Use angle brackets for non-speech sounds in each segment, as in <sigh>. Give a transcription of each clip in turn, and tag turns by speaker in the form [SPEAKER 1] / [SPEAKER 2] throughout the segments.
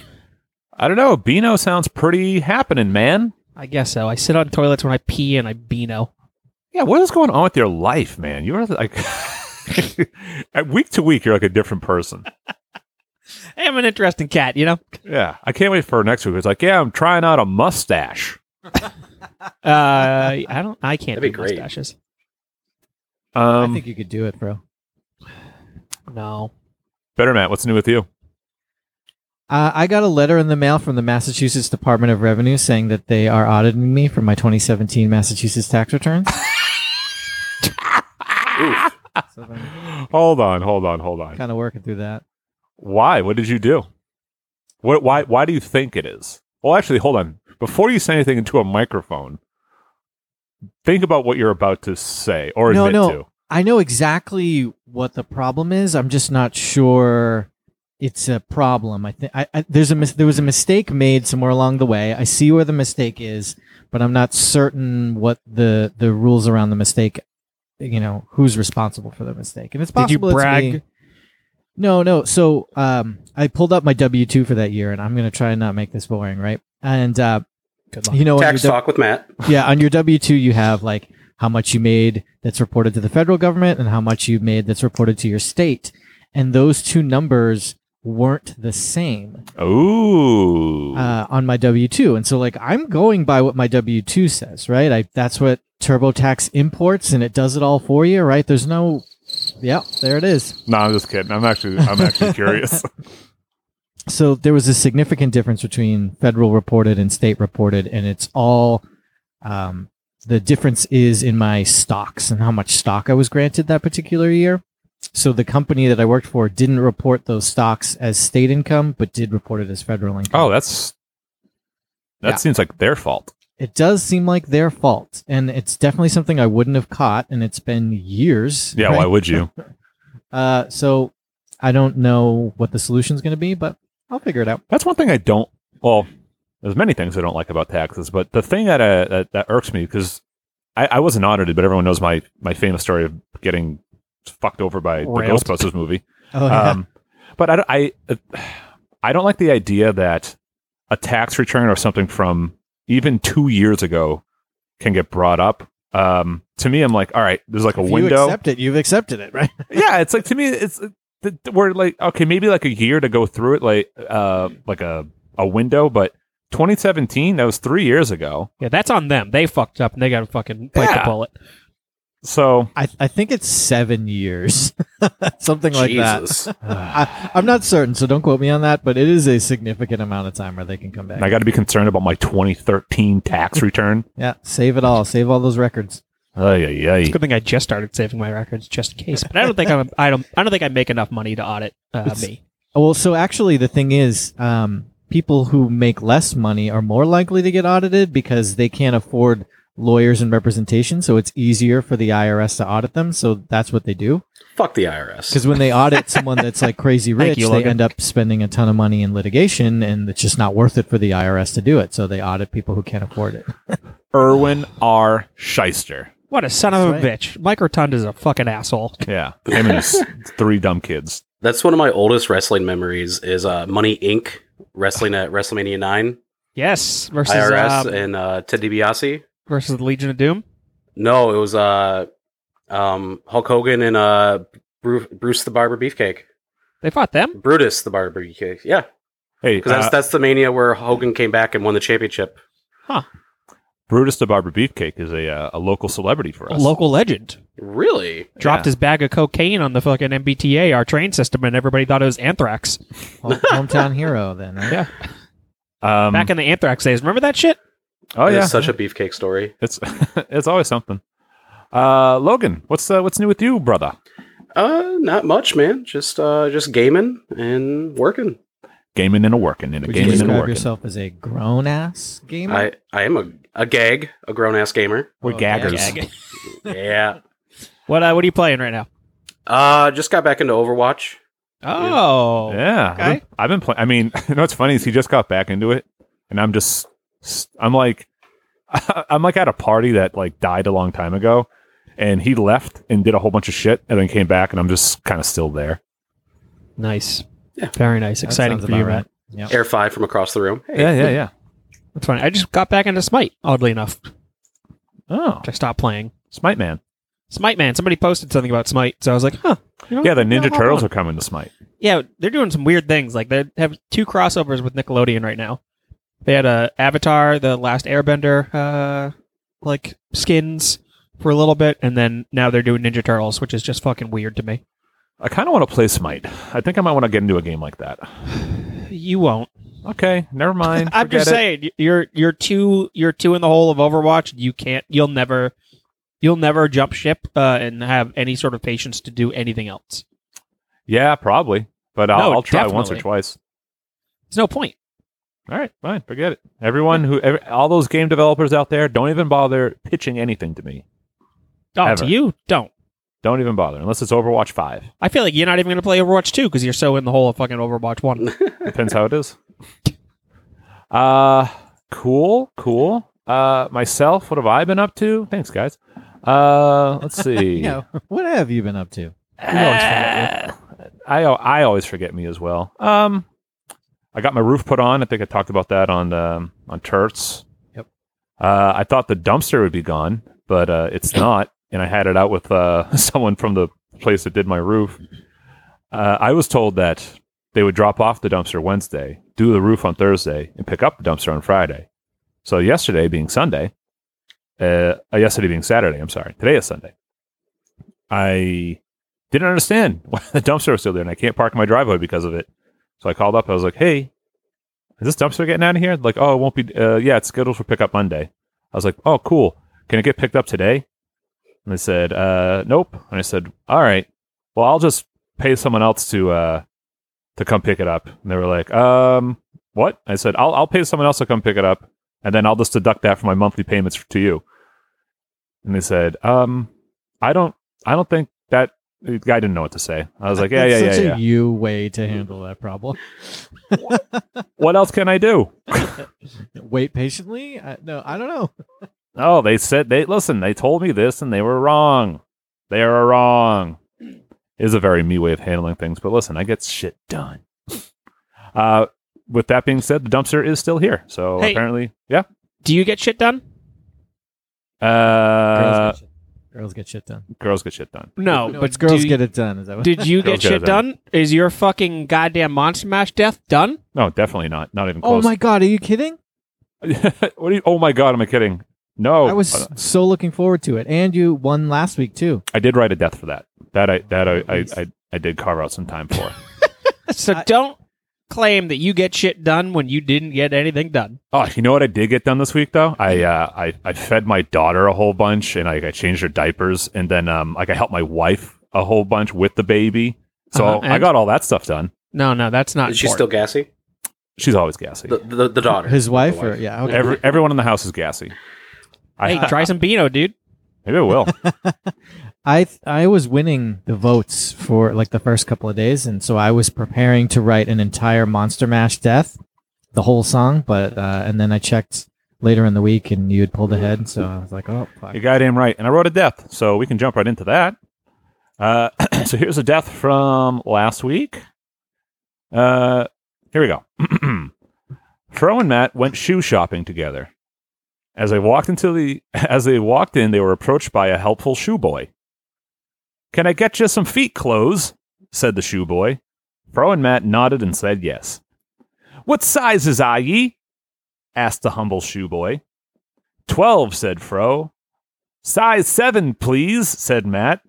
[SPEAKER 1] I don't know. Beano sounds pretty happening, man.
[SPEAKER 2] I guess so. I sit on toilets when I pee and I Beano.
[SPEAKER 1] Yeah, what is going on with your life, man? You're like <laughs> at week to week, you're like a different person.
[SPEAKER 2] I am an interesting cat, you know.
[SPEAKER 1] Yeah, I can't wait for next week. It's like, yeah, I'm trying out a mustache.
[SPEAKER 2] Uh, I don't. I can't
[SPEAKER 3] That'd be
[SPEAKER 2] do
[SPEAKER 3] great.
[SPEAKER 2] mustaches.
[SPEAKER 4] I
[SPEAKER 1] Um,
[SPEAKER 4] think you could do it, bro.
[SPEAKER 2] No.
[SPEAKER 1] better Matt, what's new with you?
[SPEAKER 4] Uh, I got a letter in the mail from the Massachusetts Department of Revenue saying that they are auditing me for my 2017 Massachusetts
[SPEAKER 1] <laughs>
[SPEAKER 4] tax returns.
[SPEAKER 3] Oof.
[SPEAKER 4] so I'm
[SPEAKER 1] Hold on, hold on, hold on.
[SPEAKER 4] kind of working through that.
[SPEAKER 1] Why? What did you do? What? Why? Why do you think it is? Well, actually, hold on. Before you say anything into a microphone, think about what you're about to say or
[SPEAKER 4] No,
[SPEAKER 1] admit
[SPEAKER 4] no.
[SPEAKER 1] to.
[SPEAKER 4] I know exactly what the problem is. I'm just not sure it's a problem. I think I, I, there's a mis- there was a mistake made somewhere along the way. I see where the mistake is, but I'm not certain what the the rules around the mistake. You know who's responsible for the mistake, and it's
[SPEAKER 2] Did you
[SPEAKER 4] possible. it's
[SPEAKER 2] brag?
[SPEAKER 4] me. No, no. So um, I pulled up my W two for that year, and I'm gonna try and not make this boring, right? And uh,
[SPEAKER 2] Good luck.
[SPEAKER 4] you know, on
[SPEAKER 3] Tax
[SPEAKER 4] your
[SPEAKER 3] talk with Matt.
[SPEAKER 4] yeah, on your W two, you have like how much you made that's reported to the federal government and how much you made that's reported to your state, and those two numbers weren't the same
[SPEAKER 1] Ooh.
[SPEAKER 4] uh, on my W two. And so, like, I'm going by what my W two says, right? I that's what TurboTax imports, and it does it all for you, right? There's no, yeah, there it is.
[SPEAKER 1] no, I'm just kidding. I'm actually, I'm
[SPEAKER 4] <laughs>
[SPEAKER 1] actually curious.
[SPEAKER 4] so there was a significant difference between federal reported and state reported and it's all um, the difference is in my stocks and how much stock i was granted that particular year so the company that i worked for didn't report those stocks as state income but did report it as federal income
[SPEAKER 1] Oh, that's that
[SPEAKER 4] Yeah.
[SPEAKER 1] seems like their fault.
[SPEAKER 4] it does seem like their fault and it's definitely something i wouldn't have caught and it's been years
[SPEAKER 1] Yeah.
[SPEAKER 4] right?
[SPEAKER 1] Why would
[SPEAKER 4] <laughs>
[SPEAKER 1] you?
[SPEAKER 4] uh, so i don't know what the solution's going to be but i'll figure it out
[SPEAKER 1] That's one thing I don't. Well, there's many things I don't like about taxes, but the thing that uh, that, that irks me because I, I wasn't audited, but everyone knows my my famous story of getting fucked over by the
[SPEAKER 2] Railed.
[SPEAKER 1] Ghostbusters movie.
[SPEAKER 4] <laughs> oh
[SPEAKER 1] Um, but I, don't- I, I don't like the idea that a tax return or something from even two years ago can get brought up. Um, to me, I'm like, all right, there's like a
[SPEAKER 4] if you
[SPEAKER 1] window.
[SPEAKER 4] accept it you've accepted it right
[SPEAKER 1] yeah, it's like to me, it's uh, th- we're like okay, maybe like a year to go through it, like uh, like a a window, but 2017 that was three years ago.
[SPEAKER 2] Yeah, that's on them. They fucked up and they got to fucking bite
[SPEAKER 1] Yeah.
[SPEAKER 2] the bullet.
[SPEAKER 1] So
[SPEAKER 4] I, I think it's seven years, <laughs> something like that.
[SPEAKER 3] Jesus.
[SPEAKER 4] <sighs> I, I'm not certain, so don't quote me on that. But it is a significant amount of time where they can come back.
[SPEAKER 1] I got to be concerned about my 2013
[SPEAKER 2] <laughs>
[SPEAKER 1] tax return.
[SPEAKER 4] yeah, save it all, save all those records.
[SPEAKER 1] Ay, ay, ay.
[SPEAKER 2] It's a good thing I just started saving my records just in case. But I don't think I'm. I don't. I don't think I make enough money to audit uh,
[SPEAKER 4] It's-
[SPEAKER 2] me.
[SPEAKER 4] Well, so actually, the thing is, um, people who make less money are more likely to get audited because they can't afford lawyers and representation. So it's easier for the IRS to audit them. So that's what they do.
[SPEAKER 3] <laughs> Fuck the IRS.
[SPEAKER 4] Because when they audit someone that's like crazy
[SPEAKER 2] Thank
[SPEAKER 4] rich,
[SPEAKER 2] you,
[SPEAKER 4] they
[SPEAKER 2] Logan.
[SPEAKER 4] end up spending a ton of money in litigation, and it's just not worth it for the IRS to do it. So they audit people who can't afford it.
[SPEAKER 1] Erwin R. Shyster.
[SPEAKER 2] What a son of a
[SPEAKER 4] That's
[SPEAKER 2] bitch! Mike Rotunda is a fucking asshole.
[SPEAKER 1] Yeah, him and
[SPEAKER 2] <laughs>
[SPEAKER 1] his three dumb kids.
[SPEAKER 3] That's one of my oldest wrestling memories is uh, Money Inc. wrestling at WrestleMania 9,
[SPEAKER 2] Yes, versus
[SPEAKER 3] IRS
[SPEAKER 2] um,
[SPEAKER 3] and uh, Ted DiBiase.
[SPEAKER 2] versus the Legion of Doom.
[SPEAKER 3] No, it was uh, um, Hulk Hogan and uh, Bruce, Bruce the Barber Beefcake.
[SPEAKER 2] They fought them.
[SPEAKER 3] Brutus the Barber Beefcake. Yeah,
[SPEAKER 1] Hey,
[SPEAKER 3] because that's,
[SPEAKER 1] uh,
[SPEAKER 3] that's the mania where Hogan came back and won the championship.
[SPEAKER 1] Brutus the Barber Beefcake is a uh, a local celebrity for
[SPEAKER 2] A
[SPEAKER 1] us.
[SPEAKER 2] local legend
[SPEAKER 3] Really?
[SPEAKER 2] dropped his bag of cocaine on the fucking MBTA, our train system, and everybody thought it was anthrax.
[SPEAKER 4] Home- hometown hero, then. Right?
[SPEAKER 2] Yeah,
[SPEAKER 1] Um,
[SPEAKER 2] back in the anthrax days. Remember that shit?
[SPEAKER 1] oh
[SPEAKER 3] It is
[SPEAKER 1] yeah,
[SPEAKER 3] such a beefcake story.
[SPEAKER 1] it's <laughs> it's always something. Uh, Logan, what's uh, what's new with you, brother?
[SPEAKER 3] Uh, not much, man. Just uh, just gaming and working.
[SPEAKER 1] Gaming and a working and a
[SPEAKER 4] Would you
[SPEAKER 1] gaming and a
[SPEAKER 4] describe
[SPEAKER 1] working.
[SPEAKER 4] yourself as a grown ass gamer?
[SPEAKER 3] I I am a a gag, a grown ass gamer.
[SPEAKER 1] We're
[SPEAKER 4] Oh,
[SPEAKER 1] gaggers.
[SPEAKER 4] gag.
[SPEAKER 3] yeah.
[SPEAKER 2] What uh, What are you playing right now?
[SPEAKER 3] Uh, just got back into Overwatch.
[SPEAKER 2] Oh,
[SPEAKER 1] Yeah, I've been-
[SPEAKER 2] Okay.
[SPEAKER 1] I've been playing. I mean, <laughs> you know what's funny is he just got back into it, and I'm just I'm like <laughs> I'm like at a party that like died a long time ago, and he left and did a whole bunch of shit, and then came back, and I'm just kind of still there.
[SPEAKER 2] nice.
[SPEAKER 3] Yeah.
[SPEAKER 2] Very nice.
[SPEAKER 4] That
[SPEAKER 2] Exciting
[SPEAKER 4] sounds
[SPEAKER 2] for you,
[SPEAKER 4] about
[SPEAKER 2] Matt.
[SPEAKER 4] right. Yeah.
[SPEAKER 3] Air five from across the room.
[SPEAKER 1] Yeah, yeah, yeah.
[SPEAKER 2] That's funny. I just got back into Smite, oddly enough. which
[SPEAKER 1] Oh,
[SPEAKER 2] I stopped playing.
[SPEAKER 1] Smite Man.
[SPEAKER 2] Smite Man. Somebody posted something about Smite, so I was like, huh. you know
[SPEAKER 1] Yeah,
[SPEAKER 2] what?
[SPEAKER 1] the
[SPEAKER 2] Maybe I'll
[SPEAKER 1] Ninja
[SPEAKER 2] hop
[SPEAKER 1] Turtles
[SPEAKER 2] on.
[SPEAKER 1] are coming to Smite.
[SPEAKER 2] Yeah, they're doing some weird things. Like they have two crossovers with Nickelodeon right now. They had a Avatar, the Last Airbender, uh, like skins, for a little bit, and then now they're doing Ninja Turtles, which is just fucking weird to me.
[SPEAKER 1] I kind of want to play Smite. I think I might want to get into a game like that.
[SPEAKER 2] You won't.
[SPEAKER 1] Okay,
[SPEAKER 2] <laughs>
[SPEAKER 1] never mind.
[SPEAKER 2] I'm just
[SPEAKER 1] forget it.
[SPEAKER 2] saying, y- you're you're too you're too in the hole of Overwatch. You can't. You'll never. You'll never jump ship uh, and have any sort of patience to do anything else.
[SPEAKER 1] Yeah, probably. But I'll,
[SPEAKER 2] No,
[SPEAKER 1] I'll try once or
[SPEAKER 2] definitely.
[SPEAKER 1] twice.
[SPEAKER 2] There's no point.
[SPEAKER 1] All right, fine. Forget it. Everyone who, every, all those game developers out there, don't even bother pitching anything to me.
[SPEAKER 2] Oh,
[SPEAKER 1] Ever.
[SPEAKER 2] to you, don't.
[SPEAKER 1] Don't even bother unless it's Overwatch Five.
[SPEAKER 2] I feel like you're not even going to play Overwatch 2 because you're so in the hole of fucking Overwatch 1.
[SPEAKER 3] <laughs>
[SPEAKER 1] Depends how it is. Uh cool, cool. Uh myself, what have I been up to? Thanks, guys. Uh let's see.
[SPEAKER 2] <laughs>
[SPEAKER 4] You know, <laughs> what have you been up to?
[SPEAKER 1] Uh, I I always forget me as well. Um I got my roof put on. I think I talked about that on um on turts.
[SPEAKER 4] Yep.
[SPEAKER 1] Uh I thought the dumpster would be gone, but uh it's not. And I had it out with uh <laughs> someone from the place that did my roof. Uh, I was told that they would drop off the dumpster Wednesday, do the roof on Thursday, and pick up the dumpster on Friday. So yesterday being Sunday, uh, uh, yesterday being Saturday, I'm sorry. Today is Sunday. I didn't understand why <laughs> the dumpster was still there, and I can't park in my driveway because of it. So I called up. I was like, "Hey, is this dumpster getting out of here?" Like, "Oh, it won't be. Uh, yeah, it's scheduled for pickup Monday." I was like, "Oh, cool. Can it get picked up today?" And they said, uh, "Nope." And I said, "All right. Well, I'll just pay someone else to uh, to come pick it up." And they were like, "Um, what?" I said, "I'll I'll pay someone else to come pick it up, and then I'll just deduct that from my monthly payments to you." And they said, "Um, I don't I don't think that." The guy didn't know what to say. I was like, "Yeah, yeah,
[SPEAKER 4] <laughs> That's
[SPEAKER 1] yeah, yeah."
[SPEAKER 4] such a you way to handle that problem.
[SPEAKER 1] what else can I do?
[SPEAKER 4] Wait patiently. I, no, I don't know.
[SPEAKER 1] Oh, they said they listen. They told me this, and they were wrong. They are wrong. Is a very me way of handling things, but listen, I get shit done. <laughs> Uh, with that being said, the dumpster is still here. So
[SPEAKER 2] Hey.
[SPEAKER 1] apparently, yeah.
[SPEAKER 2] Do you get shit done?
[SPEAKER 1] Uh,
[SPEAKER 4] girls, get shit. girls get shit done.
[SPEAKER 1] girls get shit done.
[SPEAKER 2] No,
[SPEAKER 4] No,
[SPEAKER 2] oh, but
[SPEAKER 4] it's girls
[SPEAKER 2] do,
[SPEAKER 4] get it done. Is that what?
[SPEAKER 2] <laughs> Did you
[SPEAKER 1] Girls get
[SPEAKER 2] get shit
[SPEAKER 1] it done.
[SPEAKER 2] done? Is your fucking goddamn Monster Mash death done?
[SPEAKER 1] No, definitely not. Not even
[SPEAKER 4] oh
[SPEAKER 1] close.
[SPEAKER 4] my god, are you kidding?
[SPEAKER 1] <laughs> what do you, oh my god! Am I kidding? No,
[SPEAKER 4] I was
[SPEAKER 1] Uh,
[SPEAKER 4] so looking forward to it, and you won last week too.
[SPEAKER 1] I did write a death for that. That I that I I, I, I did carve out some time for.
[SPEAKER 2] So
[SPEAKER 4] I-
[SPEAKER 2] don't claim that you get shit done when you didn't get anything done.
[SPEAKER 1] Oh, you know what I did get done this week though? I uh, I, I fed my daughter a whole bunch, and I, I changed her diapers, and then um, like I helped my wife a whole bunch with the baby. So
[SPEAKER 2] Uh-huh,
[SPEAKER 1] I
[SPEAKER 2] and-
[SPEAKER 1] got all that stuff done.
[SPEAKER 2] No, no, that's not.
[SPEAKER 3] Is she still
[SPEAKER 2] important.
[SPEAKER 3] gassy?
[SPEAKER 1] She's always gassy.
[SPEAKER 3] The the, the daughter.
[SPEAKER 4] His
[SPEAKER 3] The
[SPEAKER 4] wife, or yeah, okay.
[SPEAKER 1] Every, everyone in the house is gassy. I, <laughs>
[SPEAKER 2] Hey, try some Beano, dude.
[SPEAKER 1] maybe I will.
[SPEAKER 4] I th- I was winning the votes for like the first couple of days, and so I was preparing to write an entire Monster Mash death, the whole song. But uh, and then I checked later in the week, and you had pulled ahead, so I was like, oh, fuck.
[SPEAKER 1] You're goddamn right. And I wrote a death, so we can jump right into that. Uh, <clears throat> so here's a death from last week. Uh, here we go. <clears throat> Fro and Matt went shoe shopping together. As they walked into the <laughs> as they walked in, they were approached by a helpful shoe boy. Can I get you some feet clothes? said the shoe boy. Fro and Matt nodded and said yes. What sizes are ye? asked the humble shoe boy. Twelve, said Fro. Size seven, please, said Matt.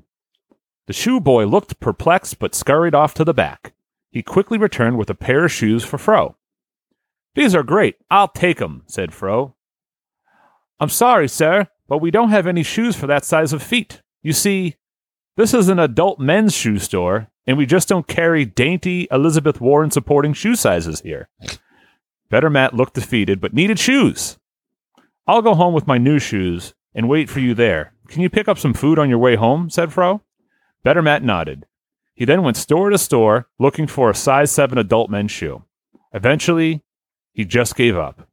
[SPEAKER 1] The shoe boy looked perplexed but scurried off to the back. He quickly returned with a pair of shoes for Fro. These are great. I'll take 'em," said Fro. I'm sorry, sir, but we don't have any shoes for that size of feet. You see, this is an adult men's shoe store, and we just don't carry dainty Elizabeth Warren supporting shoe sizes here. Better Matt looked defeated but needed shoes. I'll go home with my new shoes and wait for you there. Can you pick up some food on your way home? said Fro. Better Matt nodded. He then went store to store looking for a size 7 adult men's shoe. Eventually, he just gave up.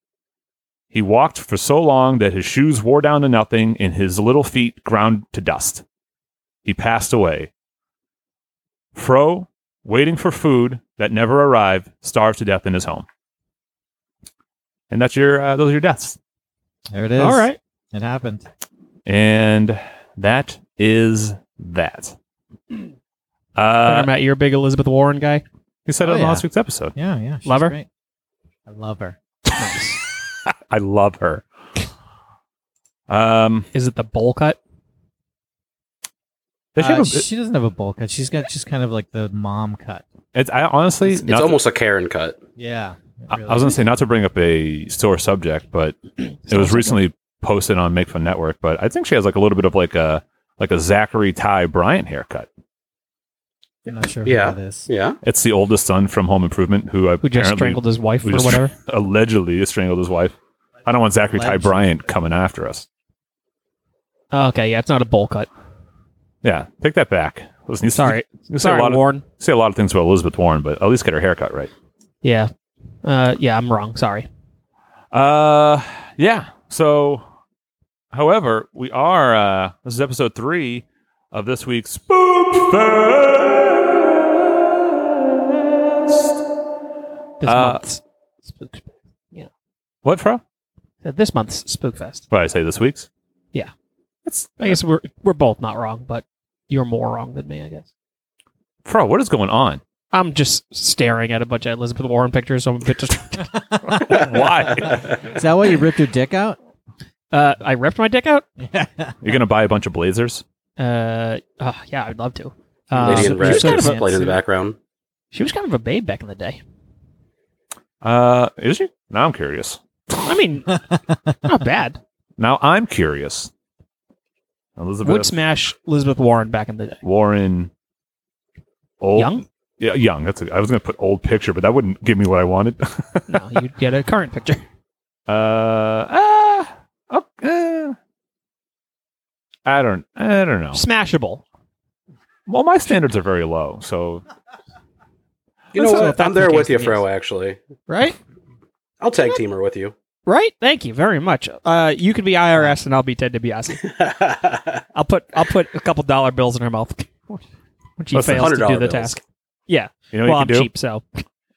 [SPEAKER 1] He walked for so long that his shoes wore down to nothing and his little feet ground to dust. He passed away. Fro, waiting for food that never arrived, starved to death in his home. And that's your uh, those are your deaths.
[SPEAKER 4] There it is.
[SPEAKER 2] All right.
[SPEAKER 4] it happened.
[SPEAKER 1] And that is
[SPEAKER 2] <clears throat>
[SPEAKER 1] that.
[SPEAKER 2] Uh,
[SPEAKER 1] Uh,
[SPEAKER 2] Matt, you're a big Elizabeth Warren guy.
[SPEAKER 1] he said it
[SPEAKER 4] Oh,
[SPEAKER 1] on
[SPEAKER 4] yeah.
[SPEAKER 1] last week's episode.
[SPEAKER 4] Yeah, yeah. she's
[SPEAKER 2] Love her?
[SPEAKER 4] great. I love her.
[SPEAKER 1] I love her. Um,
[SPEAKER 2] Is it the bowl cut?
[SPEAKER 1] Does she
[SPEAKER 4] Uh,
[SPEAKER 1] have a-
[SPEAKER 4] she doesn't have a bowl cut. She's got just kind of like the mom cut.
[SPEAKER 1] it's I honestly
[SPEAKER 3] It's, it's
[SPEAKER 1] not to-
[SPEAKER 3] almost a Karen cut.
[SPEAKER 4] Yeah.
[SPEAKER 1] I, I was gonna say not to bring up a sore subject,
[SPEAKER 3] <clears throat>
[SPEAKER 1] but it was recently posted on Make Fun Network. But I think she has like a little bit of like a like a Zachary Ty Bryant haircut.
[SPEAKER 4] I'm not sure
[SPEAKER 3] Yeah.
[SPEAKER 4] who that is. <laughs>
[SPEAKER 3] Yeah.
[SPEAKER 1] It's the oldest son from Home Improvement who
[SPEAKER 2] who
[SPEAKER 1] apparently
[SPEAKER 2] just strangled his wife
[SPEAKER 1] who
[SPEAKER 2] or
[SPEAKER 1] just
[SPEAKER 2] whatever.
[SPEAKER 1] allegedly strangled his wife. I don't want Zachary Ty
[SPEAKER 4] Allegedly.
[SPEAKER 1] Bryant coming after us.
[SPEAKER 2] Oh, okay, yeah, it's not a bowl cut.
[SPEAKER 1] Yeah, take that back. Listen, you
[SPEAKER 2] Sorry,
[SPEAKER 1] <laughs> You say a
[SPEAKER 2] sorry,
[SPEAKER 1] lot of
[SPEAKER 2] Warren.
[SPEAKER 1] say a lot of things about Elizabeth Warren, but at least get her haircut right.
[SPEAKER 2] yeah, uh, yeah, I'm wrong. Sorry.
[SPEAKER 1] Uh, yeah. So, however, we are. Uh, this is episode three of this week's Spook Fest.
[SPEAKER 2] This
[SPEAKER 1] Uh,
[SPEAKER 2] month's spook.
[SPEAKER 1] What, Fro?
[SPEAKER 2] uh, This month's Spookfest.
[SPEAKER 1] What did I say? This week's?
[SPEAKER 2] Yeah.
[SPEAKER 1] It's
[SPEAKER 2] I guess we're we're both not wrong, but you're more wrong than me, I guess.
[SPEAKER 1] Fro. What is going on?
[SPEAKER 2] I'm just staring at a bunch of Elizabeth Warren pictures, so I'm a bit distracted.
[SPEAKER 1] Why? <laughs>
[SPEAKER 4] Is that why you ripped your dick out?
[SPEAKER 2] <laughs>
[SPEAKER 4] <laughs>
[SPEAKER 2] uh, I ripped my dick out.
[SPEAKER 1] You're gonna buy a bunch of blazers?
[SPEAKER 2] Uh, oh, yeah, I'd love to. Uh,
[SPEAKER 3] Lady
[SPEAKER 2] she,
[SPEAKER 3] in Red
[SPEAKER 2] was
[SPEAKER 3] is
[SPEAKER 2] kind of
[SPEAKER 4] Yes.
[SPEAKER 2] a,
[SPEAKER 3] played in the background.
[SPEAKER 2] she was kind of a babe back in the day.
[SPEAKER 1] Uh, is she? Now I'm curious.
[SPEAKER 2] I mean, not bad.
[SPEAKER 1] Now I'm curious. Elizabeth
[SPEAKER 2] Would smash Elizabeth Warren back in the day.
[SPEAKER 1] Warren. Old,
[SPEAKER 2] Young?
[SPEAKER 1] Yeah, young. That's. A, I was gonna put old picture, but that wouldn't give me what I wanted.
[SPEAKER 2] No, you'd get a current
[SPEAKER 1] <laughs>
[SPEAKER 2] picture.
[SPEAKER 1] Uh, ah, okay. I don't. I don't know.
[SPEAKER 2] Smashable.
[SPEAKER 1] Well, my standards are very low, so
[SPEAKER 3] You know
[SPEAKER 2] So if
[SPEAKER 3] what?
[SPEAKER 2] that's
[SPEAKER 3] I'm there
[SPEAKER 2] the
[SPEAKER 3] with you,
[SPEAKER 2] case,
[SPEAKER 3] Fro.
[SPEAKER 2] yes.
[SPEAKER 3] Actually,
[SPEAKER 2] Right?
[SPEAKER 3] I'll tag teamer with you. <laughs>
[SPEAKER 2] Right? Thank you very much. Uh, you can be IRS and I'll be Ted DiBiase.
[SPEAKER 3] Hundred
[SPEAKER 2] I'll put I'll put a couple dollar bills in her mouth when she
[SPEAKER 1] That's the
[SPEAKER 2] fails to do
[SPEAKER 3] dollar
[SPEAKER 2] the
[SPEAKER 3] bills.
[SPEAKER 2] task. Yeah.
[SPEAKER 1] you know what
[SPEAKER 2] well,
[SPEAKER 1] you
[SPEAKER 2] I'm
[SPEAKER 1] can do.
[SPEAKER 2] cheap, so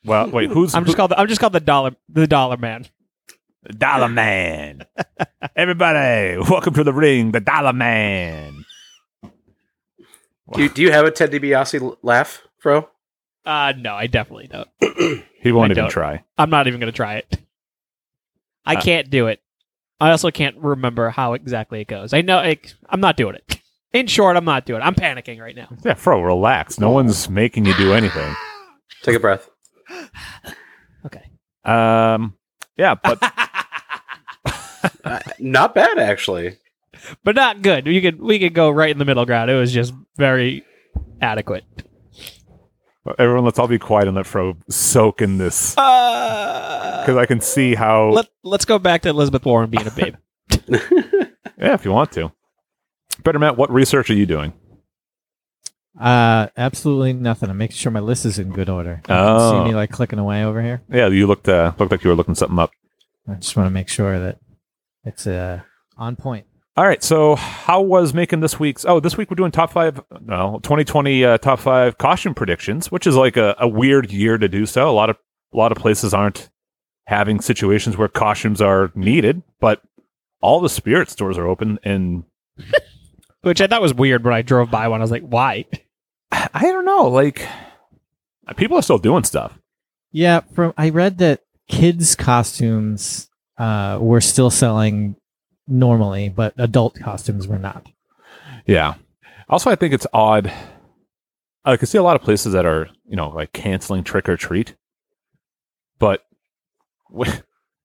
[SPEAKER 1] Well,
[SPEAKER 2] <laughs>
[SPEAKER 1] wait, who's
[SPEAKER 2] I'm just called the, I'm just called the dollar the dollar man.
[SPEAKER 1] who- Dollar
[SPEAKER 2] <laughs>
[SPEAKER 1] Man? Everybody, welcome to the ring, the Dollar Man.
[SPEAKER 3] Do you, do you have a Ted DiBiase l- laugh, Fro?
[SPEAKER 2] Uh, no, I definitely don't.
[SPEAKER 1] He won't
[SPEAKER 2] I
[SPEAKER 1] even
[SPEAKER 2] don't.
[SPEAKER 1] try.
[SPEAKER 2] I'm not even gonna try it. I
[SPEAKER 1] Uh,
[SPEAKER 2] can't do it. I also can't remember how exactly it goes. I know it, I'm not doing it. In short, I'm not doing it. I'm panicking right now.
[SPEAKER 1] Yeah, Fro, relax. No one's making you do anything.
[SPEAKER 3] Take a breath.
[SPEAKER 1] Um, yeah,
[SPEAKER 2] <laughs>
[SPEAKER 1] but
[SPEAKER 3] Uh, not bad, actually.
[SPEAKER 2] but not good. You could we could go right in the middle ground. It was just very adequate.
[SPEAKER 1] everyone, let's all be quiet and let Fro soak in this because
[SPEAKER 2] Uh,
[SPEAKER 1] I can see how.
[SPEAKER 2] let let's go back to Elizabeth Warren being a <laughs> babe.
[SPEAKER 1] yeah, if you want to. Better Matt, what research are you doing?
[SPEAKER 4] Uh, absolutely nothing. I'm making sure my list is in good order. You can
[SPEAKER 1] Oh.
[SPEAKER 4] See me like clicking away over here.
[SPEAKER 1] Yeah, you looked uh, looked like you were looking something up.
[SPEAKER 4] I just want to make sure that it's uh, on point.
[SPEAKER 1] All right, so how was making this week's? Oh, this week we're doing top five, no, 2020 uh, top five costume predictions, which is like a, a weird year to do so. A lot of a lot of places aren't having situations where costumes are needed, but all the spirit stores are open, and <sighs>
[SPEAKER 2] Which I thought was weird when I drove by one. I was like, why?
[SPEAKER 1] I don't know, like people are still doing stuff.
[SPEAKER 4] Yeah, from I read that kids' costumes uh, were still selling normally, but adult costumes were not.
[SPEAKER 1] Yeah. Also, I think it's odd. I can see a lot of places that are, you know, like canceling trick or treat, but wh-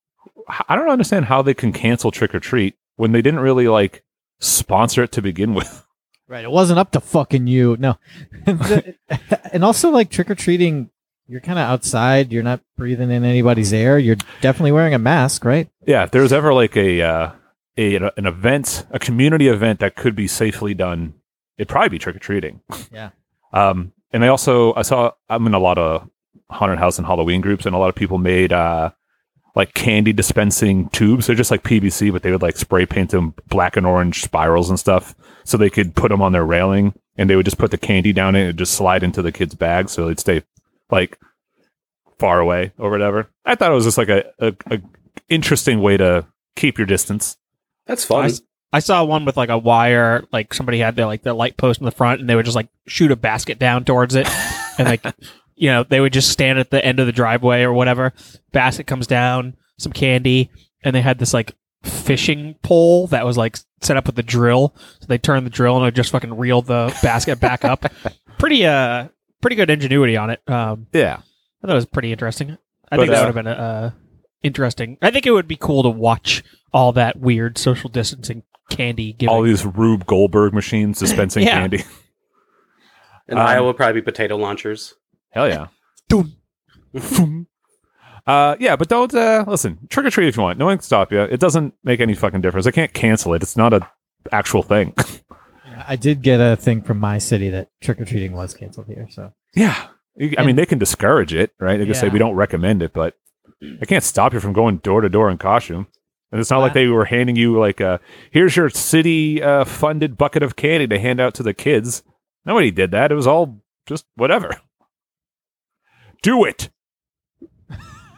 [SPEAKER 1] <laughs> I don't understand how they can cancel trick or treat when they didn't really like sponsor it to begin with.
[SPEAKER 4] Right. It wasn't up to fucking you. No. <laughs> and also, like trick or treating, you're kind of outside. You're not breathing in anybody's air. You're definitely wearing a mask, right?
[SPEAKER 1] Yeah, if there's ever like a, uh, a an event, a community event that could be safely done, it'd probably be trick or treating.
[SPEAKER 4] Yeah.
[SPEAKER 1] <laughs> Um, and I also I saw I'm in a lot of haunted house and Halloween groups, and a lot of people made uh, like candy dispensing tubes. They're just like PVC, but they would like spray paint them black and orange spirals and stuff, so they could put them on their railing, and they would just put the candy down it and it'd just slide into the kid's bag, so they'd stay like far away or whatever. I thought it was just like a, a, a interesting way to keep your distance.
[SPEAKER 3] That's fun.
[SPEAKER 2] Nice. I saw one with like a wire, like somebody had their like their light post in the front, and they would just like shoot a basket down towards it, and like you know they would just stand at the end of the driveway or whatever. Basket comes down, some candy, and they had this like fishing pole that was like set up with a drill. So they turned the drill and it just fucking reeled the basket back up. Pretty uh, pretty good ingenuity on it. Um,
[SPEAKER 1] Yeah.
[SPEAKER 2] I thought it was pretty interesting.
[SPEAKER 1] But,
[SPEAKER 2] I think that
[SPEAKER 1] uh,
[SPEAKER 2] would have been a, uh, interesting. I think it would be cool to watch all that weird social distancing candy giving.
[SPEAKER 1] All these Rube Goldberg machines dispensing
[SPEAKER 2] Yeah.
[SPEAKER 1] candy.
[SPEAKER 3] And
[SPEAKER 1] Um,
[SPEAKER 3] Iowa probably be potato launchers.
[SPEAKER 1] Hell <laughs> yeah.
[SPEAKER 2] Dun.
[SPEAKER 1] uh, yeah, but don't uh, listen. Trick or treat if you want. No one can stop you. It doesn't make any fucking difference. I can't cancel it. It's not a actual thing. <laughs>
[SPEAKER 4] I did get a thing from my city that trick or treating was canceled here. So
[SPEAKER 1] yeah. You- I mean, they can discourage it, right? They can say
[SPEAKER 2] Yeah.
[SPEAKER 1] we don't recommend it, but I can't stop you from going door to door in costume. And it's not like they were handing you like, uh, here's your city uh, funded bucket of candy to hand out to the kids. Nobody did that. It was all just whatever. Do it,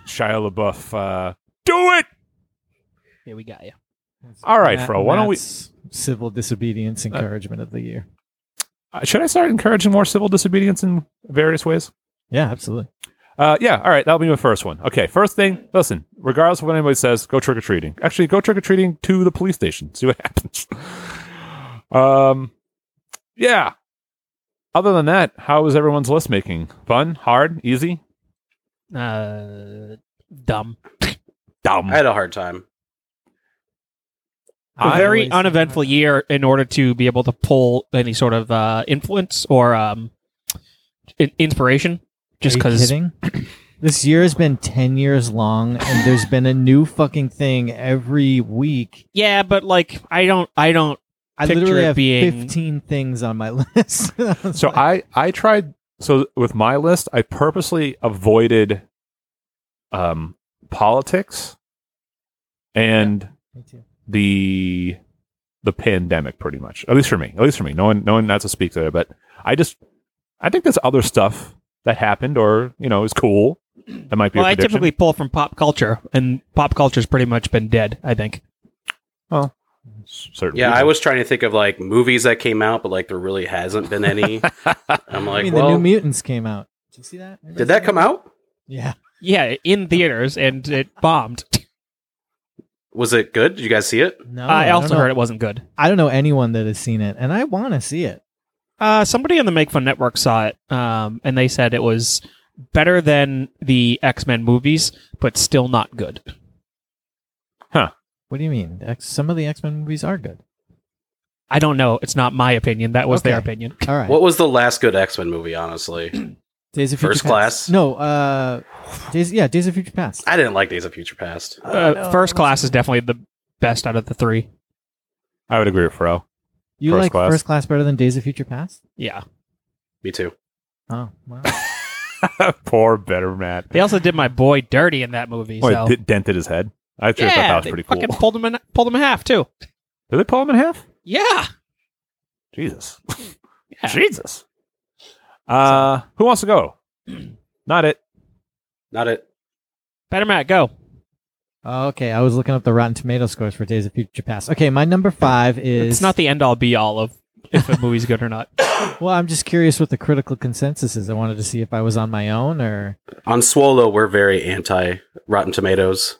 [SPEAKER 1] Shia LaBeouf. Uh, do it.
[SPEAKER 2] yeah, we got you.
[SPEAKER 1] All right, Fro, why don't we-
[SPEAKER 4] that's Civil disobedience encouragement of the year.
[SPEAKER 1] Uh, should I start encouraging more civil disobedience in various ways?
[SPEAKER 4] Yeah, absolutely.
[SPEAKER 1] Uh, yeah, all right, that'll be my first one. Okay, first thing, listen, regardless of what anybody says, go trick or treating. Actually, go trick or treating to the police station, see what <laughs> happens. um, yeah. Other than that, how is everyone's list making? Fun, hard, easy,
[SPEAKER 2] Uh, dumb.
[SPEAKER 1] dumb.
[SPEAKER 3] I had a hard time.
[SPEAKER 2] A
[SPEAKER 4] I
[SPEAKER 2] very
[SPEAKER 4] always-
[SPEAKER 2] uneventful year in order to be able to pull any sort of uh, influence or um, in- inspiration. Just
[SPEAKER 4] Are you
[SPEAKER 2] because
[SPEAKER 4] kidding? <coughs> this year has been 10 years long and there's been a new fucking thing every week
[SPEAKER 2] Yeah, but like I don't I don't
[SPEAKER 4] i
[SPEAKER 2] Picture
[SPEAKER 4] literally
[SPEAKER 2] it
[SPEAKER 4] have
[SPEAKER 2] being-
[SPEAKER 4] 15 things on my <laughs> list
[SPEAKER 1] so I I tried so with my list I purposely avoided um politics and
[SPEAKER 4] Me too.
[SPEAKER 1] the the pandemic pretty much at least for me at least for me no one no one not to speak to it but I just I think there's other stuff that happened or you know is cool that might be
[SPEAKER 2] well
[SPEAKER 1] a
[SPEAKER 2] I
[SPEAKER 1] prediction.
[SPEAKER 2] typically pull from pop culture and pop culture's pretty much been dead, I think.
[SPEAKER 1] certainly
[SPEAKER 3] Yeah, I was trying to think of like movies that came out, but like there really hasn't
[SPEAKER 1] <laughs>
[SPEAKER 3] been any. I'm
[SPEAKER 4] i
[SPEAKER 3] like,
[SPEAKER 4] mean
[SPEAKER 3] well,
[SPEAKER 4] the new mutants came out did you see that
[SPEAKER 3] did that come out?
[SPEAKER 4] yeah
[SPEAKER 2] Yeah, in theaters and it bombed.
[SPEAKER 3] Was it good? Did you guys see it?
[SPEAKER 4] no
[SPEAKER 2] I
[SPEAKER 4] Oh, don't
[SPEAKER 2] also
[SPEAKER 4] know.
[SPEAKER 2] heard it wasn't good.
[SPEAKER 4] i don't know anyone that has seen it and i want to see it
[SPEAKER 2] Uh, somebody on the Make Fun Network saw it, um, and they said it was better than the X Men movies, but still not good.
[SPEAKER 4] what do you mean The X- some of the x-men movies are good
[SPEAKER 2] I don't know. It's not my opinion. That was their
[SPEAKER 4] Okay.
[SPEAKER 2] opinion.
[SPEAKER 4] all right
[SPEAKER 3] What was the last good X Men movie? Honestly, <clears throat>
[SPEAKER 4] days of future
[SPEAKER 3] First
[SPEAKER 4] Past.
[SPEAKER 3] Class?
[SPEAKER 4] no uh days yeah days of future past
[SPEAKER 3] I didn't like Days of Future Past.
[SPEAKER 2] Uh, First Class is definitely the best out of the three.
[SPEAKER 1] I would agree with Pharrell. <laughs>
[SPEAKER 4] you
[SPEAKER 1] First
[SPEAKER 4] like
[SPEAKER 1] Class.
[SPEAKER 4] first class better than days of future past
[SPEAKER 2] Yeah.
[SPEAKER 3] Me too.
[SPEAKER 4] oh wow
[SPEAKER 1] Poor better Matt.
[SPEAKER 2] They also did my boy dirty in that movie.
[SPEAKER 1] Boy,
[SPEAKER 2] so.
[SPEAKER 1] it Oh, did- dented his head. I thought
[SPEAKER 2] yeah,
[SPEAKER 1] that was
[SPEAKER 2] they
[SPEAKER 1] pretty cool.
[SPEAKER 2] fucking pulled him in, pulled him in half too.
[SPEAKER 1] Did they pull him in half?
[SPEAKER 2] Yeah.
[SPEAKER 1] Jesus.
[SPEAKER 2] <laughs> Yeah.
[SPEAKER 1] Jesus. Uh, who wants to
[SPEAKER 2] <clears throat>
[SPEAKER 1] go? Not it.
[SPEAKER 3] Not it.
[SPEAKER 2] Better Matt, go.
[SPEAKER 4] Oh, Okay, I was looking up the Rotten Tomato scores for Days of Future Past. Okay, my number five is
[SPEAKER 2] It's not the end all be all of if a movie's good or not.
[SPEAKER 4] Well, I'm just curious what the critical consensus is. I wanted to see if I was on my own or
[SPEAKER 3] On Swallow, we're very anti Rotten Tomatoes.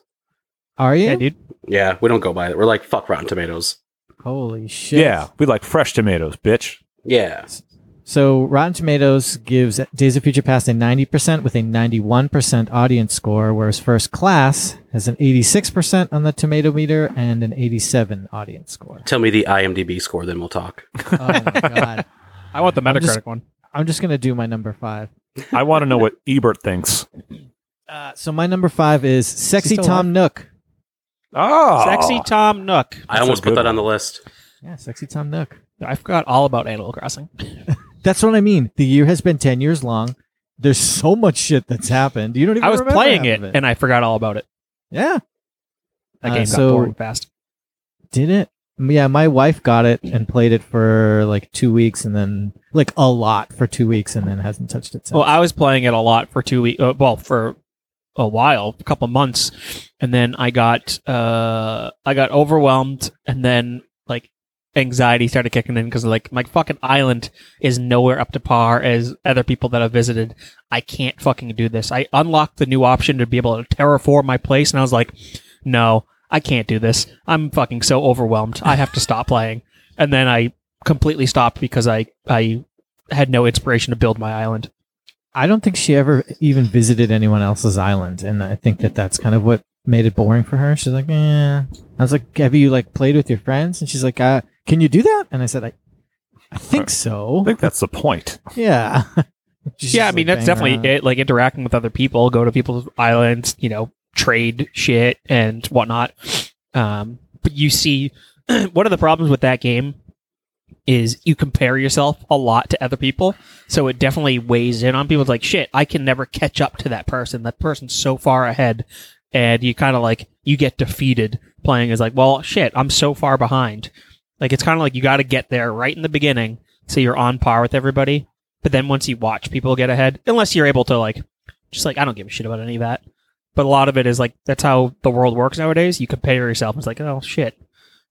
[SPEAKER 4] are you?
[SPEAKER 2] Yeah, dude.
[SPEAKER 3] Yeah, we don't go by that. We're like fuck Rotten Tomatoes.
[SPEAKER 4] Holy shit!
[SPEAKER 1] Yeah, we like fresh tomatoes, bitch.
[SPEAKER 3] Yeah,
[SPEAKER 4] So Rotten Tomatoes gives Days of Future Past a 90% with a 91% audience score, whereas First Class has an 86% on the tomato meter and an 87 audience score.
[SPEAKER 3] tell me the IMDb score, then
[SPEAKER 1] <laughs>
[SPEAKER 3] we'll talk.
[SPEAKER 4] Oh my god!
[SPEAKER 2] I want the Metacritic
[SPEAKER 4] just-
[SPEAKER 2] one.
[SPEAKER 4] I'm just gonna do my number five.
[SPEAKER 1] I want to know
[SPEAKER 2] <laughs>
[SPEAKER 1] what Ebert thinks.
[SPEAKER 4] Uh, so my number five is Sexy
[SPEAKER 2] still
[SPEAKER 4] Tom Nook.
[SPEAKER 1] Oh,
[SPEAKER 2] Sexy Tom Nook.
[SPEAKER 3] I almost
[SPEAKER 1] a
[SPEAKER 3] put
[SPEAKER 1] good
[SPEAKER 3] that
[SPEAKER 1] one.
[SPEAKER 3] on the list.
[SPEAKER 4] Yeah, Sexy Tom Nook.
[SPEAKER 2] I forgot all about Animal Crossing.
[SPEAKER 4] That's what I mean. The year has been 10 years long. There's so much shit that's happened. You don't even
[SPEAKER 2] I was
[SPEAKER 4] remember
[SPEAKER 2] playing
[SPEAKER 4] half
[SPEAKER 2] it,
[SPEAKER 4] of
[SPEAKER 2] and I forgot all about it.
[SPEAKER 4] yeah.
[SPEAKER 2] That
[SPEAKER 4] Uh,
[SPEAKER 2] game
[SPEAKER 4] so-
[SPEAKER 2] got boring fast.
[SPEAKER 4] Did it? Yeah, my wife got it and played it for like two weeks and then like a lot for two weeks and then hasn't touched it since.
[SPEAKER 2] Well, I was playing it a lot for two weeks. Uh, well, for a while, a couple months, and then I got uh, I got overwhelmed, and then like anxiety started kicking in because like my fucking island is nowhere up to par as other people that I've visited. I can't fucking do this. I unlocked the new option to be able to terraform my place, and I was like, no. I can't do this. I'm fucking so overwhelmed. I have to stop playing. And then I completely stopped because I I had no inspiration to build my island.
[SPEAKER 4] I don't think she ever even visited anyone else's island, and I think that that's kind of what made it boring for her. She's like, "Yeah." I was like, "Have you like played with your friends?" And she's like, uh, "Can you do that?" And I said, "I, I think
[SPEAKER 1] I
[SPEAKER 4] so.
[SPEAKER 1] think that's the point.
[SPEAKER 4] <laughs> Yeah." <laughs> She's
[SPEAKER 2] yeah, I
[SPEAKER 4] just,
[SPEAKER 2] mean
[SPEAKER 4] like,
[SPEAKER 2] that's
[SPEAKER 4] banging
[SPEAKER 2] definitely
[SPEAKER 4] around.
[SPEAKER 2] it. Like interacting with other people, go to people's islands, you know, trade shit and whatnot. Um, but you see, <clears throat> one of the problems with that game is you compare yourself a lot to other people, so it definitely weighs in on people. It's like shit, I can never catch up to that person. That person's so far ahead, and you kind of like you get defeated playing as like, well, shit, I'm so far behind. Like it's kind of like you got to get there right in the beginning so you're on par with everybody. But then once you watch people get ahead, unless you're able to like, just like I don't give a shit about any of that. But a lot of it is like that's how the world works nowadays. You compare yourself. It's like oh shit,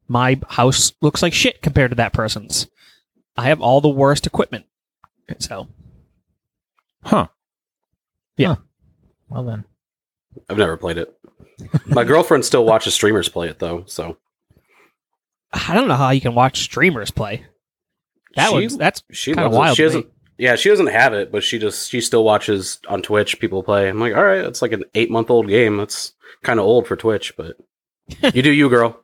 [SPEAKER 2] my house looks like shit compared to that person's. I have all the worst equipment. So
[SPEAKER 1] Huh.
[SPEAKER 4] Well then,
[SPEAKER 3] I've never played it. My girlfriend still watches streamers play it though, so
[SPEAKER 2] I don't know how you can watch streamers play. That
[SPEAKER 3] She-
[SPEAKER 2] was that's
[SPEAKER 3] she
[SPEAKER 2] Kinda
[SPEAKER 3] loves
[SPEAKER 2] wild
[SPEAKER 3] it. She
[SPEAKER 2] to
[SPEAKER 3] doesn't. Yeah, she doesn't have it, but she just she still watches on Twitch people play. I'm like, all right, that's like an eight month old game. That's kind of old for Twitch,
[SPEAKER 2] <laughs>
[SPEAKER 3] but you do you, girl.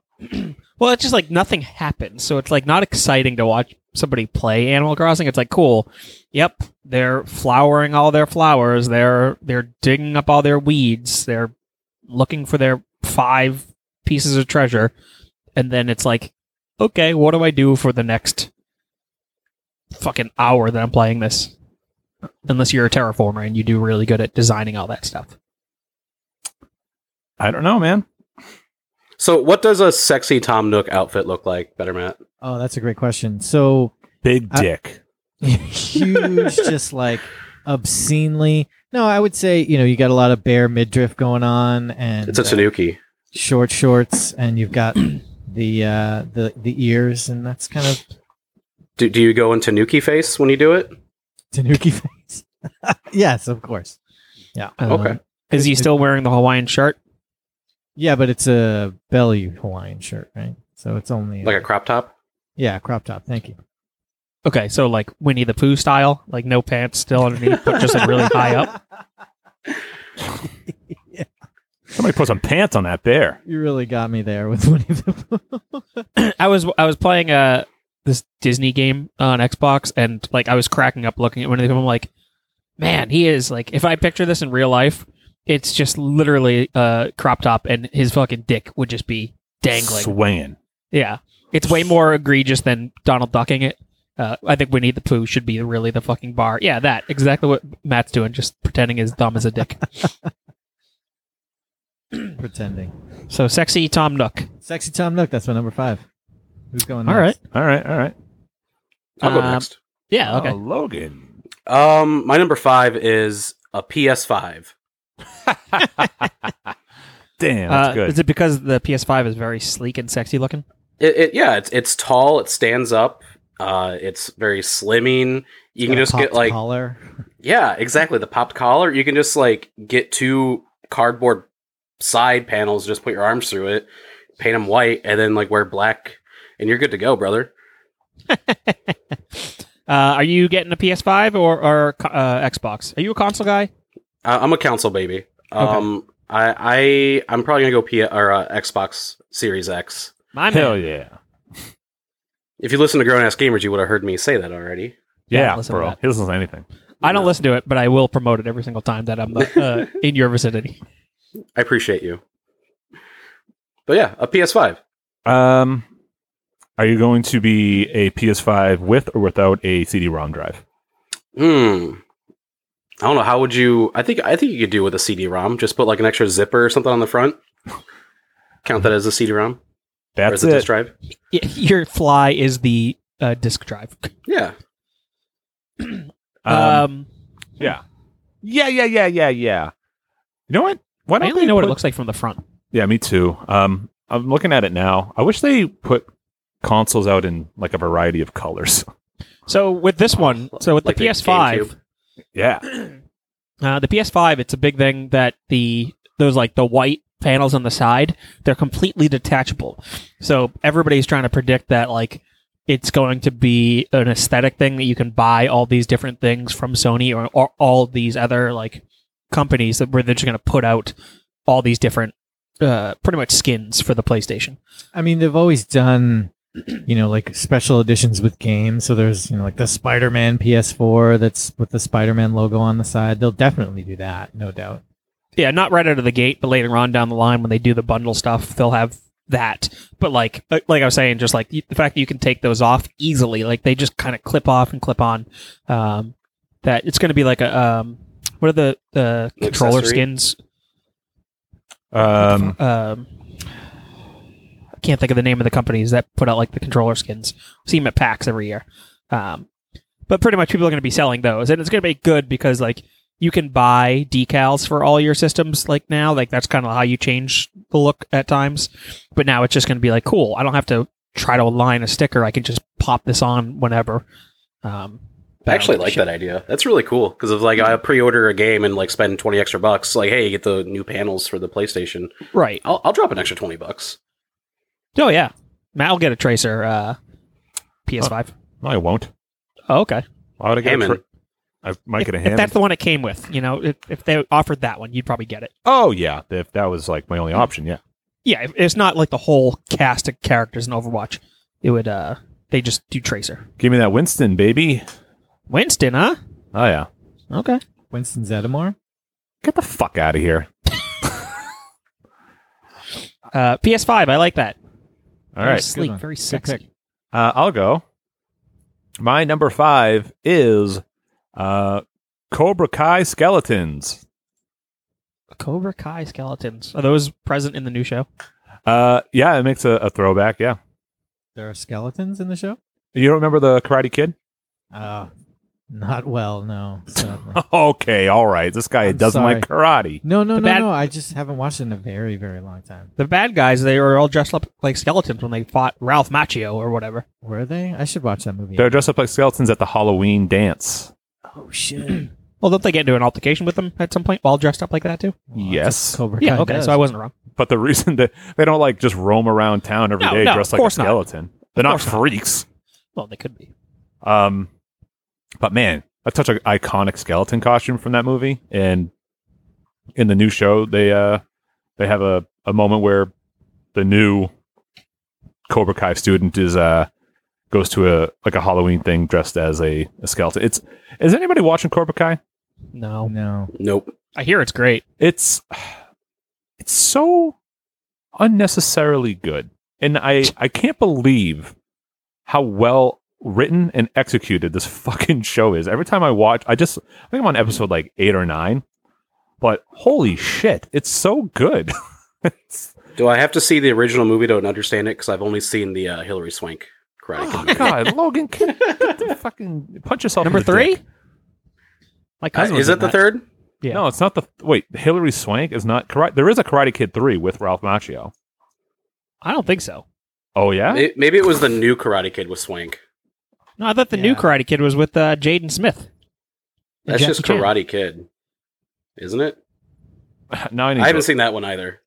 [SPEAKER 2] Well, it's just like nothing happens, so it's like not exciting to watch somebody play Animal Crossing. It's like cool. Yep, they're flowering all their flowers. They're they're digging up all their weeds. They're looking for their five pieces of treasure, and then it's like, okay, what do I do for the next fucking hour that I'm playing this? Unless you're a terraformer and you do really good at designing all that stuff.
[SPEAKER 1] I don't know, man.
[SPEAKER 3] So, what does a sexy Tom Nook outfit look like, Better Matt?
[SPEAKER 4] oh, that's a great question. So <laughs>
[SPEAKER 1] Big
[SPEAKER 4] I-
[SPEAKER 1] dick.
[SPEAKER 4] huge, just like obscenely. No, I would say you know you got a lot of bare midriff going on, and
[SPEAKER 3] It's a
[SPEAKER 4] uh,
[SPEAKER 3] Tanuki.
[SPEAKER 4] short shorts, and you've got <clears throat> the uh, the the ears, and that's kind of
[SPEAKER 3] Do, do you go in Tanuki face when you do it?
[SPEAKER 4] <laughs> Tanuki face. yes, of course.
[SPEAKER 2] Um,
[SPEAKER 3] Okay.
[SPEAKER 2] Is he
[SPEAKER 4] It-
[SPEAKER 2] still wearing the Hawaiian shirt?
[SPEAKER 4] Yeah, but it's a belly Hawaiian shirt, right? So it's only
[SPEAKER 3] Like a crop top?
[SPEAKER 4] yeah crop top. Thank you.
[SPEAKER 2] Okay, so like Winnie the Pooh style, like no pants still underneath, but just like really high up.
[SPEAKER 1] Somebody put some pants on that bear.
[SPEAKER 4] <laughs> You really got me there with <laughs> Winnie the Pooh.
[SPEAKER 2] <laughs> I was I was playing uh this Disney game on Xbox, and like I was cracking up looking at one of them. I'm like, man, he is like. If I picture this in real life, it's just literally uh crop top, and his fucking dick would just be dangling.
[SPEAKER 1] Swinging.
[SPEAKER 2] Yeah, it's way more egregious than Donald ducking it. Uh, I think Winnie the Pooh should be really the fucking bar. Yeah, that exactly what Matt's doing, just pretending his thumb is a dick.
[SPEAKER 4] Pretending.
[SPEAKER 2] So sexy Tom Nook.
[SPEAKER 4] Sexy Tom Nook. That's my number five. Who's going?
[SPEAKER 2] All
[SPEAKER 4] Next?
[SPEAKER 2] right.
[SPEAKER 1] All right, all right.
[SPEAKER 3] I'll go
[SPEAKER 2] Um,
[SPEAKER 3] next.
[SPEAKER 2] Yeah. Okay.
[SPEAKER 1] Oh, Logan.
[SPEAKER 3] Um, my number five is a PS5.
[SPEAKER 1] Damn, that's
[SPEAKER 2] Uh,
[SPEAKER 1] good.
[SPEAKER 2] Is it because the PS5 is very sleek and sexy looking? <laughs>
[SPEAKER 3] It, it yeah, it's it's tall. It stands up. Uh, it's very slimming. You can
[SPEAKER 4] Got a
[SPEAKER 3] just get
[SPEAKER 4] popped
[SPEAKER 3] like
[SPEAKER 4] collar.
[SPEAKER 3] yeah, exactly the popped collar. You can just like get two cardboard side panels, just put your arms through it, paint them white, and then like wear black, and you're good to go, brother.
[SPEAKER 2] Uh, are you getting a PS5 or, or uh, Xbox? Are you a console guy?
[SPEAKER 3] I, Uh, I'm a console baby. Um, I I I'm probably gonna go P or uh, Xbox Series X.
[SPEAKER 2] My
[SPEAKER 1] Hell
[SPEAKER 2] man.
[SPEAKER 1] yeah.
[SPEAKER 3] If you listen to grown ass gamers, you would have heard me say that already.
[SPEAKER 1] Yeah,
[SPEAKER 2] listen to
[SPEAKER 1] bro.
[SPEAKER 2] that.
[SPEAKER 1] He doesn't say anything.
[SPEAKER 2] I don't listen to it, but I will promote it every single time that I'm uh, in your vicinity. <laughs>
[SPEAKER 3] I appreciate you. But yeah, a PS5.
[SPEAKER 1] Um, are you going to be a PS5 with or without a CD-ROM drive?
[SPEAKER 3] Hmm. I don't know. How would you? I think I think you could do with a CD-ROM. Just put like an extra zipper or something on the front. Count that as a CD-ROM or
[SPEAKER 1] That's
[SPEAKER 3] as a disk
[SPEAKER 1] it.
[SPEAKER 3] drive.
[SPEAKER 2] Y- Your fly is the uh, disk drive.
[SPEAKER 3] Yeah.
[SPEAKER 1] Um,
[SPEAKER 2] um,
[SPEAKER 1] yeah, yeah, yeah, yeah, yeah, yeah. You know what? Why
[SPEAKER 2] I
[SPEAKER 1] don't
[SPEAKER 2] only
[SPEAKER 1] they
[SPEAKER 2] know what it
[SPEAKER 1] put-
[SPEAKER 2] looks like from the front.
[SPEAKER 1] Yeah, me too. Um, I'm looking at it now. I wish they put consoles out in like a variety of colors. <laughs>
[SPEAKER 2] So with this one, so with
[SPEAKER 3] Like
[SPEAKER 2] the
[SPEAKER 3] the
[SPEAKER 2] PS5,
[SPEAKER 3] GameCube.
[SPEAKER 1] yeah,
[SPEAKER 2] uh, the PS5, it's a big thing that the those like the white panels on the side, they're completely detachable. So everybody's trying to predict that like it's going to be an aesthetic thing that you can buy all these different things from Sony or, or all these other like companies that where they're just going to put out all these different uh, pretty much skins for the PlayStation.
[SPEAKER 4] I mean, they've always done, <clears throat> you know, like special editions with games. So there's, you know, like the Spider Man PS4 that's with the Spider Man logo on the side. They'll definitely do that, no doubt.
[SPEAKER 2] Yeah, not right out of the gate, but later on down the line when they do the bundle stuff, they'll have that. But like like I was saying, just like the fact that you can take those off easily, like they just kind of clip off and clip on. Um, that it's going to be like a um, what are the the controller
[SPEAKER 3] Accessory?
[SPEAKER 2] skins?
[SPEAKER 1] Um,
[SPEAKER 2] um, I can't think of the name of the companies that put out like the controller skins. We see them at PAX every year. Um, but pretty much people are going to be selling those, and it's going to be good because like you can buy decals for all your systems like now. Like that's kind of how you change the look at times. But now it's just going to be like cool. I don't have to try to align a sticker. I can just pop this on whenever. Um, but
[SPEAKER 3] I
[SPEAKER 2] I
[SPEAKER 3] actually
[SPEAKER 2] don't
[SPEAKER 3] like
[SPEAKER 2] give a
[SPEAKER 3] that idea. That's really cool because if like I pre-order a game and like spend twenty extra bucks, like hey, you get the new panels for the PlayStation.
[SPEAKER 2] shit. Right.
[SPEAKER 3] I'll, I'll drop an extra twenty bucks.
[SPEAKER 2] Oh yeah. Matt will get a tracer uh, PS5.
[SPEAKER 1] no, I won't.
[SPEAKER 2] Oh, okay.
[SPEAKER 1] Why would I get a
[SPEAKER 3] Hammond.
[SPEAKER 1] tra- I might
[SPEAKER 2] if,
[SPEAKER 1] get a
[SPEAKER 2] if
[SPEAKER 1] Hammond.
[SPEAKER 2] that's the one it came with, you know, if, if they offered that one, you'd probably get it.
[SPEAKER 1] oh yeah, if that was like my only option, yeah.
[SPEAKER 2] Yeah, if- it's not like the whole cast of characters in Overwatch. It would, uh, they just do Tracer.
[SPEAKER 1] Give me that Winston, baby.
[SPEAKER 2] Winston, huh?
[SPEAKER 1] Oh yeah.
[SPEAKER 2] Okay.
[SPEAKER 4] Winston Zeddemore?
[SPEAKER 1] Get the fuck out of here.
[SPEAKER 2] Uh, PS5, I like that.
[SPEAKER 1] All right.
[SPEAKER 2] Very sleek,
[SPEAKER 4] one.
[SPEAKER 2] very
[SPEAKER 4] Good
[SPEAKER 2] sexy.
[SPEAKER 4] pick.
[SPEAKER 1] Uh, I'll go. My number five is uh, Cobra Kai skeletons.
[SPEAKER 2] Cobra Kai skeletons. Are those present in the new show?
[SPEAKER 1] Uh, yeah, it makes a, a throwback. Yeah,
[SPEAKER 4] There are skeletons in the show?
[SPEAKER 1] you don't remember the Karate Kid? <laughs>
[SPEAKER 4] Uh, not well, no. sadly.
[SPEAKER 1] <laughs> Okay, all right. This guy
[SPEAKER 4] I'm
[SPEAKER 1] doesn't
[SPEAKER 4] sorry.
[SPEAKER 1] like karate.
[SPEAKER 4] no, no,
[SPEAKER 2] The
[SPEAKER 4] no,
[SPEAKER 2] bad-
[SPEAKER 4] no. I just haven't watched it in a very, very long time.
[SPEAKER 2] The bad guys, they were all dressed up like skeletons when they fought Ralph Macchio or whatever.
[SPEAKER 4] Were they? I should watch that movie.
[SPEAKER 1] They're dressed up like skeletons at the Halloween dance.
[SPEAKER 4] oh, shit.
[SPEAKER 2] Well, don't they get into an altercation with them at some point, all dressed up like that too?
[SPEAKER 1] Yes.
[SPEAKER 4] Cobra
[SPEAKER 2] Yeah,
[SPEAKER 4] Kai
[SPEAKER 2] okay,
[SPEAKER 4] does.
[SPEAKER 2] so I wasn't wrong.
[SPEAKER 1] But the reason <laughs> that they don't like just roam around town every
[SPEAKER 2] No,
[SPEAKER 1] day
[SPEAKER 2] no,
[SPEAKER 1] dressed
[SPEAKER 2] of
[SPEAKER 1] like a
[SPEAKER 2] course not.
[SPEAKER 1] skeleton. They're not
[SPEAKER 2] course not.
[SPEAKER 1] freaks.
[SPEAKER 2] Well, they could be.
[SPEAKER 1] Um, but man, that's such an iconic skeleton costume from that movie. And in the new show, they uh they have a, a moment where the new Cobra Kai student is uh goes to a like a Halloween thing dressed as a, a skeleton. It's is anybody watching Cobra Kai?
[SPEAKER 2] No.
[SPEAKER 4] No.
[SPEAKER 3] Nope.
[SPEAKER 2] I hear it's great.
[SPEAKER 1] It's <sighs> it's so unnecessarily good. And I I can't believe how well written and executed this <laughs> fucking show is. Every time I watch, I just I think I'm on episode like 8 or 9. But holy shit, it's so good. <laughs> It's-
[SPEAKER 3] Do I have to see the original movie to understand it? Because I've only seen the uh, Hillary Swank Karate Kid.
[SPEAKER 1] oh
[SPEAKER 3] movie.
[SPEAKER 1] god, Logan get, get the fucking punch
[SPEAKER 3] Oh,
[SPEAKER 1] yourself in
[SPEAKER 2] Number
[SPEAKER 1] the
[SPEAKER 2] three?
[SPEAKER 1] dick.
[SPEAKER 2] My
[SPEAKER 3] Uh,
[SPEAKER 2] cousin was
[SPEAKER 3] is
[SPEAKER 2] in
[SPEAKER 3] it the
[SPEAKER 2] that.
[SPEAKER 3] third?
[SPEAKER 2] Yeah.
[SPEAKER 1] No, it's not the wait, Hillary Swank is not karate. There is a Karate Kid 3 with Ralph Macchio.
[SPEAKER 2] I don't think so.
[SPEAKER 1] Oh yeah?
[SPEAKER 3] May- maybe it was the new Karate Kid with Swank.
[SPEAKER 2] No, I thought the new
[SPEAKER 4] Yeah.
[SPEAKER 2] Karate Kid was with uh, Jaden Smith. And
[SPEAKER 3] That's
[SPEAKER 2] Jackie
[SPEAKER 3] just
[SPEAKER 2] Chan.
[SPEAKER 3] Karate Kid, isn't it?
[SPEAKER 1] <laughs> now I need
[SPEAKER 3] I
[SPEAKER 1] to
[SPEAKER 3] haven't seen that one either.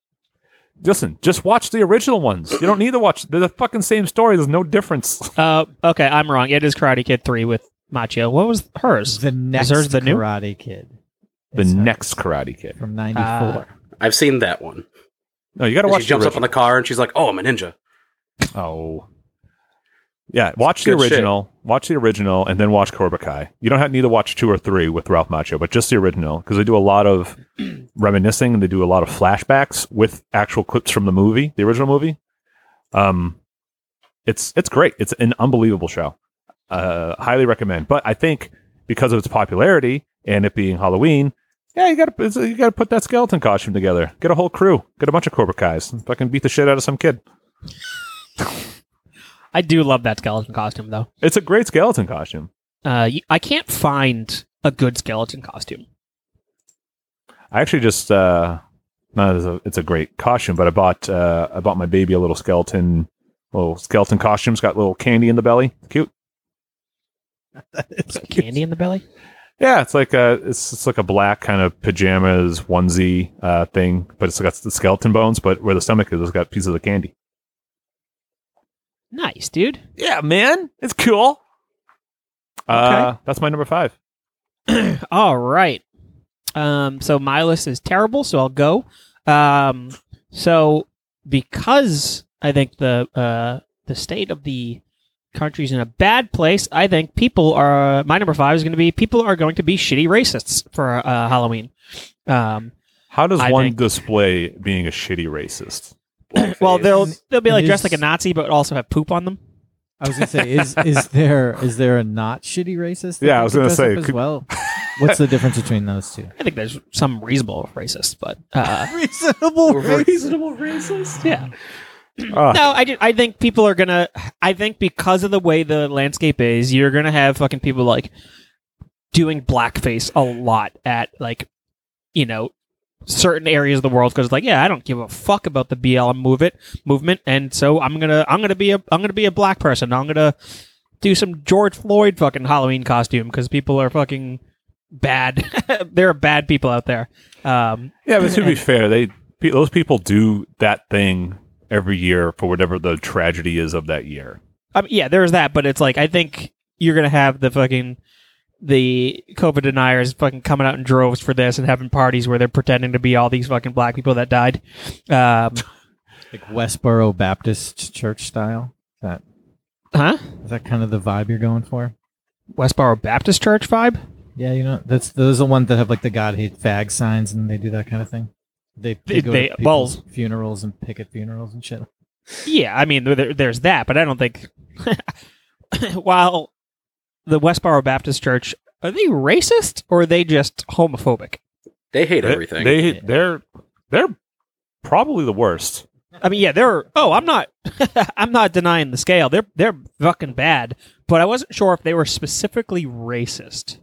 [SPEAKER 1] Listen, just watch the original ones. You don't need to watch. They're the fucking same story. There's no difference. <laughs>
[SPEAKER 2] Uh, okay, I'm wrong. It is Karate Kid three with Machio. What was hers?
[SPEAKER 4] The next
[SPEAKER 2] hers the new?
[SPEAKER 4] Karate Kid.
[SPEAKER 1] The
[SPEAKER 4] It's her
[SPEAKER 1] next Karate Kid.
[SPEAKER 4] From 94.
[SPEAKER 3] I've seen that one.
[SPEAKER 1] No, you got to
[SPEAKER 3] And
[SPEAKER 1] watch.
[SPEAKER 3] She jumps
[SPEAKER 1] the
[SPEAKER 3] up on the car and she's like, "Oh, I'm a ninja."
[SPEAKER 1] original. Oh, yeah. Watch the
[SPEAKER 3] Good shit.
[SPEAKER 1] original. Watch the original, and then watch Cobra Kai. You don't have, need to watch two or three with Ralph Macchio, but just the original because they do a lot of <clears throat> reminiscing and they do a lot of flashbacks with actual clips from the movie, the original movie. Um, it's it's great. It's an unbelievable show. Uh, highly recommend. But I think because of its popularity and it being Halloween, yeah, you got to you got to put that skeleton costume together. Get a whole crew. Get a bunch of Cobra Kai's. And fucking beat the shit out of some kid.
[SPEAKER 2] I do love that skeleton costume though.
[SPEAKER 1] It's a great skeleton costume.
[SPEAKER 2] Uh, y- I can't find a good skeleton costume.
[SPEAKER 1] I actually just uh, not as a, it's a great costume, but I bought uh, I bought my baby a little skeleton little skeleton costume. It's got little candy in the belly. It's cute.
[SPEAKER 3] <laughs>
[SPEAKER 2] Candy in the belly.
[SPEAKER 1] Yeah, it's like a it's, it's like a black kind of pajamas onesie uh, thing, but it's got the skeleton bones, but where the stomach is, it's got pieces of candy.
[SPEAKER 2] Nice, dude.
[SPEAKER 1] Yeah, man, it's cool. Uh, that's my number five.
[SPEAKER 2] All right. Um, so my list is terrible, so I'll go. Um, so because I think the uh, the state of the country's in a bad place, I think people are. My number five is going to be people are going to be shitty racists for uh, Halloween. Um,
[SPEAKER 1] How does
[SPEAKER 2] I
[SPEAKER 1] one
[SPEAKER 2] think-
[SPEAKER 1] display being a shitty racist?
[SPEAKER 2] <clears throat> well, they'll they'll be like
[SPEAKER 4] It
[SPEAKER 2] dressed
[SPEAKER 4] is-
[SPEAKER 2] like a Nazi, but also have poop on them.
[SPEAKER 4] I was gonna say, is is there is there a not shitty racist? that
[SPEAKER 1] Yeah, I
[SPEAKER 4] you
[SPEAKER 1] was
[SPEAKER 4] could
[SPEAKER 1] gonna
[SPEAKER 4] dress
[SPEAKER 1] say,
[SPEAKER 4] up as
[SPEAKER 1] could-
[SPEAKER 4] well. What's the difference between those two?
[SPEAKER 2] I think there's some reasonable racists, but uh,
[SPEAKER 4] Reasonable.
[SPEAKER 3] Reasonable racist.
[SPEAKER 2] yeah.
[SPEAKER 1] Ah.
[SPEAKER 2] No, I, ju- I think people are gonna. I think because of the way the landscape is, you're gonna have fucking people like doing blackface a lot at like, you know, certain areas of the world because like, yeah, I don't give a fuck about the BLM move it movement, and so I'm gonna I'm gonna be a I'm gonna be a black person. I'm gonna do some George Floyd fucking Halloween costume because people are fucking bad. <laughs> there are bad people out there. Um,
[SPEAKER 1] Yeah, but <laughs> to be fair, they pe- those people do that thing every year for whatever the tragedy is of that year.
[SPEAKER 2] I mean, yeah, there's that, but it's like I think you're gonna have the fucking the COVID deniers fucking coming out in droves for this and having parties where they're pretending to be all these fucking black people that died. Um,
[SPEAKER 4] Like Westboro Baptist Church style. Is that
[SPEAKER 2] huh?
[SPEAKER 4] is that kind of the vibe you're going for?
[SPEAKER 2] Westboro Baptist Church vibe.
[SPEAKER 4] Yeah, you know, that's those are the ones that have like the God hate fag signs and they do that kind of thing. They, they,
[SPEAKER 2] They-
[SPEAKER 4] go
[SPEAKER 2] they-
[SPEAKER 4] to people's funerals and picket funerals and shit.
[SPEAKER 2] Yeah, I mean there, there's that, but I don't think <laughs> while the Westboro Baptist Church are they racist or are they just homophobic?
[SPEAKER 3] They hate
[SPEAKER 1] They-
[SPEAKER 3] everything.
[SPEAKER 1] They
[SPEAKER 4] Yeah.
[SPEAKER 1] they're they're probably the worst.
[SPEAKER 2] I mean, yeah, they're. Oh, I'm not. <laughs> I'm not denying the scale. They're they're fucking bad. But I wasn't sure if they were specifically racist.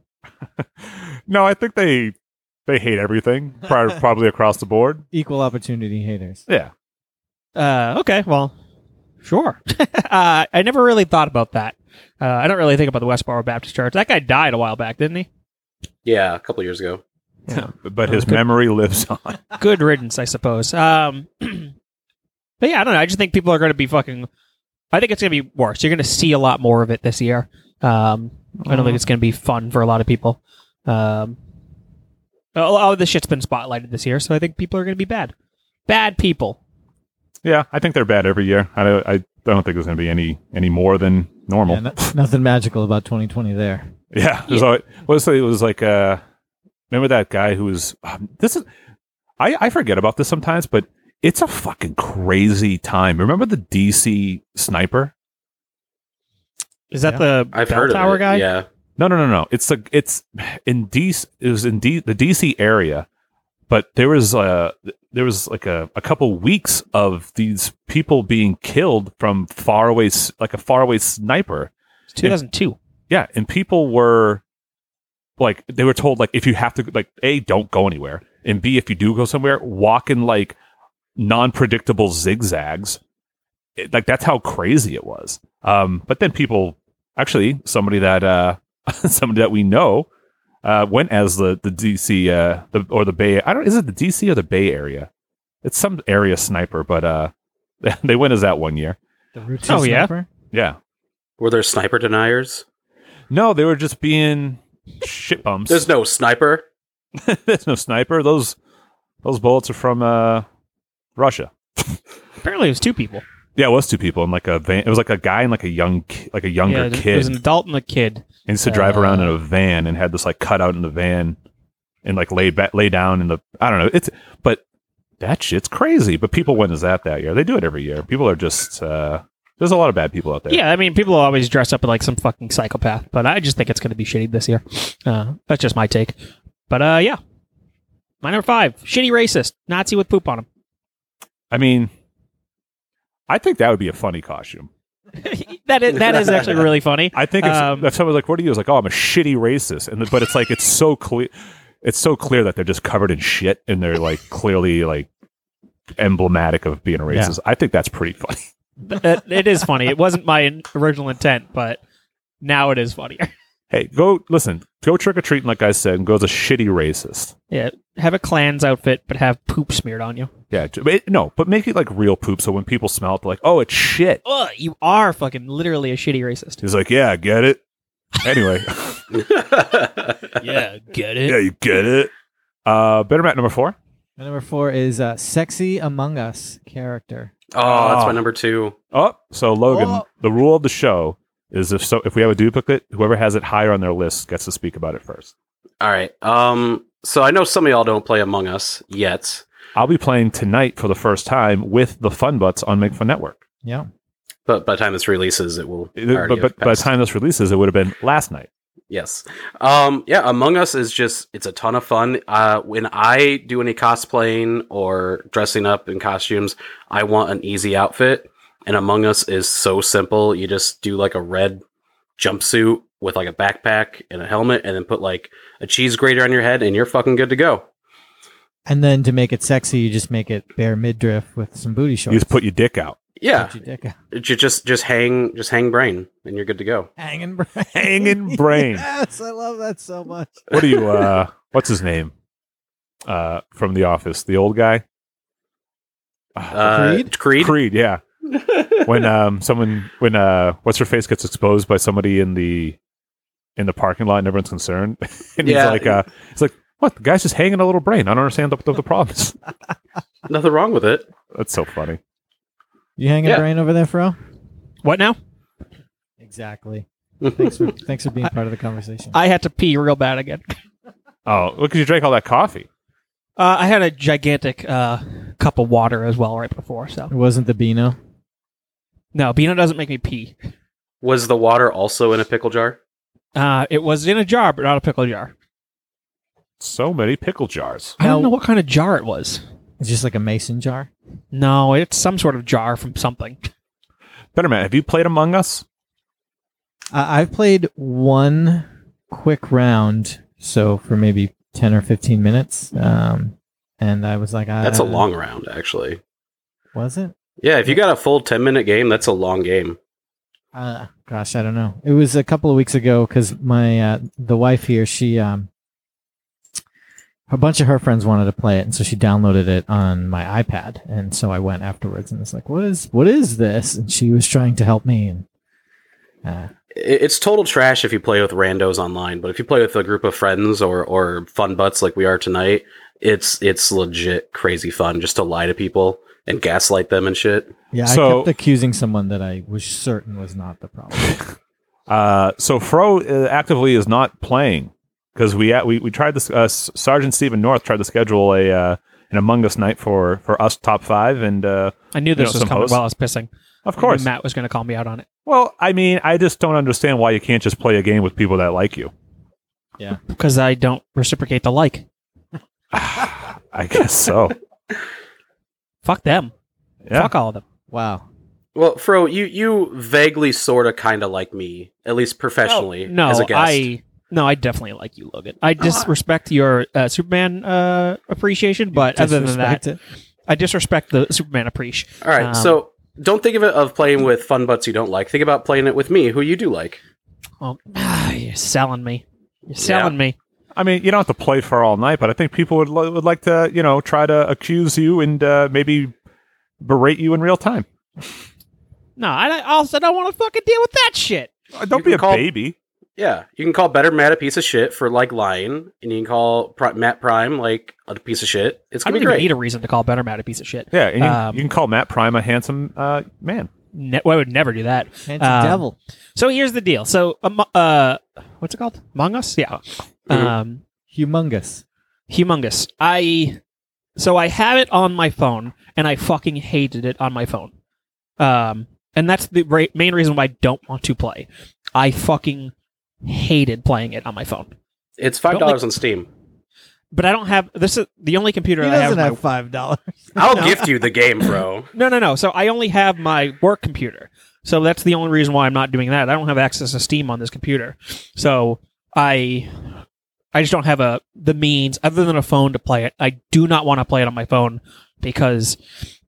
[SPEAKER 1] No, I think they they hate everything. <laughs> Probably, probably across the board.
[SPEAKER 4] Equal opportunity haters.
[SPEAKER 1] Yeah.
[SPEAKER 2] Uh, okay, well, sure. <laughs> uh, I never really thought about that. Uh, I don't really think about the Westboro Baptist Church. That guy died a while back, didn't he?
[SPEAKER 3] yeah, a couple years ago.
[SPEAKER 1] But his memory lives on.
[SPEAKER 2] Good riddance, I suppose. Um, <clears throat> but yeah, I don't know. I just think people are going to be fucking. I think it's going to be worse. You're going to see a lot more of it this year. Um, I
[SPEAKER 1] Uh-huh.
[SPEAKER 2] don't think it's going to be fun for a lot of people. Um, a a lot of this shit's been spotlighted this year, so I think people are going to be bad. Bad people.
[SPEAKER 1] <laughs> Yeah, I think they're bad every year. I don't, I don't think there's going to be any any more than normal.
[SPEAKER 4] Yeah, no- nothing magical about 2020 there.
[SPEAKER 1] Yeah. It was, always, was it? It was like uh remember that guy who was um, this is I I forget about this sometimes, but it's a fucking crazy time. Remember the DC sniper?
[SPEAKER 2] Is that
[SPEAKER 4] Yeah.
[SPEAKER 2] the
[SPEAKER 3] I've
[SPEAKER 2] bell
[SPEAKER 3] heard
[SPEAKER 2] tower
[SPEAKER 3] of it.
[SPEAKER 2] guy?
[SPEAKER 3] Yeah,
[SPEAKER 1] No, no, no, no. It's a it's in DC it was in D, the DC area, but there was uh there was like a, a couple weeks of these people being killed from far away s- like a faraway sniper.
[SPEAKER 2] It's 2002.
[SPEAKER 1] Yeah, and people were like they were told like if you have to like a don't go anywhere and b if you do go somewhere walk in like non-predictable zigzags. It- like that's how crazy it was. Um, but then people actually somebody that uh, <laughs> somebody that we know uh, went as the the DC uh, the or the Bay. I don't is it the DC or the Bay Area? It's some area sniper, but uh, <laughs> they went as that one year.
[SPEAKER 4] The routine
[SPEAKER 2] Oh, yeah?
[SPEAKER 4] sniper?
[SPEAKER 1] Yeah.
[SPEAKER 3] were there sniper deniers?
[SPEAKER 1] No, they were just being shit bumps.
[SPEAKER 3] There's no sniper. <laughs>
[SPEAKER 1] <laughs> There's no sniper. Those those bullets are from uh, Russia.
[SPEAKER 2] Apparently, it was two people.
[SPEAKER 1] Yeah, it was two people and like a van. It was like a guy and like a young ki- like a younger
[SPEAKER 2] yeah,
[SPEAKER 1] kid.
[SPEAKER 2] It was an uh, adult and a kid.
[SPEAKER 1] and used to drive around in a van and had this like cutout in the van and like lay back lay down in the I don't know it's but that shit's crazy but people went as that that year they do it every year people are just uh there's a lot of bad people out there
[SPEAKER 2] Yeah, I mean, people always dress up like some fucking psychopath, but I just think it's going to be shitty this year. Uh, that's just my take. But uh, yeah, my number five: shitty racist Nazi with poop on him. <laughs>
[SPEAKER 1] I mean I think that would be a funny costume
[SPEAKER 2] that is that is actually really funny.
[SPEAKER 1] I think if,
[SPEAKER 2] Um,
[SPEAKER 1] if someone's like what are you it's like oh I'm a shitty racist and the- but it's like it's so clear it's so clear that they're just covered in shit and they're like clearly like emblematic of being a
[SPEAKER 4] Yeah.
[SPEAKER 1] racist I think that's pretty funny <laughs>
[SPEAKER 2] uh, That- it is funny. It wasn't my in- original intent, but now it is funnier. <laughs>
[SPEAKER 1] Hey, go listen, go trick or treating, like I said, and go's a shitty racist.
[SPEAKER 2] Yeah, have a Clans outfit, but have poop smeared on you.
[SPEAKER 1] Yeah, j- but it- no, but make it like real poop, so when people smell it, they're like, "Oh, it's shit."
[SPEAKER 2] Ugh, you are fucking literally a shitty racist.
[SPEAKER 1] He's like, "Yeah, I get it." Anyway,
[SPEAKER 2] yeah,
[SPEAKER 1] <laughs>
[SPEAKER 2] get
[SPEAKER 1] yeah, you get it. Uh, better Matt number four.
[SPEAKER 4] And number four is uh, sexy among us character.
[SPEAKER 3] oh, that's
[SPEAKER 1] Oh.
[SPEAKER 3] my number two.
[SPEAKER 1] Oh, so Logan,
[SPEAKER 4] Oh.
[SPEAKER 1] the rule of the show is if so, if we have a duplicate, whoever has it higher on their list gets to speak about it first.
[SPEAKER 3] All right. Um. So I know some of y'all don't play Among Us yet.
[SPEAKER 1] I'll be playing tonight for the first time with the Fun Butts on Make Fun Network.
[SPEAKER 4] Yeah.
[SPEAKER 3] But by the time this releases, it will.
[SPEAKER 1] It-
[SPEAKER 3] already
[SPEAKER 1] but but
[SPEAKER 3] have
[SPEAKER 1] by the
[SPEAKER 3] passed.
[SPEAKER 1] time this releases, it would have been last night.
[SPEAKER 3] yes, um, yeah, Among Us is just it's a ton of fun. Uh, when I do any cosplaying or dressing up in costumes, I want an easy outfit, and Among Us is so simple. You just do like a red jumpsuit with like a backpack and a helmet, and then put like a cheese grater on your head, and you're fucking good to go.
[SPEAKER 4] And then to make it sexy, you just make it bare midriff with some booty shorts.
[SPEAKER 1] You just put your dick out.
[SPEAKER 3] Yeah,
[SPEAKER 4] Put your dick out. <laughs>
[SPEAKER 3] ju- just just hang just hang brain, and you're good to go.
[SPEAKER 4] Hanging brain.
[SPEAKER 1] Hanging brain.
[SPEAKER 4] <laughs> yes, I love that so much.
[SPEAKER 1] What do you? uh What's his name? Uh, from The Office, the old guy. Ah,
[SPEAKER 3] Uh,
[SPEAKER 4] Creed?
[SPEAKER 3] Creed.
[SPEAKER 1] Creed,
[SPEAKER 3] <laughs>
[SPEAKER 1] yeah. when um someone when uh what's her face gets exposed by somebody in the in the parking lot and everyone's concerned, <laughs> and
[SPEAKER 3] Yeah.
[SPEAKER 1] he's like, uh, he's like, what? The guy's just hanging a little brain. I don't understand what the, the problem is.
[SPEAKER 3] Nothing wrong with it.
[SPEAKER 1] <laughs> That's so funny.
[SPEAKER 4] You hanging
[SPEAKER 3] Yeah.
[SPEAKER 4] brain over there, Fro?
[SPEAKER 2] What now?
[SPEAKER 4] Exactly. Thanks for thanks for being part of the conversation.
[SPEAKER 2] I had to pee real bad again. <laughs>
[SPEAKER 1] Oh, look, you drank all that coffee.
[SPEAKER 2] Uh, I had a gigantic uh, cup of water as well right before.
[SPEAKER 4] it
[SPEAKER 2] So
[SPEAKER 4] wasn't the Beano.
[SPEAKER 2] no, Beano doesn't make me pee.
[SPEAKER 3] Was the water also in a pickle jar?
[SPEAKER 2] Uh, it was in a jar, but not a pickle jar.
[SPEAKER 1] So many pickle jars.
[SPEAKER 2] I don't
[SPEAKER 4] Now-
[SPEAKER 2] know what kind of jar it was.
[SPEAKER 4] It's just like a mason jar.
[SPEAKER 2] No, it's some sort of jar from something.
[SPEAKER 1] Better man, have you played Among Us?
[SPEAKER 4] I I've played one quick round, so for maybe ten or fifteen minutes, um, and I was like, I,
[SPEAKER 3] That's a long round, actually.
[SPEAKER 4] Was it?
[SPEAKER 3] Yeah, if you got a full 10 minute game, that's a long game.
[SPEAKER 4] Uh, gosh, I don't know. It was a couple of weeks ago because my uh, the wife here, she um, a bunch of her friends wanted to play it, and so she downloaded it on my iPad, and so I went afterwards and was like, "What is what is this?" And she was trying to help me, and uh,
[SPEAKER 3] I- It's total trash if you play with randos online, but if you play with a group of friends or, or fun butts like we are tonight, it's it's legit crazy fun just to lie to people and gaslight them and shit.
[SPEAKER 4] yeah,
[SPEAKER 1] So-
[SPEAKER 4] I kept accusing someone that I was certain was not the problem.
[SPEAKER 2] <laughs>
[SPEAKER 1] Uh, so Fro uh, actively is not playing because we, uh, we we tried this. Uh, S- Sergeant Stephen North tried to schedule a uh, an Among Us night for for us top five, and uh,
[SPEAKER 2] I knew this
[SPEAKER 1] know,
[SPEAKER 2] was
[SPEAKER 1] some
[SPEAKER 2] coming
[SPEAKER 1] host?
[SPEAKER 2] while I was pissing.
[SPEAKER 1] of course,
[SPEAKER 2] Matt was going to call me out on it
[SPEAKER 1] well, I mean, I just don't understand why you can't just play a game with people that like you. <sighs>
[SPEAKER 2] because I don't reciprocate the like.
[SPEAKER 1] I guess so.
[SPEAKER 2] Fuck them.
[SPEAKER 1] Yeah.
[SPEAKER 2] Fuck all of them.
[SPEAKER 4] Wow.
[SPEAKER 3] Well, Fro, you, you vaguely sort of kind of like me, at least professionally,
[SPEAKER 2] Oh, no,
[SPEAKER 3] as a guest.
[SPEAKER 2] I no, I definitely like you, Logan. I disrespect your uh, Superman uh, appreciation, but other than that,
[SPEAKER 4] Disrespect it.
[SPEAKER 2] I disrespect the Superman appreci.
[SPEAKER 3] All right,
[SPEAKER 2] um,
[SPEAKER 3] so don't think of it of playing with fun butts you don't like. Think about playing it with me, who you do like.
[SPEAKER 2] Oh, <sighs> you're selling me. You're selling me.
[SPEAKER 1] I mean, you don't have to play for all night, but I think people would lo- would like to, you know, try to accuse you and uh, maybe berate you in real time.
[SPEAKER 2] No, I don't- also don't want to fucking deal with that shit.
[SPEAKER 1] Uh, Don't
[SPEAKER 3] You
[SPEAKER 1] be a
[SPEAKER 3] can call-
[SPEAKER 1] baby.
[SPEAKER 3] Yeah, you can call Better Matt a piece of shit for like lying, and you can call Pri- Matt Prime like a piece of shit. It's
[SPEAKER 2] I don't
[SPEAKER 3] gonna be
[SPEAKER 2] even
[SPEAKER 3] great.
[SPEAKER 2] need a reason to call Better Matt a piece of shit.
[SPEAKER 1] Yeah, and you,
[SPEAKER 2] Um,
[SPEAKER 1] you can call Matt Prime a handsome uh, man.
[SPEAKER 2] Ne- well, I would never do that.
[SPEAKER 4] Handsome
[SPEAKER 2] Um,
[SPEAKER 4] devil.
[SPEAKER 2] So here's the deal. So, um, uh, what's it called? Among Us? Yeah.
[SPEAKER 4] Mm-hmm.
[SPEAKER 3] Mhm.
[SPEAKER 2] Um,
[SPEAKER 4] Humongous.
[SPEAKER 2] humongous. I so I have it on my phone, and I fucking hated it on my phone. Um, and that's the ra- main reason why I don't want to play. I fucking hated playing it on my phone.
[SPEAKER 3] it's five
[SPEAKER 2] Don't
[SPEAKER 3] dollars
[SPEAKER 2] like- <laughs>
[SPEAKER 3] on Steam.
[SPEAKER 2] But I don't have this is the only computer
[SPEAKER 4] He
[SPEAKER 2] I have.
[SPEAKER 4] doesn't
[SPEAKER 2] is my-
[SPEAKER 4] have
[SPEAKER 2] <laughs>
[SPEAKER 4] five dollars.
[SPEAKER 3] I'll gift you the game, bro.
[SPEAKER 2] no, no, no. So I only have my work computer. So that's the only reason why I'm not doing that. I don't have access to Steam on this computer. So I I just don't have a the means other than a phone to play it. I do not want to play it on my phone because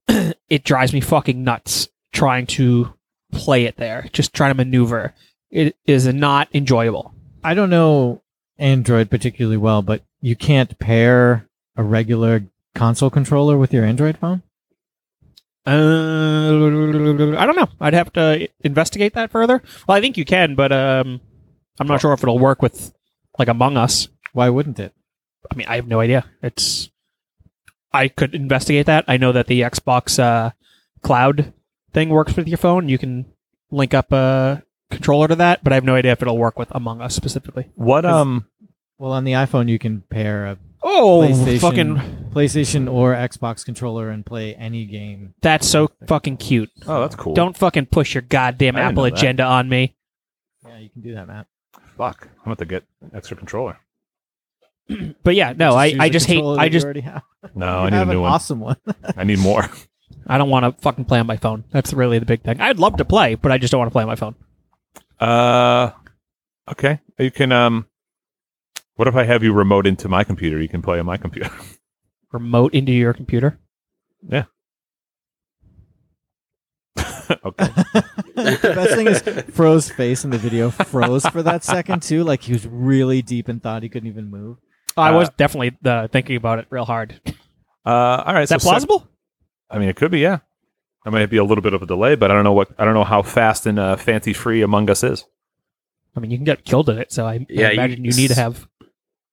[SPEAKER 2] <clears throat> it drives me fucking nuts trying to play it there. Just trying to maneuver. It is not enjoyable.
[SPEAKER 4] I don't know Android particularly well, but you can't pair a regular console controller with your Android phone.
[SPEAKER 2] Uh, I don't know. I'd have to investigate that further. Well, I think you can, but um, I'm not sure if it'll work with like Among Us.
[SPEAKER 4] Why wouldn't it?
[SPEAKER 2] I mean, I have no idea. It's I could investigate that. I know that the Xbox uh, cloud thing works with your phone. You can link up a controller to that, but I have no idea if it'll work with Among Us specifically.
[SPEAKER 1] What um
[SPEAKER 4] Well, on the iPhone, you can pair a
[SPEAKER 2] Oh,
[SPEAKER 4] PlayStation.
[SPEAKER 2] fucking!
[SPEAKER 4] PlayStation or Xbox controller and play any game.
[SPEAKER 2] That's so fucking cute.
[SPEAKER 1] Oh, that's cool.
[SPEAKER 2] Don't fucking push your goddamn
[SPEAKER 1] I didn't
[SPEAKER 2] Apple
[SPEAKER 1] know that.
[SPEAKER 2] agenda on me.
[SPEAKER 4] Yeah, you can do that, Matt.
[SPEAKER 1] fuck. I'm about to get an extra controller.
[SPEAKER 2] But yeah, no, I,
[SPEAKER 4] use
[SPEAKER 2] I
[SPEAKER 4] the
[SPEAKER 2] just hate.
[SPEAKER 4] controller that
[SPEAKER 2] I
[SPEAKER 4] you
[SPEAKER 2] just
[SPEAKER 4] already have.
[SPEAKER 1] No, Oh, I
[SPEAKER 4] You
[SPEAKER 1] need a
[SPEAKER 4] have an
[SPEAKER 1] new one.
[SPEAKER 4] awesome one.
[SPEAKER 1] I need more. <laughs>
[SPEAKER 2] I don't want to fucking play on my phone. That's really the big thing. I'd love to play, but I just don't want to play on my phone.
[SPEAKER 1] Uh, okay. You can um. What if I have you remote into my computer? You can play on my computer.
[SPEAKER 2] Remote into your computer.
[SPEAKER 1] okay.
[SPEAKER 4] the best thing is Fro's face in the video froze for that second too. Like he was really deep in thought. He couldn't even move.
[SPEAKER 2] I
[SPEAKER 1] Uh,
[SPEAKER 2] was definitely uh, thinking about it real hard. Is
[SPEAKER 1] Uh, all right.
[SPEAKER 2] that
[SPEAKER 1] so set-
[SPEAKER 2] plausible?
[SPEAKER 1] I mean, it could be. Yeah. I might be a little bit of a delay, but I don't know what I don't know how fast and uh, fancy free Among Us is.
[SPEAKER 2] I mean, you can get killed at it, so I,
[SPEAKER 3] Yeah,
[SPEAKER 2] I
[SPEAKER 3] you-
[SPEAKER 2] imagine you, need to have.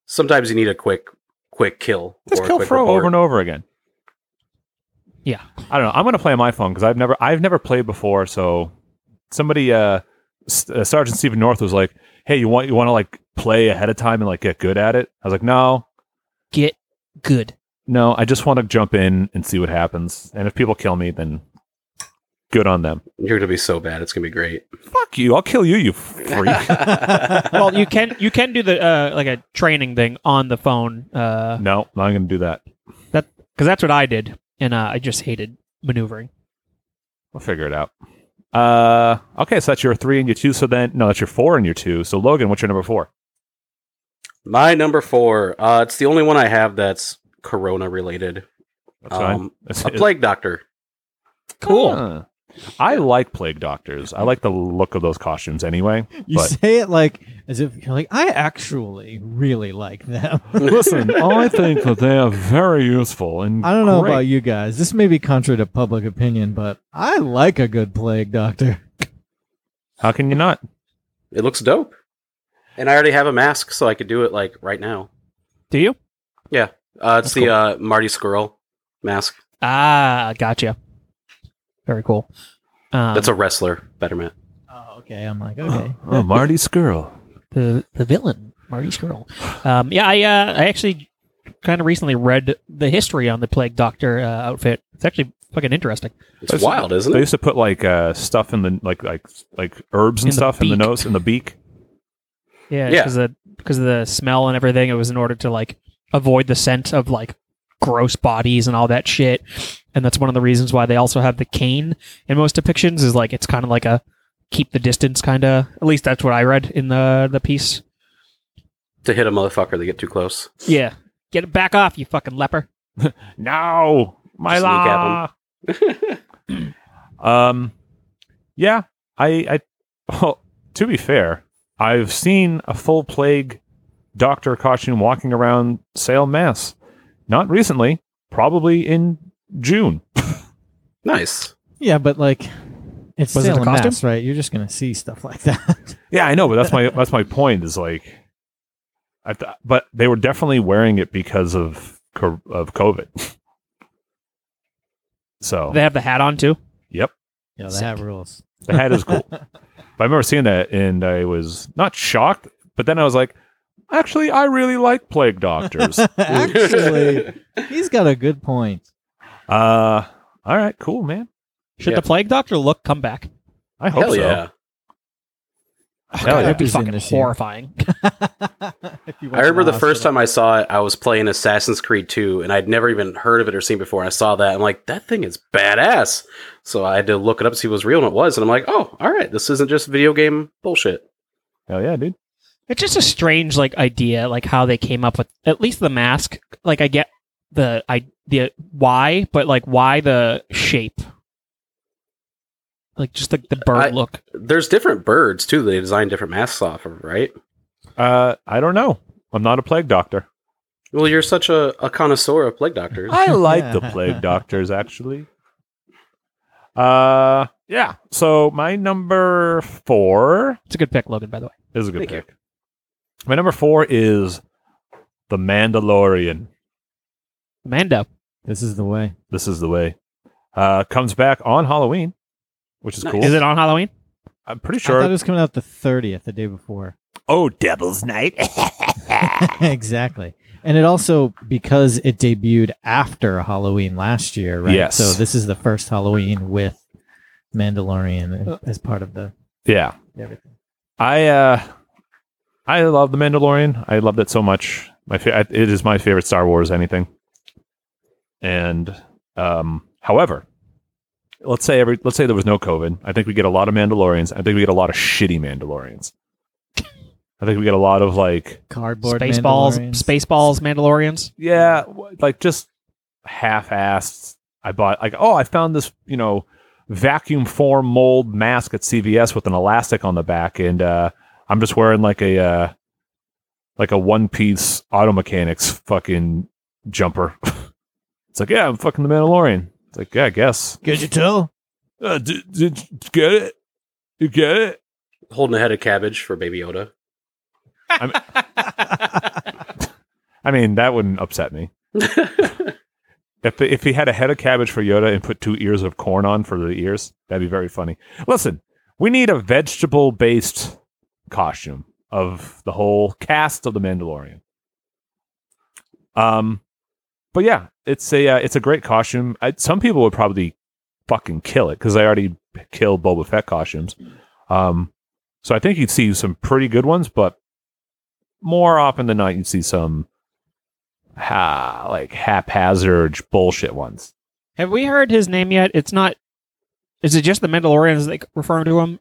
[SPEAKER 3] Sometimes you need a quick, quick kill.
[SPEAKER 1] Just
[SPEAKER 3] or a
[SPEAKER 1] kill
[SPEAKER 3] quick
[SPEAKER 1] Fro
[SPEAKER 3] report.
[SPEAKER 1] over and over again.
[SPEAKER 2] Yeah.
[SPEAKER 1] I don't know. I'm gonna play on my phone because I've never I've never played before. So somebody, uh, S- uh, Sergeant Stephen North was like, "Hey, you want you want to like play ahead of time and like get good at it?" I was like, "No,
[SPEAKER 2] Get
[SPEAKER 3] <laughs>
[SPEAKER 2] good.
[SPEAKER 1] No, I just want to jump in and see what happens. And if people kill me, then good on them.
[SPEAKER 3] You're gonna be so bad. It's gonna be great. <laughs>
[SPEAKER 1] Fuck you. I'll kill you, you freak.
[SPEAKER 2] well, you can you can do the uh, like a training thing on the phone uh,
[SPEAKER 1] <laughs> no, not going to do that.
[SPEAKER 2] because that's what I did, and uh, I just hated maneuvering.
[SPEAKER 1] We'll figure it out. Uh, okay, so that's your three and your two. So then, no, that's your four and your two. So Logan, what's your number four?
[SPEAKER 3] My number four. Uh, it's the only one I have that's corona related.
[SPEAKER 1] That's fine.
[SPEAKER 3] Um,
[SPEAKER 1] That's
[SPEAKER 3] a plague doctor.
[SPEAKER 2] Cool.
[SPEAKER 1] Huh. I like plague doctors. I like the look of those costumes anyway.
[SPEAKER 4] You
[SPEAKER 1] But-
[SPEAKER 4] say it like as if you're like I actually really like them.
[SPEAKER 1] <laughs> Listen, I think that they are very useful. And
[SPEAKER 4] I don't know about you guys. This may be contrary to public opinion, but I like a good plague doctor.
[SPEAKER 1] How can you not?
[SPEAKER 3] It looks dope. And I already have a mask, so I could do it like right now.
[SPEAKER 2] Do you?
[SPEAKER 3] Uh, it's
[SPEAKER 2] That's
[SPEAKER 3] the
[SPEAKER 2] cool.
[SPEAKER 3] uh, Marty Squirrel mask.
[SPEAKER 2] Ah, gotcha. Very cool. Um,
[SPEAKER 3] That's a wrestler. Better man.
[SPEAKER 4] Oh, okay. I'm like, okay.
[SPEAKER 1] Oh, Marty Skrull.
[SPEAKER 2] the the villain, Marty Skrull. Um, yeah, I uh, I actually kind of recently read the history on the Plague Doctor uh, outfit. It's actually fucking interesting.
[SPEAKER 3] It's
[SPEAKER 1] That's-
[SPEAKER 3] wild, isn't
[SPEAKER 1] They
[SPEAKER 3] it?
[SPEAKER 1] used to put like uh, stuff in the like like like herbs and
[SPEAKER 2] In the
[SPEAKER 1] stuff in the
[SPEAKER 2] beak.
[SPEAKER 1] nose in the beak.
[SPEAKER 2] Yeah,
[SPEAKER 3] Yeah.
[SPEAKER 2] because the because of the smell and everything. It was in order to like avoid the scent of like gross bodies and all that shit. And that's one of the reasons why they also have the cane in most depictions. Is like it's kind of like a keep the distance kind of. At least that's what I read in the the piece.
[SPEAKER 3] To hit a motherfucker, they get too close.
[SPEAKER 2] Yeah, get it back off, you fucking leper.
[SPEAKER 1] No, my
[SPEAKER 3] Just sneak
[SPEAKER 1] law.
[SPEAKER 3] at
[SPEAKER 1] um, yeah, I, I. Well, to be fair, I've seen a full plague doctor costume walking around Sale, Mass. Not recently, probably in June.
[SPEAKER 3] Nice.
[SPEAKER 4] Yeah, but like, it's
[SPEAKER 2] Was it a
[SPEAKER 4] still a
[SPEAKER 2] costume?
[SPEAKER 4] mess, right? You're just gonna see stuff like <laughs> that.
[SPEAKER 1] Yeah, I know, but that's my that's my point. Is like, I th- but they were definitely wearing it because of co- of COVID. <laughs> so
[SPEAKER 2] They have the hat on too.
[SPEAKER 4] yeah,
[SPEAKER 2] Sick.
[SPEAKER 4] that rules.
[SPEAKER 1] the hat is cool. but I remember seeing that and I was not shocked, but then I was like, actually, I really like plague <laughs> doctors. uh,
[SPEAKER 3] <laughs>
[SPEAKER 4] Actually, he's got a good point.
[SPEAKER 1] Uh, all right, cool, man.
[SPEAKER 2] Should
[SPEAKER 3] Yeah.
[SPEAKER 2] the Plague Doctor look come back?
[SPEAKER 1] I hope
[SPEAKER 3] Hell
[SPEAKER 1] so.
[SPEAKER 3] yeah.
[SPEAKER 2] Oh,
[SPEAKER 1] yeah.
[SPEAKER 2] That'd be
[SPEAKER 4] Doctor's in
[SPEAKER 2] fucking
[SPEAKER 4] this year. <laughs>
[SPEAKER 2] horrifying. <laughs>
[SPEAKER 3] I remember the first time I saw it, I was playing Assassin's Creed 2, and I'd never even heard of it or seen before. I saw that. I'm like, that thing is badass. So I had to look it up to see if it was real, and it was. And I'm like, oh, all right. This isn't just video game bullshit.
[SPEAKER 1] Hell yeah, dude.
[SPEAKER 2] It's just a strange like idea, like how they came up with at least the mask. Like I get the I the why, but like why the shape, like just like the bird
[SPEAKER 3] I-
[SPEAKER 2] look.
[SPEAKER 3] There's different birds, too, that they design different masks off of, right?
[SPEAKER 1] Uh, I don't know. I'm not a plague doctor.
[SPEAKER 3] Well, you're such a, a connoisseur of plague doctors.
[SPEAKER 1] <laughs> I like the plague doctors actually. Uh, yeah. So my number four
[SPEAKER 2] It's a good pick, Logan. By the way,
[SPEAKER 1] this is a good
[SPEAKER 3] Thank you.
[SPEAKER 1] pick. My number four is the Mandalorian.
[SPEAKER 2] Mando.
[SPEAKER 4] This is the way.
[SPEAKER 1] This is the way. Uh, comes back on Halloween, which is
[SPEAKER 3] Nice.
[SPEAKER 1] cool.
[SPEAKER 2] Is it on Halloween?
[SPEAKER 1] I'm pretty
[SPEAKER 4] I
[SPEAKER 1] sure.
[SPEAKER 4] thought it was coming out the 30th, the day before. <laughs>
[SPEAKER 1] oh, Devil's Night. <laughs>
[SPEAKER 4] exactly. And it also because it debuted after Halloween last year, right?
[SPEAKER 1] Yes.
[SPEAKER 4] So this is the first Halloween with Mandalorian as part of the
[SPEAKER 1] yeah.
[SPEAKER 4] everything.
[SPEAKER 1] I uh, I love the Mandalorian. I loved it so much. My fa- I- it is my favorite Star Wars anything. And um, however, let's say every let's say there was no COVID. I think we get a lot of Mandalorians. I think we get a lot of shitty Mandalorians. I think we get a lot of like
[SPEAKER 4] Cardboard
[SPEAKER 2] Spaceballs,
[SPEAKER 4] Mandalorians.
[SPEAKER 2] Spaceballs, Mandalorians.
[SPEAKER 1] yeah, w- like just half-assed. I bought like oh, I found this you know vacuum form mold mask at CVS with an elastic on the back, and uh, I'm just wearing like a uh, like a one-piece auto mechanics fucking jumper. <laughs> it's like yeah, I'm fucking the Mandalorian. It's like yeah, I guess.
[SPEAKER 4] Could you tell?
[SPEAKER 1] Uh, d- d- d- get it? You get it?
[SPEAKER 3] Holding a head of cabbage for Baby Yoda.
[SPEAKER 1] I mean, that wouldn't upset me. If if he had a head of cabbage for Yoda and put two ears of corn on for the ears, that'd be very funny. Listen, we need a vegetable based costume of the whole cast of the Mandalorian. Um, but yeah, it's a uh, it's a great costume. I, some people would probably fucking kill it because they already kill Boba Fett costumes. Um, so I think you'd see some pretty good ones, but more often than not, you'd see some ha like haphazard bullshit ones.
[SPEAKER 2] Have we heard his name yet? It's not. Is it just the Mandalorians that refer to him?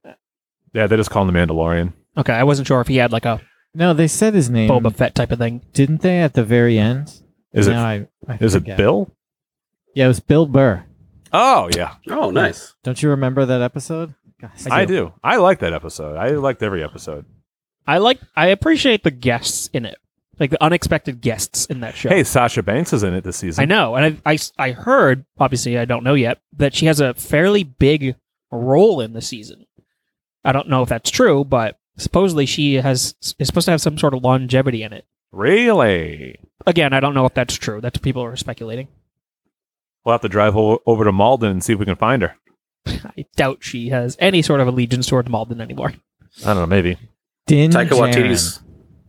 [SPEAKER 1] Yeah, they just call him the Mandalorian.
[SPEAKER 2] Okay, I wasn't sure if he had like a
[SPEAKER 4] No, they said his name.
[SPEAKER 2] Boba Fett type of thing.
[SPEAKER 4] Didn't they at the very end?
[SPEAKER 1] Is it-
[SPEAKER 4] Now I, I
[SPEAKER 1] Is it
[SPEAKER 4] forget.
[SPEAKER 1] Bill?
[SPEAKER 4] Yeah, it was Bill Burr.
[SPEAKER 1] Oh yeah,
[SPEAKER 3] Oh, nice.
[SPEAKER 4] Don't you remember that episode? Gosh,
[SPEAKER 1] I do. I like that episode. I liked every episode.
[SPEAKER 2] I like. I appreciate the guests in it, like the unexpected guests in that show.
[SPEAKER 1] Hey, Sasha Banks is in it this
[SPEAKER 2] I
[SPEAKER 1] season.
[SPEAKER 2] know, and I, I I heard obviously I don't know yet that she has a fairly big role in the season. I don't know if that's true, but supposedly she has is supposed to have some sort of longevity in it.
[SPEAKER 1] Really?
[SPEAKER 2] Again, I don't know if that's true. That's people are speculating.
[SPEAKER 1] We'll have to drive o- over to Malden and see if we can find her.
[SPEAKER 2] I doubt she has any sort of allegiance towards Malden anymore.
[SPEAKER 1] I don't know. Maybe.
[SPEAKER 4] Din
[SPEAKER 3] Taika
[SPEAKER 4] Djarin.
[SPEAKER 3] Waititi's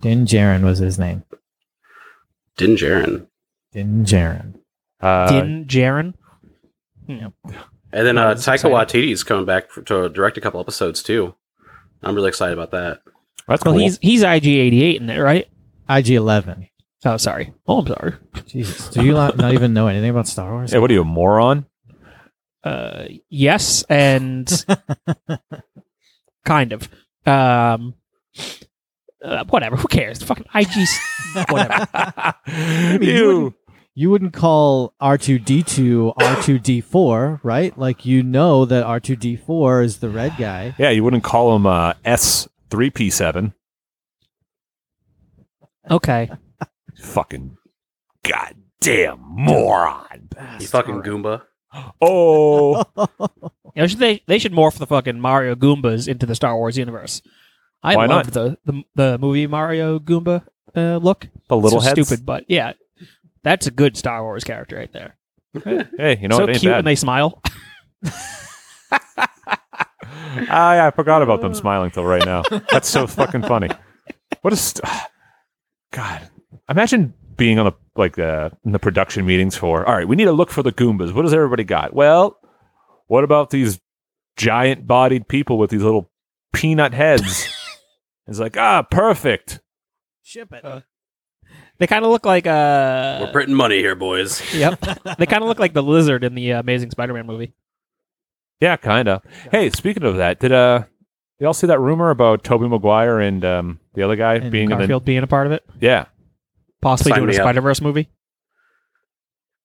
[SPEAKER 4] Din Djarin was his name.
[SPEAKER 3] Din Djarin.
[SPEAKER 4] Din Djarin.
[SPEAKER 1] Uh,
[SPEAKER 2] Din Djarin.
[SPEAKER 3] And then
[SPEAKER 2] Oh,
[SPEAKER 3] uh,
[SPEAKER 2] that's
[SPEAKER 3] Taika
[SPEAKER 2] exciting.
[SPEAKER 3] Waititi's coming back for, to direct a couple episodes too. I'm really excited about that.
[SPEAKER 1] that's cool.
[SPEAKER 2] Well, he's he's IG88 in it, right?
[SPEAKER 4] IG Eleven.
[SPEAKER 2] Oh, sorry. Oh, I'm sorry.
[SPEAKER 4] Jesus, do you not, not even know anything about Star Wars?
[SPEAKER 1] Hey, what are you, a moron?
[SPEAKER 2] Uh, yes, and kind of. Um, uh, whatever. Who cares? Fucking IG. <laughs> whatever.
[SPEAKER 1] <laughs>
[SPEAKER 4] you
[SPEAKER 1] you.
[SPEAKER 4] wouldn't- you wouldn't call R two D two R two D four, right? Like you know that R two D four is the red guy.
[SPEAKER 1] Yeah, you wouldn't call him uh, S three P seven.
[SPEAKER 2] Okay.
[SPEAKER 1] Fucking goddamn
[SPEAKER 2] <laughs>
[SPEAKER 1] moron.
[SPEAKER 3] You fucking Goomba.
[SPEAKER 1] Oh,
[SPEAKER 2] You know, should they they should morph the fucking Mario Goombas into the Star Wars universe. I
[SPEAKER 1] Why
[SPEAKER 2] love the, the the movie Mario Goomba uh, look.
[SPEAKER 1] the little
[SPEAKER 2] so
[SPEAKER 1] heads.
[SPEAKER 2] stupid, but yeah, that's a good Star Wars character right there.
[SPEAKER 1] Hey, you know
[SPEAKER 2] so
[SPEAKER 1] it ain't
[SPEAKER 2] cute
[SPEAKER 1] bad.
[SPEAKER 2] when they smile. <laughs>
[SPEAKER 1] Ah, yeah, I forgot about them smiling till right now. That's so fucking funny. What a st- <sighs> God! Imagine being on the like uh, in the production meetings for. All right, we need to look for the Goombas. What does everybody got? Well, what about these giant-bodied people with these little peanut
[SPEAKER 2] <laughs>
[SPEAKER 1] heads? it's like ah, perfect.
[SPEAKER 4] Ship it.
[SPEAKER 2] They kind of look like
[SPEAKER 3] We're
[SPEAKER 2] uh.
[SPEAKER 3] printing money here, boys.
[SPEAKER 1] <laughs>
[SPEAKER 2] yep. they kind of look like the lizard in the uh, Amazing Spider-Man movie.
[SPEAKER 1] Yeah, kind of. Hey, speaking of that, did uh, y'all see that rumor about Toby Maguire and um the other guy
[SPEAKER 4] And
[SPEAKER 1] being
[SPEAKER 2] Garfield being a part of it,
[SPEAKER 1] in the yeah?
[SPEAKER 2] possibly
[SPEAKER 3] Sign
[SPEAKER 2] doing a
[SPEAKER 3] me up.
[SPEAKER 2] Spider-Verse movie.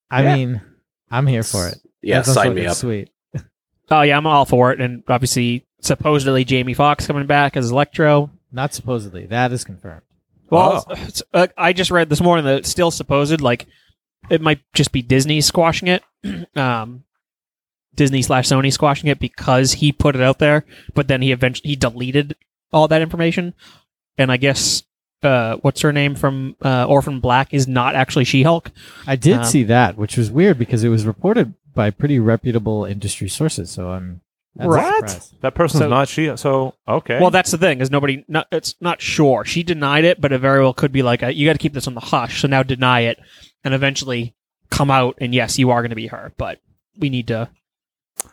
[SPEAKER 4] I
[SPEAKER 3] Yeah.
[SPEAKER 4] mean, I'm here for it.
[SPEAKER 3] Yeah,
[SPEAKER 4] That sounds
[SPEAKER 3] sign
[SPEAKER 4] fucking
[SPEAKER 3] me up.
[SPEAKER 4] Sweet.
[SPEAKER 2] Oh yeah, I'm all for it. And obviously, supposedly Jamie Foxx coming back as Electro.
[SPEAKER 4] Not supposedly. That is confirmed.
[SPEAKER 2] Well, it's- uh, I just read this morning that it's still supposed like it might just be Disney squashing it, <clears throat> um, Disney slash Sony squashing it because he put it out there, but then he eventually he deleted all that information, and I guess uh, what's her name from uh, Orphan Black is not actually She Hulk.
[SPEAKER 4] I did
[SPEAKER 2] Um,
[SPEAKER 4] see that, which was weird because it was reported by pretty reputable industry sources. So I'm that's a
[SPEAKER 2] Right?
[SPEAKER 4] surprise.
[SPEAKER 1] That person's
[SPEAKER 2] So-
[SPEAKER 1] not she. So okay.
[SPEAKER 2] Well, that's the thing is nobody. Not, it's not sure. She denied it, but it very well could be like uh you got to keep this on the hush. So now deny it, and eventually come out. And yes, you are going to be her, but we need to,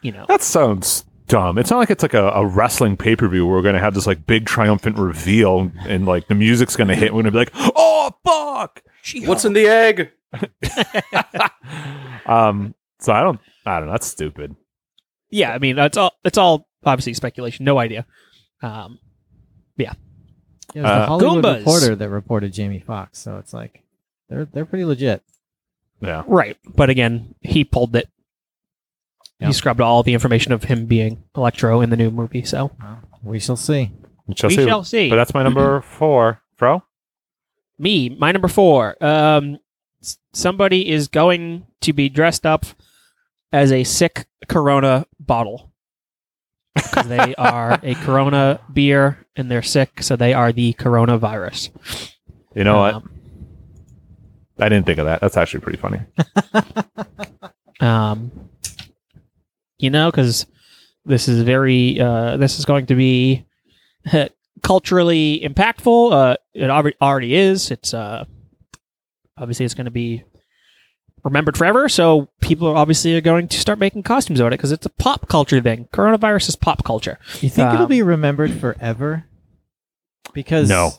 [SPEAKER 2] you know.
[SPEAKER 1] that sounds dumb. It's not like it's like a, a wrestling pay per view where we're gonna have this like big triumphant reveal and like the music's gonna hit. We're gonna be like, oh fuck. <laughs>
[SPEAKER 3] What's in the egg?
[SPEAKER 1] um. So I don't. I don't know. That's stupid.
[SPEAKER 2] yeah, I mean that's all. It's all obviously speculation. No idea. Um,
[SPEAKER 4] Yeah, it was the
[SPEAKER 1] Uh,
[SPEAKER 4] Hollywood
[SPEAKER 2] Goombas.
[SPEAKER 4] reporter that reported Jamie Foxx. So it's like they're they're pretty legit.
[SPEAKER 1] Yeah.
[SPEAKER 2] right, but again, he pulled it.
[SPEAKER 4] Yeah.
[SPEAKER 2] He scrubbed all the information of him being Electro in the new movie. So
[SPEAKER 4] Well, we shall see.
[SPEAKER 1] We shall
[SPEAKER 2] we
[SPEAKER 1] see.
[SPEAKER 2] shall see.
[SPEAKER 1] But that's my number four, bro.
[SPEAKER 2] me, my number four. Um, s- somebody is going to be dressed up as a sick Corona bottle because
[SPEAKER 1] <laughs>
[SPEAKER 2] they are a Corona beer and they're sick, so they are the coronavirus.
[SPEAKER 1] You know what?
[SPEAKER 2] Um,
[SPEAKER 1] I didn't think of that. That's actually pretty funny.
[SPEAKER 2] um, you know, because this is very uh, this is going to be <laughs> culturally impactful. Uh, it alre- already is. It's uh, obviously it's going to be remembered forever. So people are obviously are going to start making costumes about it because it's a pop culture thing. Coronavirus is pop culture.
[SPEAKER 4] You think it'll
[SPEAKER 2] Um,
[SPEAKER 4] be remembered forever? Because
[SPEAKER 1] No.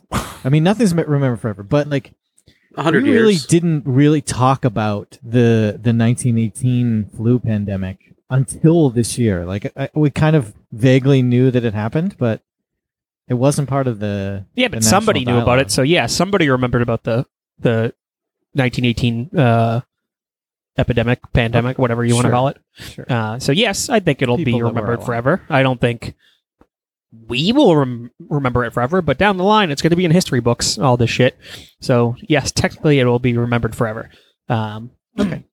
[SPEAKER 4] I mean nothing's me- remembered forever, but like
[SPEAKER 3] A hundred
[SPEAKER 4] we really
[SPEAKER 3] years.
[SPEAKER 4] didn't really talk about the the 1918 flu pandemic until this year. Like I, we kind of vaguely knew that it happened, but it wasn't part of the
[SPEAKER 2] Yeah,
[SPEAKER 4] the
[SPEAKER 2] but
[SPEAKER 4] national
[SPEAKER 2] somebody knew about
[SPEAKER 4] dialogue.
[SPEAKER 2] it. So yeah, somebody remembered about the the 1918 uh, epidemic, pandemic, whatever you want to
[SPEAKER 4] Sure.
[SPEAKER 2] call it.
[SPEAKER 4] Sure.
[SPEAKER 2] Uh, so yes, I think it'll
[SPEAKER 4] People
[SPEAKER 2] be
[SPEAKER 4] that were
[SPEAKER 2] remembered
[SPEAKER 4] alive.
[SPEAKER 2] forever. I don't think we will rem- remember it forever, but down the line, it's going to be in history books. All this shit. So yes, technically, it will be remembered forever.
[SPEAKER 4] <clears throat>
[SPEAKER 2] Um, okay.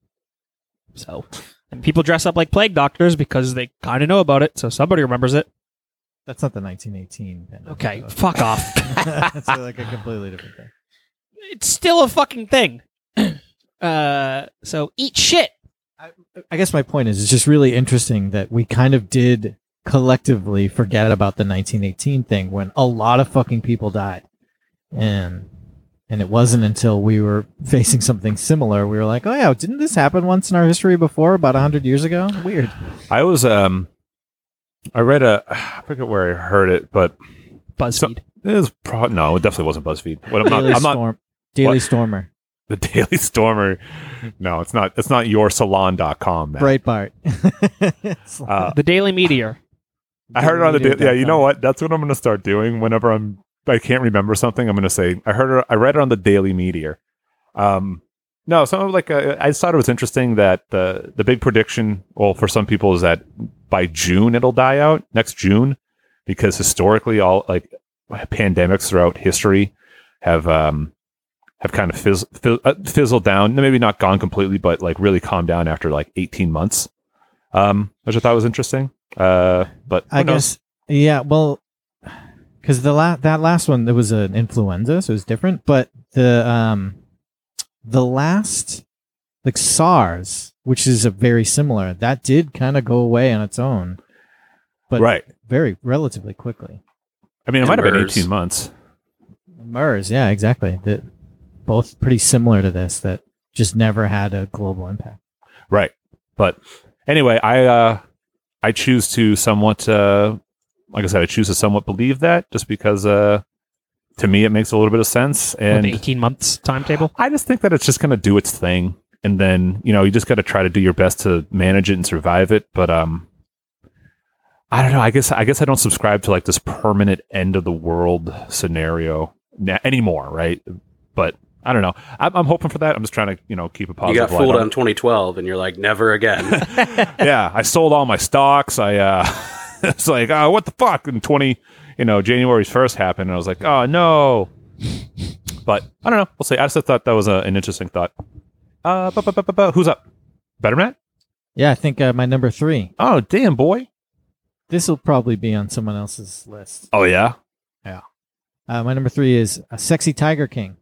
[SPEAKER 2] So, and people dress up like plague doctors because they kind of know about it, so somebody remembers it.
[SPEAKER 4] That's not the 1918 pandemic.
[SPEAKER 2] Okay,
[SPEAKER 4] though.
[SPEAKER 2] fuck off.
[SPEAKER 4] <laughs> That's like a completely different thing.
[SPEAKER 2] It's still a fucking thing. <clears throat> uh, so eat shit.
[SPEAKER 4] I guess my point is, it's just really interesting that we kind of did collectively forget about the 1918 thing when a lot of fucking people died, and and it wasn't until we were <laughs> facing something similar we were like, oh yeah, didn't this happen once in our history before about hundred years ago? Weird.
[SPEAKER 1] I was um, I read a <sighs> I forget where I heard it, but
[SPEAKER 2] BuzzFeed.
[SPEAKER 1] it was pro- no, it definitely wasn't BuzzFeed. What I'm not,
[SPEAKER 4] Daily
[SPEAKER 1] I'm not
[SPEAKER 4] Storm, Daily
[SPEAKER 1] What?
[SPEAKER 4] Stormer,
[SPEAKER 1] <laughs> the Daily Stormer. No, it's not. It's not your salon.com, man.
[SPEAKER 4] Breitbart. <laughs> It's like
[SPEAKER 1] Uh,
[SPEAKER 2] the Daily Meteor.
[SPEAKER 1] I heard it on the da- yeah. You know
[SPEAKER 4] dailymedia.com.
[SPEAKER 1] what? That's what I'm going to start doing whenever I'm I can't remember something. I'm going to say I heard it, I read it on the Daily Meteor. Um, no, something like uh, I just thought it was interesting that the the big prediction, well, for some people is that by June it'll die out next June, because historically all like uh, pandemics throughout history have um have kind of fizz, fizz, uh, fizzled down. Maybe not gone completely, but like really calmed down after like 18 months. Um, which I thought was interesting. Uh, but who
[SPEAKER 4] I
[SPEAKER 1] knows?
[SPEAKER 4] guess. Yeah. Well, because the la- that last one there was an influenza, so it was different. But the um, the last like SARS, which is a very similar, that did kind of go away on its own, but
[SPEAKER 1] right.
[SPEAKER 4] very relatively quickly.
[SPEAKER 1] I mean, it might have been
[SPEAKER 3] Embers.
[SPEAKER 1] 18 months.
[SPEAKER 4] MERS, yeah, exactly. That both pretty similar to this that just never had a global impact.
[SPEAKER 1] Right. But anyway, I uh, I choose to somewhat, uh, like I said, I choose to somewhat believe that just because uh, to me it makes a little bit of sense.
[SPEAKER 2] with
[SPEAKER 1] And
[SPEAKER 2] 18 months timetable.
[SPEAKER 1] I just think that it's just going to do its thing. And then, you know, you just got to try to do your best to manage it and survive it. But, um, I don't know. I guess I guess I don't subscribe to like this permanent end of the world scenario na- anymore, right? But I don't know. I'm, I'm hoping for that. I'm just trying to you know keep a
[SPEAKER 3] You
[SPEAKER 1] positive.
[SPEAKER 3] got
[SPEAKER 1] light
[SPEAKER 3] fooled
[SPEAKER 1] on
[SPEAKER 3] on 2012, and you're like, never again.
[SPEAKER 1] yeah, I sold all my stocks. I uh <laughs> it's like, oh, what the fuck? And twenty, you know, January's first happened, and I was like, oh no, But I don't know. We'll see. I just thought that was a, an interesting thought. Uh, bu- bu- bu- bu- bu- who's up? Better Matt?
[SPEAKER 4] Yeah, I think uh, my number three.
[SPEAKER 1] Oh, damn, boy.
[SPEAKER 4] This will probably be on someone else's list.
[SPEAKER 1] Oh, yeah.
[SPEAKER 4] Uh, my number three is a sexy Tiger King.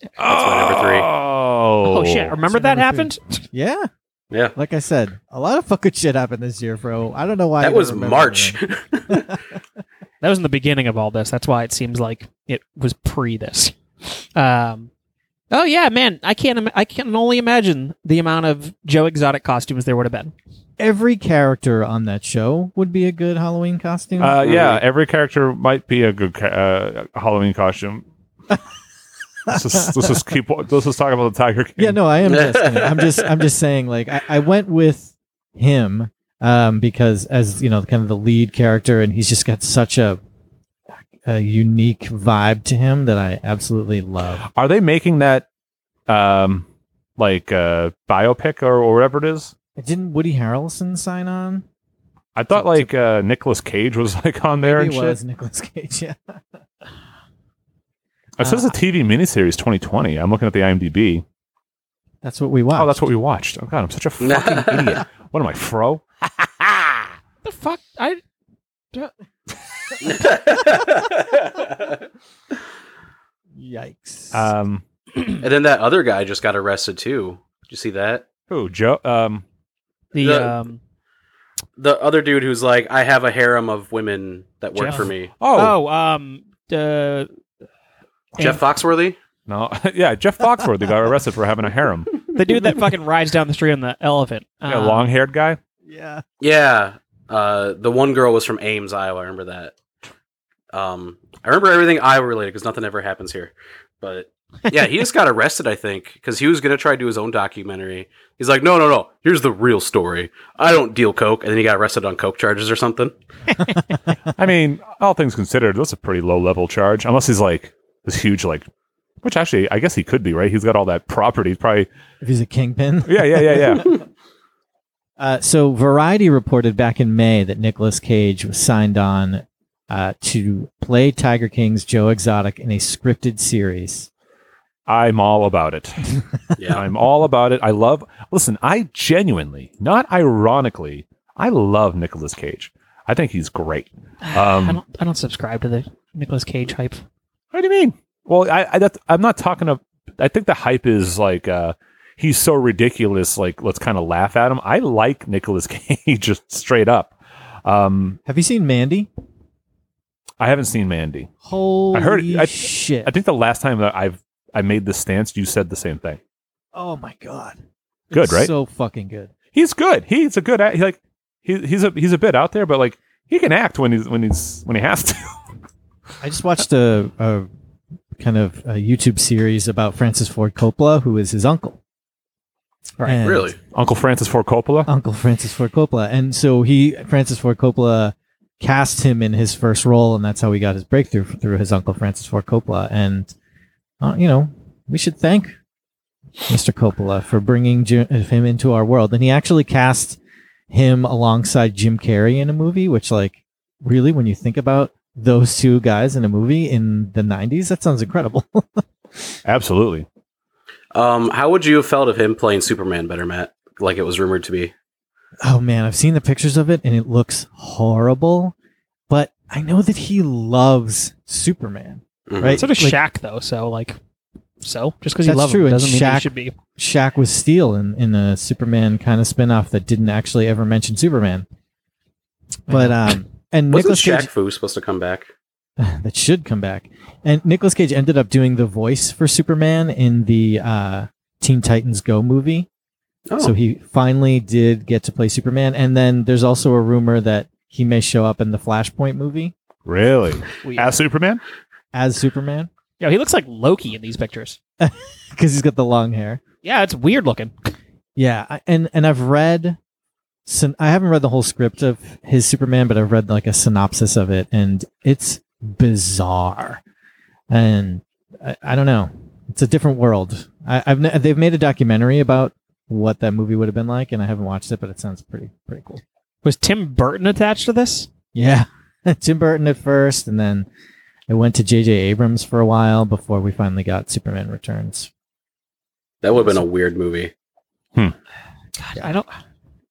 [SPEAKER 1] That's
[SPEAKER 3] my number three.
[SPEAKER 1] Oh,
[SPEAKER 2] Oh shit! Remember that
[SPEAKER 4] Number
[SPEAKER 2] happened?
[SPEAKER 4] three. Yeah,
[SPEAKER 3] Yeah.
[SPEAKER 4] like I said, a lot of fucking shit happened this year, bro. I don't know why I
[SPEAKER 3] that
[SPEAKER 4] don't
[SPEAKER 3] was
[SPEAKER 4] remember
[SPEAKER 3] March.
[SPEAKER 4] everything.
[SPEAKER 2] That was in the beginning of all this. That's why it seems like it was pre this. Um, oh yeah, man. I can't. Im- I can only imagine the amount of Joe Exotic costumes there would have been.
[SPEAKER 4] Every character on that show would be a good Halloween costume.
[SPEAKER 1] Uh, yeah,
[SPEAKER 3] Mhm.
[SPEAKER 1] every character might be a good ca- uh, Halloween costume. <laughs> let's, just, let's just keep. Let's just talk about the Tiger King.
[SPEAKER 4] yeah, no, I am
[SPEAKER 1] <laughs>
[SPEAKER 4] just. kidding. I'm just. I'm just saying. Like, I, I went with him um, because, as you know, kind of the lead character, and he's just got such a, a unique vibe to him that I absolutely love.
[SPEAKER 1] Are they making that, um, like uh, biopic or, or whatever it is?
[SPEAKER 4] Didn't Woody Harrelson sign on?
[SPEAKER 1] I thought like uh, Nicolas Cage was like on there
[SPEAKER 4] He
[SPEAKER 1] and shit.
[SPEAKER 4] was Nicolas Cage. <laughs> Yeah.
[SPEAKER 1] It says a TV miniseries 2020. I'm looking at the IMDb.
[SPEAKER 4] That's what we watched.
[SPEAKER 1] Oh, that's what we watched. Oh god, I'm such a
[SPEAKER 4] <laughs>
[SPEAKER 1] fucking idiot. What am I, fro?
[SPEAKER 2] The fuck! I
[SPEAKER 4] Yikes.
[SPEAKER 1] Um,
[SPEAKER 3] <laughs> and then that other guy just got arrested too. Did you see that?
[SPEAKER 1] who Joe? Um,
[SPEAKER 2] the
[SPEAKER 3] The-
[SPEAKER 2] um.
[SPEAKER 3] The other dude who's like, I have a harem of women that work
[SPEAKER 2] Jeff.
[SPEAKER 3] for me.
[SPEAKER 1] oh,
[SPEAKER 2] Oh, um. The
[SPEAKER 3] Jeff Foxworthy.
[SPEAKER 1] no, <laughs> yeah, Jeff Foxworthy got arrested for having a
[SPEAKER 4] <laughs>
[SPEAKER 1] harem.
[SPEAKER 2] the dude that fucking rides down the street on the elephant.
[SPEAKER 1] Yeah,
[SPEAKER 4] Uh.
[SPEAKER 2] Um,
[SPEAKER 1] long-haired guy.
[SPEAKER 4] yeah.
[SPEAKER 3] Yeah. Uh, the one girl was from Ames, Iowa. I remember that. Um, I remember everything Iowa related because nothing ever happens here. But yeah, he
[SPEAKER 4] <laughs>
[SPEAKER 3] just got arrested, I think, because he was going to try to do his own documentary. He's like, no, no, no. Here's the real story. I don't deal coke. And then he got arrested on coke charges or something.
[SPEAKER 4] <laughs>
[SPEAKER 1] I mean, all things considered, that's a pretty low level charge, unless he's like this huge, like, which actually, I guess he could be, right? He's got all that property. He's probably,
[SPEAKER 4] If he's a kingpin. <laughs>
[SPEAKER 1] yeah, yeah, yeah, yeah.
[SPEAKER 4] Uh, so Variety reported back in May that Nicolas Cage was signed on uh, to play Tiger King's Joe Exotic in a scripted series.
[SPEAKER 1] I'm all about it.
[SPEAKER 3] Yeah.
[SPEAKER 1] I'm all about it. I love, listen, I genuinely, not ironically, I love Nicolas Cage. I think he's great.
[SPEAKER 2] I
[SPEAKER 1] Um,
[SPEAKER 2] don't. I don't subscribe to the Nicolas Cage hype.
[SPEAKER 1] what do you mean? Well, I, I that's, I'm not talking of, I think the hype is like, uh, he's so ridiculous. Like, let's kind of laugh at him. I like Nicolas <laughs> Cage just straight up. Um,
[SPEAKER 4] Have you seen Mandy?
[SPEAKER 1] I haven't seen Mandy.
[SPEAKER 4] Holy
[SPEAKER 1] heard- I-
[SPEAKER 4] shit.
[SPEAKER 1] I think the last time that I've I made this stance, you said the same thing.
[SPEAKER 4] oh my god.
[SPEAKER 1] Good,
[SPEAKER 4] It's
[SPEAKER 1] right?
[SPEAKER 4] So fucking good.
[SPEAKER 1] He's good. He's a good. act- He's like he, he's a he's a bit out there, but like he can act when he's when he's when he has to. <laughs>
[SPEAKER 4] I just watched a, a kind of a YouTube series about Francis Ford Coppola, who is his uncle.
[SPEAKER 2] Right.
[SPEAKER 4] And-
[SPEAKER 3] Really?
[SPEAKER 1] Uncle Francis Ford Coppola.
[SPEAKER 4] Uncle Francis Ford Coppola. And so he, Francis Ford Coppola, cast him in his first role, and that's how he got his breakthrough f- through his uncle Francis Ford Coppola. And uh, you know, we should thank Mr. Coppola for bringing Jim, him into our world. And he actually cast him alongside Jim Carrey in a movie, which, like, really, when you think about those two guys in a movie in the '90s, that sounds incredible.
[SPEAKER 1] Absolutely.
[SPEAKER 3] Um, how would you have felt of him playing Superman better, Matt? Like it was rumored to be.
[SPEAKER 4] Oh man, I've seen the pictures of it and it looks horrible, but I know that he loves Superman.
[SPEAKER 3] Mhm.
[SPEAKER 4] Right?
[SPEAKER 2] So does
[SPEAKER 4] Like,
[SPEAKER 2] Shaq though. So like, so just because you
[SPEAKER 4] That's
[SPEAKER 2] love
[SPEAKER 4] true,
[SPEAKER 2] him
[SPEAKER 4] and
[SPEAKER 2] doesn't mean he
[SPEAKER 4] Shaq-
[SPEAKER 2] should be.
[SPEAKER 4] Shaq was Steel in, in a Superman kind of spin-off that didn't actually ever mention Superman. But um and
[SPEAKER 3] Wasn't
[SPEAKER 4] Nicholas
[SPEAKER 3] Shaq
[SPEAKER 4] Cage
[SPEAKER 3] Fu supposed to come back?
[SPEAKER 4] <laughs> that should come back. And Nicolas Cage ended up doing the voice for Superman in the uh Teen Titans Go movie.
[SPEAKER 3] Oh,
[SPEAKER 4] So he finally did get to play Superman. And then there's also a rumor that he may show up in the Flashpoint movie
[SPEAKER 1] Really.
[SPEAKER 2] Weird.
[SPEAKER 1] As Superman.
[SPEAKER 4] as Superman.
[SPEAKER 2] Yo, he looks like Loki in these pictures.
[SPEAKER 4] because he's got the long hair.
[SPEAKER 2] Yeah, it's weird looking.
[SPEAKER 4] Yeah, I, and and I've read, syn- I haven't read the whole script of his Superman, but I've read like a synopsis of it, and it's bizarre, and I, I don't know, it's a different world. I, I've ne- they've made a documentary about what that movie would have been like, and I haven't watched it, but it sounds pretty pretty cool.
[SPEAKER 2] Was Tim Burton attached to this?
[SPEAKER 4] <laughs> Yeah, Tim Burton at first, and then It went to J.J. Abrams for a while before we finally got Superman Returns.
[SPEAKER 3] That would have been a weird movie.
[SPEAKER 2] God, I don't.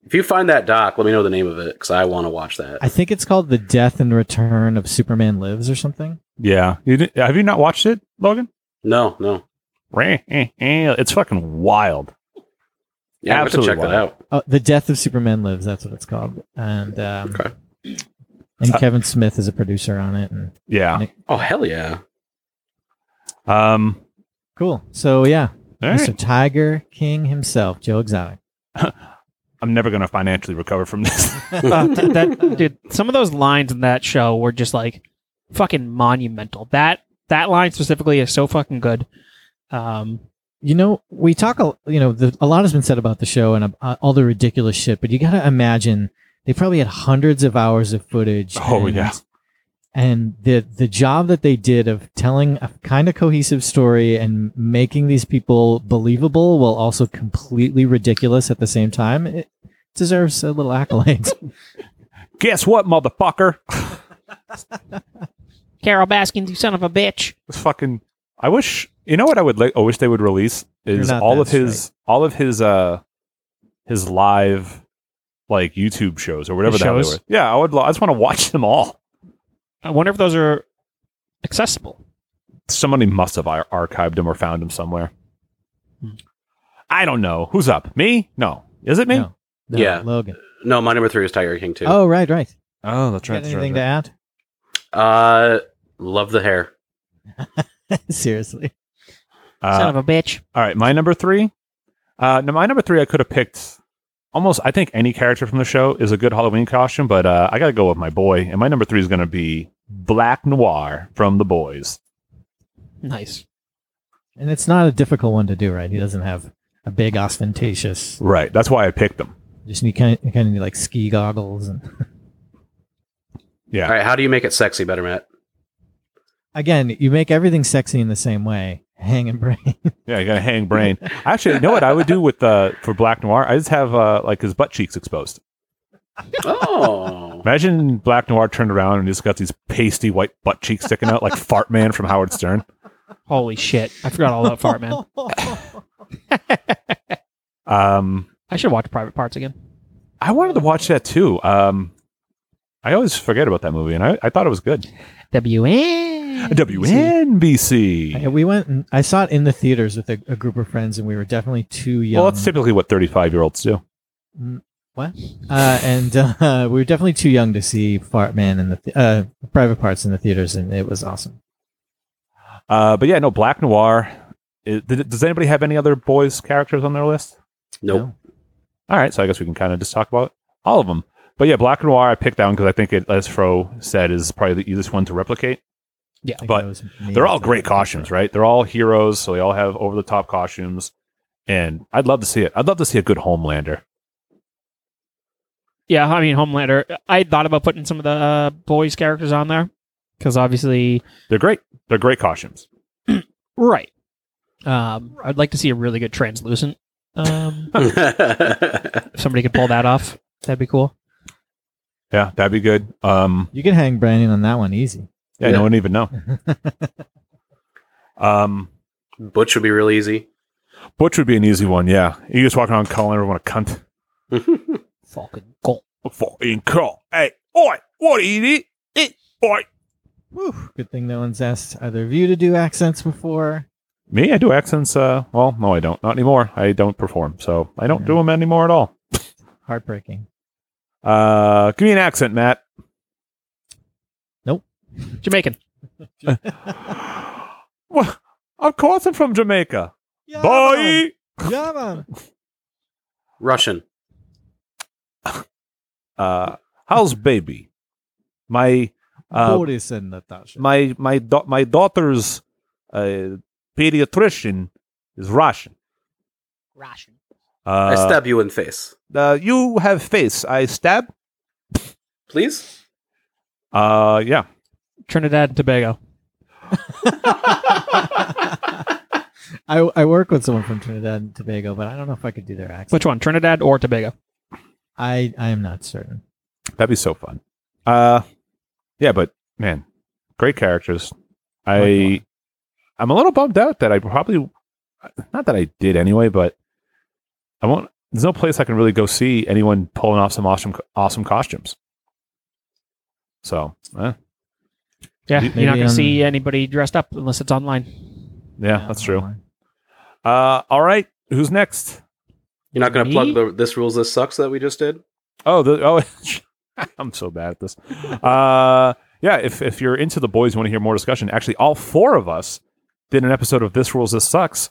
[SPEAKER 3] If you find that doc, let me know the name of it because I want to watch that.
[SPEAKER 4] I think it's called The Death and Return of Superman Lives or something.
[SPEAKER 1] Yeah. You did, have you not watched it, Logan? <laughs>
[SPEAKER 3] no, no.
[SPEAKER 1] Reh, eh, eh. It's fucking wild.
[SPEAKER 3] Yeah, I have to
[SPEAKER 1] Absolutely
[SPEAKER 3] check that
[SPEAKER 1] wild.
[SPEAKER 3] out.
[SPEAKER 4] Oh, The Death of Superman Lives. That's what it's called. And um,
[SPEAKER 3] Okay.
[SPEAKER 4] and
[SPEAKER 1] Uh,
[SPEAKER 4] Kevin Smith is a producer on it. And
[SPEAKER 1] Yeah.
[SPEAKER 3] Oh hell yeah!
[SPEAKER 1] Um.
[SPEAKER 4] cool. So yeah,
[SPEAKER 1] all
[SPEAKER 4] Mr.
[SPEAKER 1] right.
[SPEAKER 4] Tiger King himself, Joe Exotic.
[SPEAKER 1] I'm never going to financially recover from this. <laughs>
[SPEAKER 2] Uh, th- that dude, some of those lines in that show were just like fucking monumental. That that line specifically is so fucking good. Um,
[SPEAKER 4] You know, we talk. a You know, the, a lot has been said about the show and uh, all the ridiculous shit, but you got to imagine they probably had hundreds of hours of footage.
[SPEAKER 1] Oh,
[SPEAKER 4] and,
[SPEAKER 1] yeah.
[SPEAKER 4] And the the job that they did of telling a kind of cohesive story and making these people believable while also completely ridiculous at the same time, it deserves a little accolades.
[SPEAKER 1] Guess what, motherfucker?
[SPEAKER 2] Carol Baskin, you son of a bitch.
[SPEAKER 1] It's fucking. I wish. You know what I would. Li- I wish they would release is
[SPEAKER 4] You're not
[SPEAKER 1] all
[SPEAKER 4] that
[SPEAKER 1] of his all of his uh his live like YouTube shows or whatever
[SPEAKER 2] His
[SPEAKER 1] that they
[SPEAKER 2] shows?
[SPEAKER 1] were. Yeah, I would. Lo- I just want to watch them all.
[SPEAKER 2] I wonder if those are accessible.
[SPEAKER 1] Somebody must have ar- archived them or found them somewhere. I don't know. Who's up? Me? No. Is it me?
[SPEAKER 4] No. No,
[SPEAKER 3] Yeah.
[SPEAKER 4] Logan.
[SPEAKER 3] No, my number three is Tiger King too.
[SPEAKER 4] Oh, right, right.
[SPEAKER 1] Oh, that's
[SPEAKER 4] You got anything to add?
[SPEAKER 3] Uh, love the hair.
[SPEAKER 4] <laughs> Seriously.
[SPEAKER 1] Uh,
[SPEAKER 2] son of a bitch.
[SPEAKER 1] All right, my number three. Uh, no, my number three. I could have picked almost. I think any character from the show is a good Halloween costume, but uh, I got to go with my boy, and my number three is going to be Black Noir from The Boys.
[SPEAKER 2] Nice.
[SPEAKER 4] And it's not a difficult one to do, right? He doesn't have a big ostentatious.
[SPEAKER 1] Right, that's why I picked him.
[SPEAKER 4] Just you kind of, you kind of need like ski goggles. And <laughs>
[SPEAKER 1] Yeah,
[SPEAKER 3] All right, how do you make it sexy
[SPEAKER 1] <laughs>
[SPEAKER 3] better, Matt?
[SPEAKER 4] again, you make everything sexy in the same way. Hang and
[SPEAKER 1] <laughs>
[SPEAKER 4] brain.
[SPEAKER 1] yeah, you got to hang brain. Actually, you know what I would do with uh, for Black Noir? I just have uh, like his butt cheeks exposed.
[SPEAKER 3] Oh,
[SPEAKER 1] Imagine Black Noir turned around and he's got these pasty white butt cheeks sticking out like Fart Man from Howard Stern.
[SPEAKER 2] Holy shit. I forgot all about Fart <laughs> Man.
[SPEAKER 1] Um,
[SPEAKER 2] I should watch Private Parts again.
[SPEAKER 1] I wanted to watch that too. Um, I always forget about that movie, and I, I thought it was good.
[SPEAKER 2] WN.
[SPEAKER 4] I-
[SPEAKER 1] WNBC.
[SPEAKER 4] we went. And I saw it in the theaters with a, a group of friends, and we were definitely too young.
[SPEAKER 1] Well, that's typically what 35 year olds do.
[SPEAKER 4] uh, and uh, <laughs> we were definitely too young to see Fart Man in the th- uh, private parts in the theaters, and it was awesome.
[SPEAKER 1] Uh, but yeah, no, Black Noir. Is- did- does anybody have any other boys' characters on their list?
[SPEAKER 3] nope.
[SPEAKER 1] All right, so I guess we can kind of just talk about all of them. But yeah, Black Noir I picked down because I think it, as Fro said, is probably the easiest one to replicate.
[SPEAKER 4] I think
[SPEAKER 1] But
[SPEAKER 4] that was me.
[SPEAKER 1] They're all great costumes, right? They're all heroes, so they all have over the top costumes. And I'd love to see it. I'd love to see a good Homelander.
[SPEAKER 2] Yeah, I mean, Homelander. I thought about putting some of the uh, boys' characters on there because obviously.
[SPEAKER 1] They're great. They're great costumes.
[SPEAKER 2] Right. Um, I'd like to see a really good translucent. Um, if somebody could pull that off, that'd be cool.
[SPEAKER 1] Yeah, that'd be good. Um,
[SPEAKER 4] You can hang Brandon on that one easy.
[SPEAKER 1] yeah,
[SPEAKER 3] Yeah.
[SPEAKER 1] no one even know. um,
[SPEAKER 3] <laughs> Butch would be real easy. <laughs>
[SPEAKER 1] Butch would be an easy one, yeah. You just walking around calling everyone a cunt.
[SPEAKER 2] Fucking cool.
[SPEAKER 1] Fucking cunt. Hey, oi, what you did? It, oi.
[SPEAKER 4] Whew. Good thing no one's asked either of you to do accents before.
[SPEAKER 1] Me, I do accents. Uh, well, no, I don't. Not anymore. I don't perform, so I don't do them anymore at all.
[SPEAKER 4] Heartbreaking.
[SPEAKER 1] Uh, give me an accent, Matt.
[SPEAKER 2] Jamaican.
[SPEAKER 1] well, of course, I'm from Jamaica.
[SPEAKER 4] Yeah,
[SPEAKER 1] Boy,
[SPEAKER 4] man. Yeah, man.
[SPEAKER 3] Russian.
[SPEAKER 1] uh, how's baby? My uh,
[SPEAKER 4] Boris and Natasha.
[SPEAKER 1] my my da- my daughter's uh, pediatrician is Russian.
[SPEAKER 2] Russian.
[SPEAKER 1] Uh,
[SPEAKER 3] I stab you in face,
[SPEAKER 1] uh, you have face. I stab.
[SPEAKER 3] please.
[SPEAKER 1] Uh, yeah.
[SPEAKER 2] Trinidad and Tobago.
[SPEAKER 4] I, I work with someone from Trinidad and Tobago, but I don't know if I could do their accent.
[SPEAKER 2] Which one? Trinidad or Tobago?
[SPEAKER 4] I, I am not certain.
[SPEAKER 1] That'd be so fun. Uh, yeah, but man, great characters. I I'm a little bummed out that I probably not that I did anyway, but I won't. There's no place I can really go see anyone pulling off some awesome awesome costumes. So eh,
[SPEAKER 2] Yeah,
[SPEAKER 4] Maybe
[SPEAKER 2] you're not going
[SPEAKER 4] on-
[SPEAKER 2] to see anybody dressed up unless it's online.
[SPEAKER 1] yeah, that's true. Uh, all right, who's next?
[SPEAKER 3] You're not going to
[SPEAKER 2] Me?
[SPEAKER 3] plug the this rules this sucks that we just did.
[SPEAKER 1] Oh, <laughs> the, oh, I'm so bad at this. Uh, yeah, if if you're into the boys, you want to hear more discussion. Actually, all four of us did an episode of This Rules This Sucks,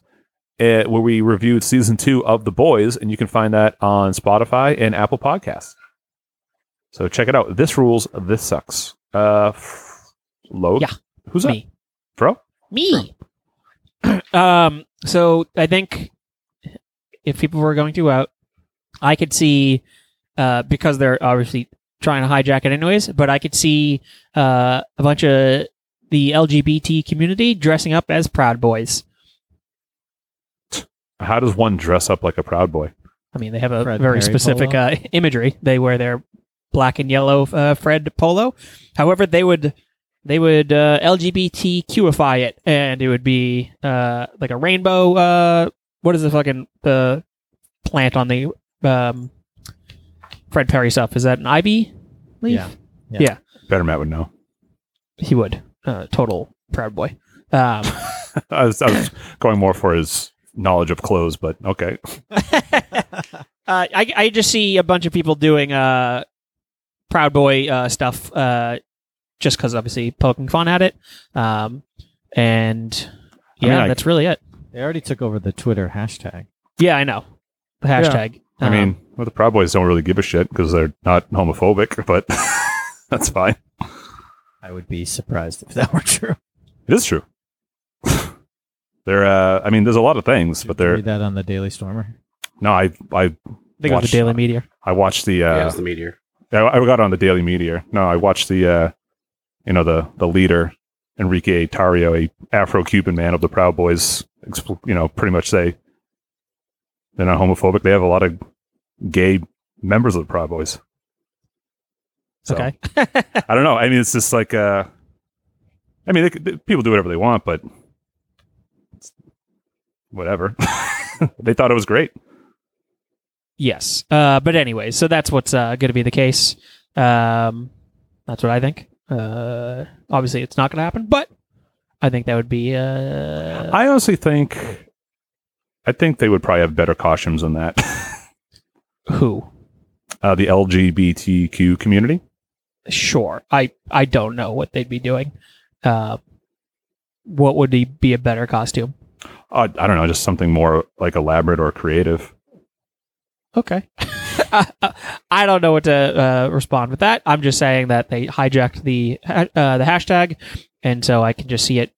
[SPEAKER 1] uh, where we reviewed season two of the boys, and you can find that on Spotify and Apple Podcasts. So check it out. This rules. This sucks. Uh, f- Logue.
[SPEAKER 2] Yeah,
[SPEAKER 1] Who's that,
[SPEAKER 2] me.
[SPEAKER 1] bro?
[SPEAKER 2] Me. <clears throat> um. So I think if people were going to out, I could see uh, because they're obviously trying to hijack it anyways. But I could see uh, a bunch of the LGBT community dressing up as Proud Boys.
[SPEAKER 1] How does one dress up like a proud boy?
[SPEAKER 2] I mean, they have a
[SPEAKER 4] Fred
[SPEAKER 2] very
[SPEAKER 4] Perry
[SPEAKER 2] specific
[SPEAKER 4] polo.
[SPEAKER 2] uh, imagery. They wear their black and yellow uh, Fred polo. However, they would they would uh, LGBTQify it, and it would be uh, like a rainbow. Uh, what is the fucking the plant on the um, Fred Perry stuff? Is that an ivy leaf?
[SPEAKER 4] Yeah.
[SPEAKER 1] Better Matt would know. <laughs>
[SPEAKER 2] He would. Uh, total proud boy. Um,
[SPEAKER 1] I was, I was going more for his knowledge of clothes, but okay.
[SPEAKER 2] <laughs> Uh, I, I just see a bunch of people doing uh, Proud Boy uh, stuff uh, just because, obviously, poking fun at it. Um, and
[SPEAKER 1] I
[SPEAKER 2] yeah,
[SPEAKER 1] mean, I-
[SPEAKER 2] that's really it.
[SPEAKER 4] They already took over the Twitter hashtag.
[SPEAKER 2] Yeah, I know. The hashtag.
[SPEAKER 1] I
[SPEAKER 2] Um,
[SPEAKER 1] mean, well, the Proud Boys don't really give a shit because they're not homophobic, <laughs> but that's fine.
[SPEAKER 4] I would be surprised if that <laughs> were true.
[SPEAKER 1] It is true. <laughs> they're, uh, I mean, there's a lot of things, but they're
[SPEAKER 4] read that on the Daily Stormer.
[SPEAKER 1] no. I, I,
[SPEAKER 2] they go to
[SPEAKER 1] watch-
[SPEAKER 2] Daily Meteor.
[SPEAKER 1] I watched the.
[SPEAKER 3] Yeah,
[SPEAKER 1] Uh,
[SPEAKER 3] it's the meteor.
[SPEAKER 1] I, I got on the Daily Meteor. No, I watched the, uh, you know, the the leader Enrique Tario, a Afro-Cuban man of the Proud Boys. expl- You know, pretty much say they're not homophobic. They have a lot of gay members of the Proud Boys. So-
[SPEAKER 2] Okay.
[SPEAKER 1] I don't know. I mean, it's just like, uh, I mean, they, could- they- people do whatever they want, but it's- whatever. <laughs> they thought it was great.
[SPEAKER 2] yes. Uh, but anyway, so that's what's uh, going to be the case. Um, that's what I think. Uh, obviously, it's not going to happen, but I think that would be. Uh,
[SPEAKER 1] I honestly think, I think they would probably have better costumes than that. <laughs>
[SPEAKER 2] who?
[SPEAKER 1] uh, the LGBTQ community.
[SPEAKER 2] sure i i don't know what they'd be doing uh what would he be a better costume
[SPEAKER 1] Uh, I don't know, just something more like elaborate or creative.
[SPEAKER 2] okay <laughs> I, I don't know what to uh, respond with that i'm just saying that they hijacked the ha- uh, the hashtag and so i can just see it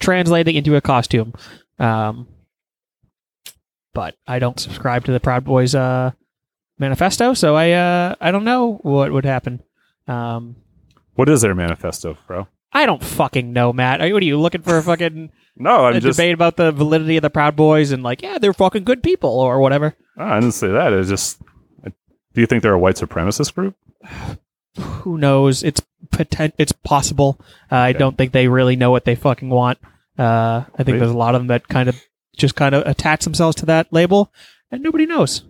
[SPEAKER 2] translating into a costume um but i don't subscribe to the proud boys uh manifesto so i uh i don't know what would happen um
[SPEAKER 1] What is their manifesto, bro?
[SPEAKER 2] i don't fucking know matt are you what are you looking for a fucking
[SPEAKER 1] No,
[SPEAKER 2] a
[SPEAKER 1] I'm just.
[SPEAKER 2] debate about the validity of the Proud Boys and like, yeah, they're fucking good people or whatever.
[SPEAKER 1] I didn't say that. It's just. Do you think they're a white supremacist group?
[SPEAKER 2] Who knows? It's potent. It's possible. Uh, I
[SPEAKER 1] Okay.
[SPEAKER 2] don't think they really know what they fucking want. Uh, I think
[SPEAKER 1] Right.
[SPEAKER 2] there's a lot of them that kind of just kind of attach themselves to that label, and nobody knows.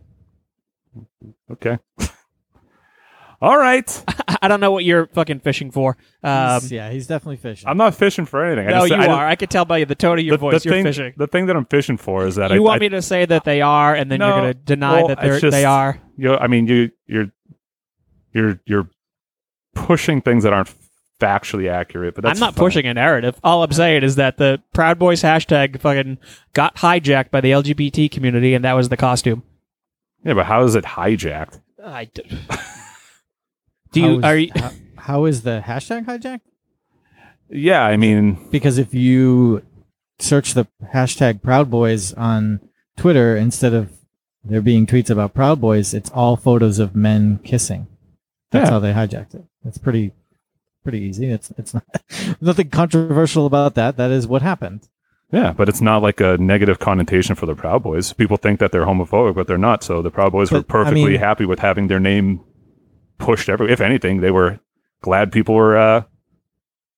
[SPEAKER 1] Okay. <laughs> All right.
[SPEAKER 2] I don't know what you're fucking fishing for. Um,
[SPEAKER 4] He's- yeah, he's definitely fishing.
[SPEAKER 1] I'm not fishing for anything. I
[SPEAKER 2] no,
[SPEAKER 1] just,
[SPEAKER 2] you
[SPEAKER 1] I just-
[SPEAKER 2] are. I could tell by the tone of your voice. you're
[SPEAKER 1] thing,
[SPEAKER 2] fishing.
[SPEAKER 1] The thing that I'm fishing for is that
[SPEAKER 2] you
[SPEAKER 1] I,
[SPEAKER 2] want
[SPEAKER 1] I,
[SPEAKER 2] me to say that they are, and then
[SPEAKER 1] No,
[SPEAKER 2] you're going to deny
[SPEAKER 1] well,
[SPEAKER 2] that
[SPEAKER 1] it's
[SPEAKER 2] they're,
[SPEAKER 1] just-
[SPEAKER 2] they are.
[SPEAKER 1] you I mean, you, you're, you're, you're pushing things that aren't factually accurate. But that's
[SPEAKER 2] I'm not
[SPEAKER 1] fine.
[SPEAKER 2] pushing a narrative. All I'm saying is that the Proud Boys hashtag fucking got hijacked by the LGBT community, and that was the costume.
[SPEAKER 1] Yeah, but how is it hijacked?
[SPEAKER 2] I d- do you
[SPEAKER 4] How
[SPEAKER 2] are
[SPEAKER 4] is-
[SPEAKER 2] you,
[SPEAKER 4] how- how is the hashtag hijacked?
[SPEAKER 1] Yeah, I mean,
[SPEAKER 4] because if you search the hashtag Proud Boys on Twitter instead of there being tweets about Proud Boys, it's all photos of men kissing. That's
[SPEAKER 1] Yeah.
[SPEAKER 4] how they hijacked it. It's pretty pretty easy. It's it's not <laughs> nothing controversial about that. That is what happened.
[SPEAKER 1] yeah, but it's not like a negative connotation for the Proud Boys. People think that they're homophobic, but they're not. So the Proud Boys were
[SPEAKER 4] But, I
[SPEAKER 1] perfectly
[SPEAKER 4] mean-
[SPEAKER 1] happy with having their name pushed everywhere. If anything, they were glad people were uh,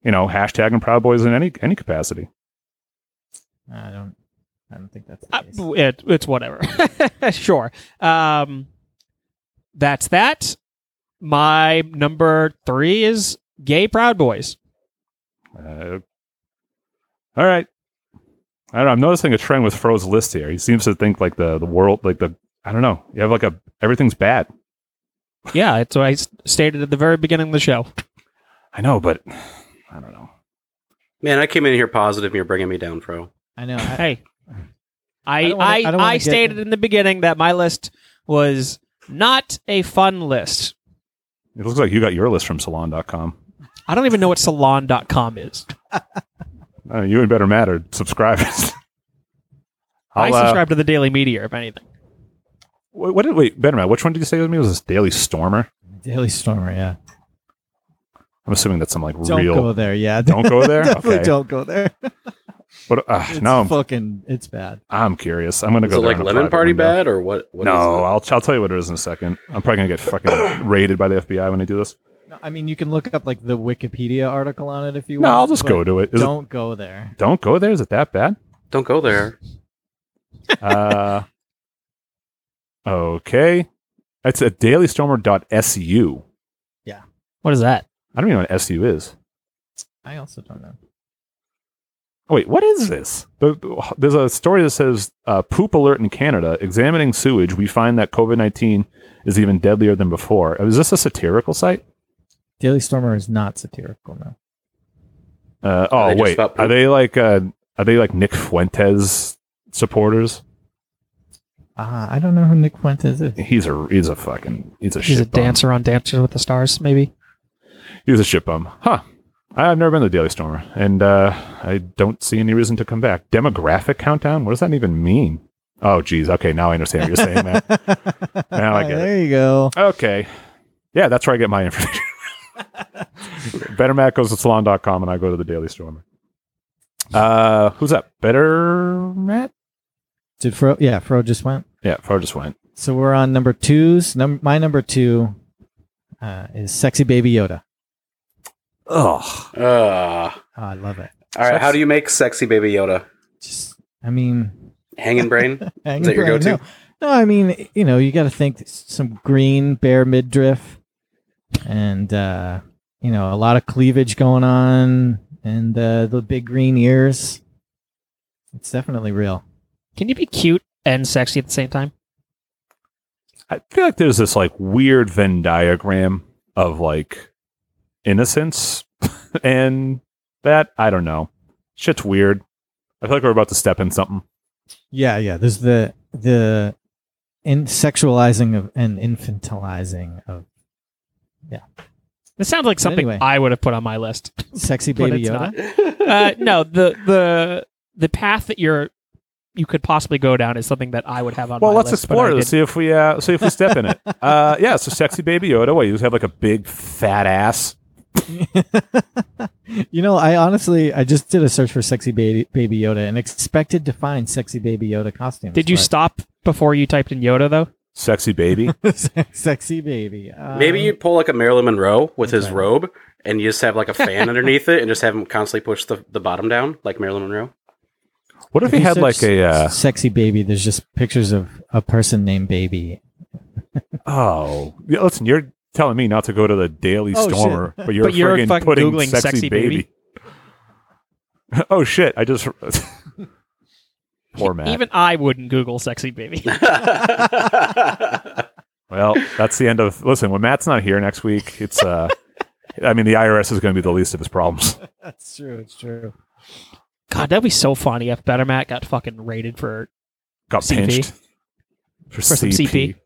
[SPEAKER 1] you know, hashtagging Proud Boys in any any capacity.
[SPEAKER 4] I don't. I don't think that's. The
[SPEAKER 2] Uh,
[SPEAKER 4] case.
[SPEAKER 2] it, it's whatever. <laughs> sure. Um, that's that. My number three is gay Proud Boys.
[SPEAKER 1] Uh, all right. I don't know. I'm noticing a trend with Fro's list here. He seems to think like the the world, like the I don't know. You have like a everything's bad.
[SPEAKER 2] Yeah, it's what I s- stated at the very beginning of the
[SPEAKER 4] <laughs>
[SPEAKER 2] show.
[SPEAKER 1] I know, but I don't know.
[SPEAKER 3] Man, I came in here positive. and You're bringing me down, Fro.
[SPEAKER 4] I know. I,
[SPEAKER 2] Hey, I
[SPEAKER 4] I
[SPEAKER 2] I
[SPEAKER 4] don't wanna- I
[SPEAKER 2] I,
[SPEAKER 4] don't wanna get-
[SPEAKER 2] stated in the beginning that my list was not a fun list.
[SPEAKER 1] It looks like you got your list from Salon.com.
[SPEAKER 2] I don't even know what salon.com is.
[SPEAKER 1] Uh, you and Better Matter subscribers. <laughs>
[SPEAKER 2] i
[SPEAKER 1] I'll, uh,
[SPEAKER 2] subscribe to the Daily Meteor, if anything.
[SPEAKER 1] Wait, what did wait, Benjamin? Which one did you say with me? Was this Daily Stormer?
[SPEAKER 4] Daily Stormer. Yeah.
[SPEAKER 1] I'm assuming that's some like
[SPEAKER 4] Don't
[SPEAKER 1] real.
[SPEAKER 4] go there. Yeah.
[SPEAKER 1] Don't go there.
[SPEAKER 4] <laughs> Definitely
[SPEAKER 1] okay.
[SPEAKER 4] don't go there.
[SPEAKER 1] But uh,
[SPEAKER 4] It's
[SPEAKER 1] no, I'm,
[SPEAKER 4] fucking. It's bad.
[SPEAKER 1] I'm curious. I'm gonna
[SPEAKER 3] Is
[SPEAKER 1] go
[SPEAKER 3] it
[SPEAKER 1] there
[SPEAKER 3] like
[SPEAKER 1] on a
[SPEAKER 3] Lemon
[SPEAKER 1] private
[SPEAKER 3] Party
[SPEAKER 1] window.
[SPEAKER 3] bad or what? what is
[SPEAKER 1] no,
[SPEAKER 3] it?
[SPEAKER 1] I'll I'll tell you what it is in a second. I'm probably gonna get fucking <coughs> raided by the FBI when I do this.
[SPEAKER 4] No, I mean, you can look up like the Wikipedia article on it if you
[SPEAKER 1] No,
[SPEAKER 4] want.
[SPEAKER 1] I'll just
[SPEAKER 4] but
[SPEAKER 1] go to it. Is
[SPEAKER 4] Don't go there.
[SPEAKER 1] it. Don't go there. Is it that bad?
[SPEAKER 3] don't
[SPEAKER 1] <laughs>
[SPEAKER 3] go there.
[SPEAKER 1] Uh, <laughs> okay, it's at DailyStormer.su.
[SPEAKER 2] What is that?
[SPEAKER 1] I don't even know what SU is.
[SPEAKER 4] I also don't know.
[SPEAKER 1] Oh, wait, what is this? The- the- There's a story that says uh, poop alert in Canada. Examining sewage, we find that COVID 19 is even deadlier than before. Uh, Is this a satirical site?
[SPEAKER 4] Daily Stormer is not satirical. No.
[SPEAKER 1] Uh,
[SPEAKER 3] Are
[SPEAKER 1] oh,
[SPEAKER 3] they just
[SPEAKER 1] wait.
[SPEAKER 3] about poop?
[SPEAKER 1] Are they like uh, are they like Nick Fuentes supporters?
[SPEAKER 4] Ah, I don't know who Nick Fuentes is.
[SPEAKER 1] He's a he's a fucking he's a
[SPEAKER 2] She's a
[SPEAKER 1] shit bum.
[SPEAKER 2] dancer on Dancers with the Stars, maybe.
[SPEAKER 1] He was a shit bum. Huh. I've never been to the Daily Stormer, and uh, I don't see any reason to come back. Demographic countdown? What does that even mean? Oh, geez. Okay, now I understand what you're saying,
[SPEAKER 2] <laughs>
[SPEAKER 1] man. Now I
[SPEAKER 4] <laughs>
[SPEAKER 1] get it.
[SPEAKER 4] there you go.
[SPEAKER 1] Okay. Yeah, that's where I get my information. <laughs> Better Matt goes to salon.com and I go to the Daily Stormer. Uh, who's up? Better Matt?
[SPEAKER 4] Did Fro? Yeah, Fro just went.
[SPEAKER 1] Yeah, Fro just went.
[SPEAKER 4] So we're on number twos. Num- my number two uh, is Sexy Baby Yoda.
[SPEAKER 1] Ugh.
[SPEAKER 3] Uh, all
[SPEAKER 4] Oh, I love it.
[SPEAKER 3] right. How do you make sexy baby Yoda?
[SPEAKER 4] Just, I mean,
[SPEAKER 3] Hanging brain.
[SPEAKER 4] hang
[SPEAKER 3] Is that your
[SPEAKER 4] around,
[SPEAKER 3] go-to?
[SPEAKER 4] No. No, I mean, you know, you got to think some green bare midriff, and uh, you know, a lot of cleavage going on, and uh, the big green ears. It's definitely real.
[SPEAKER 2] Can you be cute and sexy at the same time?
[SPEAKER 1] I feel like there's this like weird Venn diagram of like innocence <laughs> and that. I don't know. Shit's weird. I feel like we're about to step in something.
[SPEAKER 4] Yeah, yeah. There's the the in sexualizing of and infantilizing of
[SPEAKER 2] This sounds like something
[SPEAKER 4] Anyway.
[SPEAKER 2] I would have put on my list. <laughs>
[SPEAKER 4] sexy
[SPEAKER 2] But
[SPEAKER 4] baby
[SPEAKER 2] it's
[SPEAKER 4] Yoda.
[SPEAKER 2] not. Uh, no, the the the path that you're you could possibly go down is something that I would have on.
[SPEAKER 1] Well,
[SPEAKER 2] my
[SPEAKER 1] let's
[SPEAKER 2] list, but
[SPEAKER 1] explore
[SPEAKER 2] I
[SPEAKER 1] this. See if we uh, see if we step
[SPEAKER 2] <laughs>
[SPEAKER 1] in it. Uh, yeah, so sexy baby Yoda. What you just have like a big fat ass.
[SPEAKER 4] <laughs> you know, I honestly, I just did a search for sexy baby, baby Yoda and expected to find sexy baby Yoda costumes.
[SPEAKER 2] didn't. Did you
[SPEAKER 4] but-
[SPEAKER 2] stop before you typed in Yoda though?
[SPEAKER 1] Sexy baby.
[SPEAKER 4] <laughs> sexy baby? Um,
[SPEAKER 3] Maybe you pull like a Marilyn Monroe with his
[SPEAKER 4] okay.
[SPEAKER 3] robe, and you just have like a fan underneath it, and just have him constantly push the, the bottom down like Marilyn Monroe.
[SPEAKER 1] What if, he
[SPEAKER 4] you
[SPEAKER 1] had like
[SPEAKER 4] search
[SPEAKER 1] a uh,
[SPEAKER 4] sexy baby. There's just pictures of a person named Baby.
[SPEAKER 1] oh yeah, listen, you're telling me not to go to the Daily
[SPEAKER 4] Oh, shit.
[SPEAKER 1] Stormer, but you're,
[SPEAKER 2] But you're
[SPEAKER 1] friggin'
[SPEAKER 2] fucking
[SPEAKER 1] putting
[SPEAKER 2] Googling
[SPEAKER 1] sexy,
[SPEAKER 2] sexy
[SPEAKER 1] baby. <laughs> oh shit! I just poor Matt.
[SPEAKER 2] Even I wouldn't Google
[SPEAKER 1] <laughs>
[SPEAKER 2] sexy baby. <laughs>
[SPEAKER 1] well, that's the end of. Listen, when Matt's not here next week, it's. uh I mean, the IRS is going to be the least of his problems.
[SPEAKER 4] That's true. It's true.
[SPEAKER 2] God, that'd be so funny if Better Matt got fucking rated for
[SPEAKER 1] Got
[SPEAKER 2] CP.
[SPEAKER 1] pinched for,
[SPEAKER 2] some CP.
[SPEAKER 1] I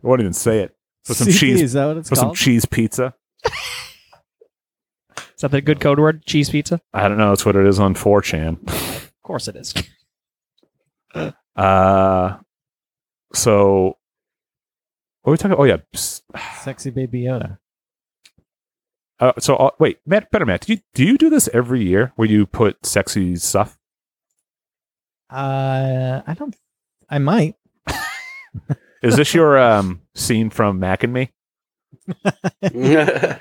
[SPEAKER 1] won't even say it for some
[SPEAKER 4] CP,
[SPEAKER 1] cheese
[SPEAKER 4] Is that what it's
[SPEAKER 1] for some
[SPEAKER 4] called?
[SPEAKER 1] cheese pizza.
[SPEAKER 2] is that the good code word? Cheese pizza? Of
[SPEAKER 1] I don't know. That's what it is on 4chan.
[SPEAKER 2] course it is.
[SPEAKER 1] Uh, so what are we talking? Oh yeah. Psst.
[SPEAKER 4] sexy baby Yoda.
[SPEAKER 1] Uh, so uh, wait, Matt, better Matt. Do you do you do this every year where you put sexy stuff?
[SPEAKER 4] Uh, I don't. I might.
[SPEAKER 1] Is this your um scene from Mac and Me?
[SPEAKER 3] yeah,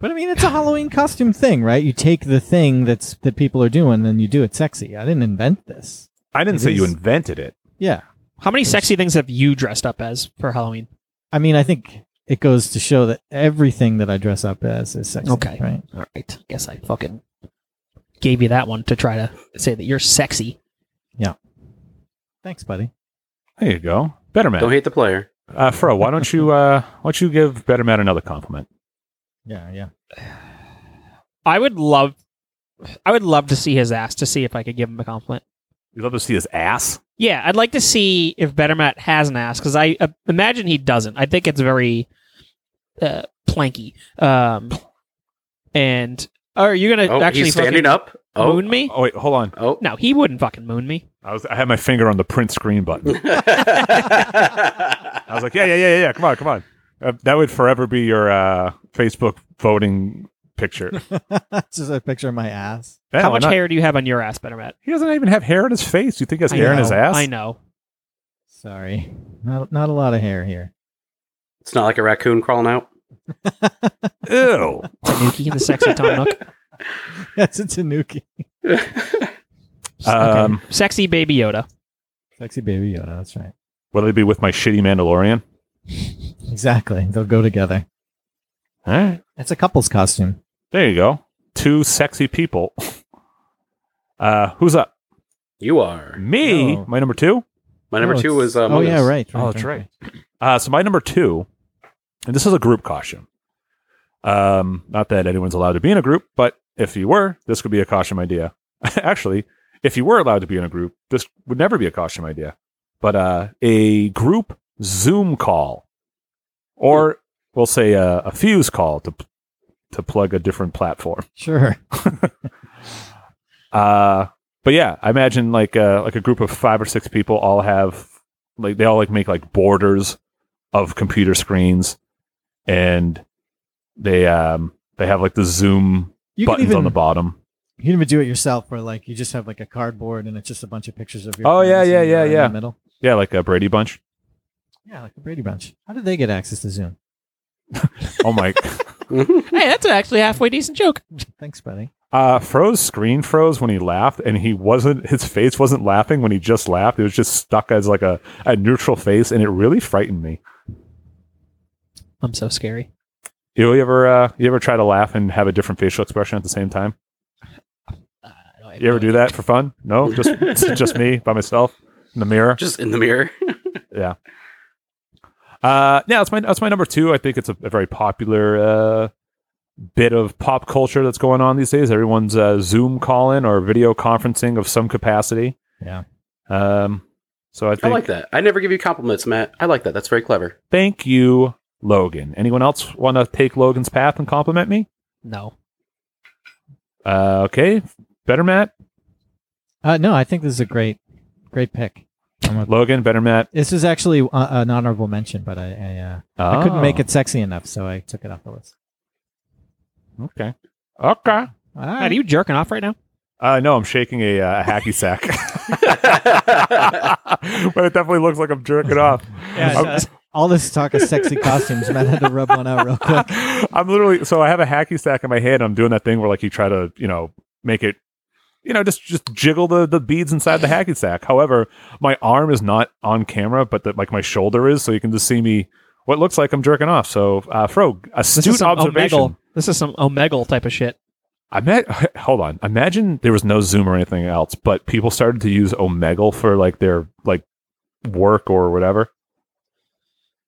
[SPEAKER 4] But I mean, it's a Halloween costume thing, right? You take the thing that's that people are doing, and you do it sexy. I didn't invent this.
[SPEAKER 1] I didn't
[SPEAKER 4] It
[SPEAKER 1] say you
[SPEAKER 4] is.
[SPEAKER 1] invented it.
[SPEAKER 4] Yeah,
[SPEAKER 2] How many sexy things have you dressed up as for Halloween?
[SPEAKER 4] I mean, I think it goes to show that everything that I dress up as is sexy.
[SPEAKER 2] Okay.
[SPEAKER 4] right?
[SPEAKER 2] All right. Guess I fucking gave you that one to try to say that you're sexy.
[SPEAKER 4] Thanks, buddy.
[SPEAKER 1] There you go. Better
[SPEAKER 3] Don't
[SPEAKER 1] man.
[SPEAKER 3] hate the player.
[SPEAKER 1] Uh, Fro, why don't you uh, why don't you give Better Man another compliment?
[SPEAKER 4] Yeah, yeah. <laughs>
[SPEAKER 2] I would love I would love to see his ass to see if I could give him a compliment.
[SPEAKER 1] You'd love to see his ass.
[SPEAKER 2] Yeah, I'd like to see if Better Matt has an ass because I uh, imagine he doesn't. I think it's very uh, planky. Um, and are you gonna
[SPEAKER 3] Oh,
[SPEAKER 2] actually
[SPEAKER 3] he's standing
[SPEAKER 2] fucking
[SPEAKER 3] up. Oh,
[SPEAKER 2] moon me?
[SPEAKER 1] Oh wait, hold on.
[SPEAKER 3] oh. <laughs>
[SPEAKER 2] No, he wouldn't fucking moon me.
[SPEAKER 1] I was I had my finger on the print screen button. I was like, yeah, yeah, yeah, yeah, yeah. Come on, come on. Uh, that would forever be your uh, Facebook voting picture.
[SPEAKER 4] It's just a picture of my ass.
[SPEAKER 1] Yeah,
[SPEAKER 2] How
[SPEAKER 1] why
[SPEAKER 2] much
[SPEAKER 1] not?
[SPEAKER 2] hair do you have on your ass, Better Matt?
[SPEAKER 1] He doesn't even have hair on his face. You think he has
[SPEAKER 2] I
[SPEAKER 1] hair in
[SPEAKER 2] know,
[SPEAKER 1] his ass?
[SPEAKER 2] I know.
[SPEAKER 4] Sorry, not not a lot of hair here. <laughs>
[SPEAKER 3] it's not like a raccoon crawling out.
[SPEAKER 1] Ew.
[SPEAKER 2] Tanuki and the sexy Tom Nook.
[SPEAKER 4] That's a Tanuki,
[SPEAKER 1] Um,
[SPEAKER 2] Okay. Sexy baby Yoda.
[SPEAKER 4] sexy baby Yoda. That's right.
[SPEAKER 1] Will they be with my shitty Mandalorian?
[SPEAKER 4] Exactly. They'll go together.
[SPEAKER 1] All right.
[SPEAKER 4] That's a couple's costume.
[SPEAKER 1] There you go. Two sexy people. <laughs> Uh, who's up?
[SPEAKER 3] you are
[SPEAKER 1] Me,
[SPEAKER 4] No.
[SPEAKER 1] my number two.
[SPEAKER 3] my number
[SPEAKER 4] No,
[SPEAKER 3] two
[SPEAKER 4] it's-
[SPEAKER 3] was uh,
[SPEAKER 4] oh
[SPEAKER 3] Among
[SPEAKER 4] yeah,
[SPEAKER 3] Us.
[SPEAKER 4] right.
[SPEAKER 1] Oh, that's right. Uh, so my number two, and this is a group caution. Um, not that anyone's allowed to be in a group, but if you were, this could be a caution idea. <laughs> Actually, if you were allowed to be in a group, this would never be a caution idea. But uh, a group Zoom call, or we'll say a, a fuse call to to plug a different platform.
[SPEAKER 4] Sure.
[SPEAKER 1] Uh, but yeah, I imagine like uh, like a group of five or six people all have like they all like make like borders of computer screens, and they um they have like the zoom
[SPEAKER 4] You can
[SPEAKER 1] buttons
[SPEAKER 4] even
[SPEAKER 1] on the bottom.
[SPEAKER 4] you can even do it yourself, where like you just have like a cardboard and it's just a bunch of pictures of your.
[SPEAKER 1] Oh, yeah,
[SPEAKER 4] friends
[SPEAKER 1] yeah,
[SPEAKER 4] and
[SPEAKER 1] yeah,
[SPEAKER 4] you're in
[SPEAKER 1] yeah.
[SPEAKER 4] The middle.
[SPEAKER 1] Yeah, like a Brady Bunch.
[SPEAKER 4] Yeah, like a Brady Bunch. How did they get access to Zoom?
[SPEAKER 1] Oh
[SPEAKER 4] <laughs>
[SPEAKER 1] my!
[SPEAKER 3] Mhm.
[SPEAKER 2] Hey, that's actually a halfway decent joke.
[SPEAKER 4] Thanks, buddy.
[SPEAKER 1] uh, Fro's screen froze when he laughed, and he wasn't. His face wasn't laughing when he just laughed. It was just stuck as like a, a neutral face, and it really frightened me.
[SPEAKER 2] I'm so scary.
[SPEAKER 1] You ever uh, you ever try to laugh and have a different facial expression at the same time?
[SPEAKER 2] Uh, I don't-
[SPEAKER 1] You ever do that for fun? No, just it's just me by myself in the mirror.
[SPEAKER 3] <laughs> Just in the mirror.
[SPEAKER 1] Uh, yeah, that's my that's my number two. I think it's a, a very popular uh, bit of pop culture that's going on these days. Everyone's uh, Zoom calling or video conferencing of some capacity.
[SPEAKER 4] Yeah.
[SPEAKER 1] Um. So I
[SPEAKER 3] I
[SPEAKER 1] think
[SPEAKER 3] like that. I never give you compliments, Matt. I like that. That's very clever.
[SPEAKER 1] thank you, Logan. Anyone else want to take Logan's path and compliment me?
[SPEAKER 2] No.
[SPEAKER 1] Uh, okay, better Matt,
[SPEAKER 4] Uh, no, I think this is a great, great pick. I'm a-
[SPEAKER 1] Logan, better Matt.
[SPEAKER 4] this is actually uh, an honorable mention, but I I, uh, I couldn't make it sexy enough, so I took it off the list.
[SPEAKER 1] Oh, Okay. Okay.
[SPEAKER 4] All
[SPEAKER 2] Matt,
[SPEAKER 4] right.
[SPEAKER 2] are you jerking off right now?
[SPEAKER 1] Uh, no, I'm shaking a, uh, a hacky sack. <laughs> but it definitely looks like I'm jerking off.
[SPEAKER 4] Yeah,
[SPEAKER 1] I'm,
[SPEAKER 2] <laughs>
[SPEAKER 4] All this talk of sexy costumes, Matt had to rub one out real quick.
[SPEAKER 2] <laughs>
[SPEAKER 1] I'm <laughs> literally so I have a hacky sack in my head. I'm doing that thing where like you try to you know make it you know just just jiggle the the beads inside the hacky sack. However, my arm is not on camera, but that like my shoulder is, so you can just see me. What looks like I'm jerking off. So, uh, Fro, astute observation.
[SPEAKER 2] Omegle. This is some Omegle type of shit.
[SPEAKER 1] I met. <laughs> Hold on. Imagine there was no Zoom or anything else, but people started to use Omegle for like their like work or whatever.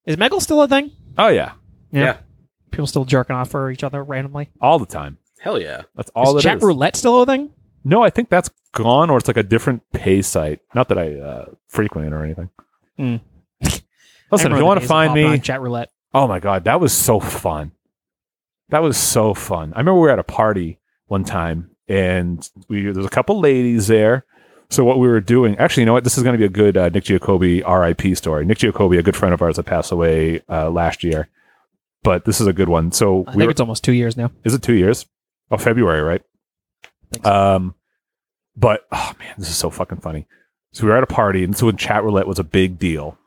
[SPEAKER 2] Is Megal still a thing?
[SPEAKER 1] Oh yeah,
[SPEAKER 3] Yeah.
[SPEAKER 2] People still jerking off for each other randomly.
[SPEAKER 1] all the time.
[SPEAKER 3] Hell yeah.
[SPEAKER 1] That's all
[SPEAKER 2] is
[SPEAKER 1] that
[SPEAKER 2] chat
[SPEAKER 1] is.
[SPEAKER 2] roulette still a thing?
[SPEAKER 1] No, I think that's gone, or it's like a different pay site. Not that I uh, frequent it or anything.
[SPEAKER 2] Hmm.
[SPEAKER 1] Listen,
[SPEAKER 2] I remember
[SPEAKER 1] if
[SPEAKER 2] the
[SPEAKER 1] you want
[SPEAKER 2] days
[SPEAKER 1] to
[SPEAKER 2] of
[SPEAKER 1] find
[SPEAKER 2] hopping on
[SPEAKER 1] me,
[SPEAKER 2] chat roulette.
[SPEAKER 1] oh my god, that was so fun. That was so fun. I remember we were at a party one time, and we there was a couple ladies there. So what we were doing, actually, you know what? This is going to be a good uh, Nick Giacobbe R.I.P. story. Nick Giacobbe, a good friend of ours that passed away uh, last year, but this is a good one. So
[SPEAKER 2] I
[SPEAKER 1] we
[SPEAKER 2] think
[SPEAKER 1] were,
[SPEAKER 2] it's almost two years now.
[SPEAKER 1] is it two years? Oh, February, right?
[SPEAKER 2] Thanks.
[SPEAKER 1] Um, but oh man, this is so fucking funny. So we were at a party, and so when chat roulette was a big deal,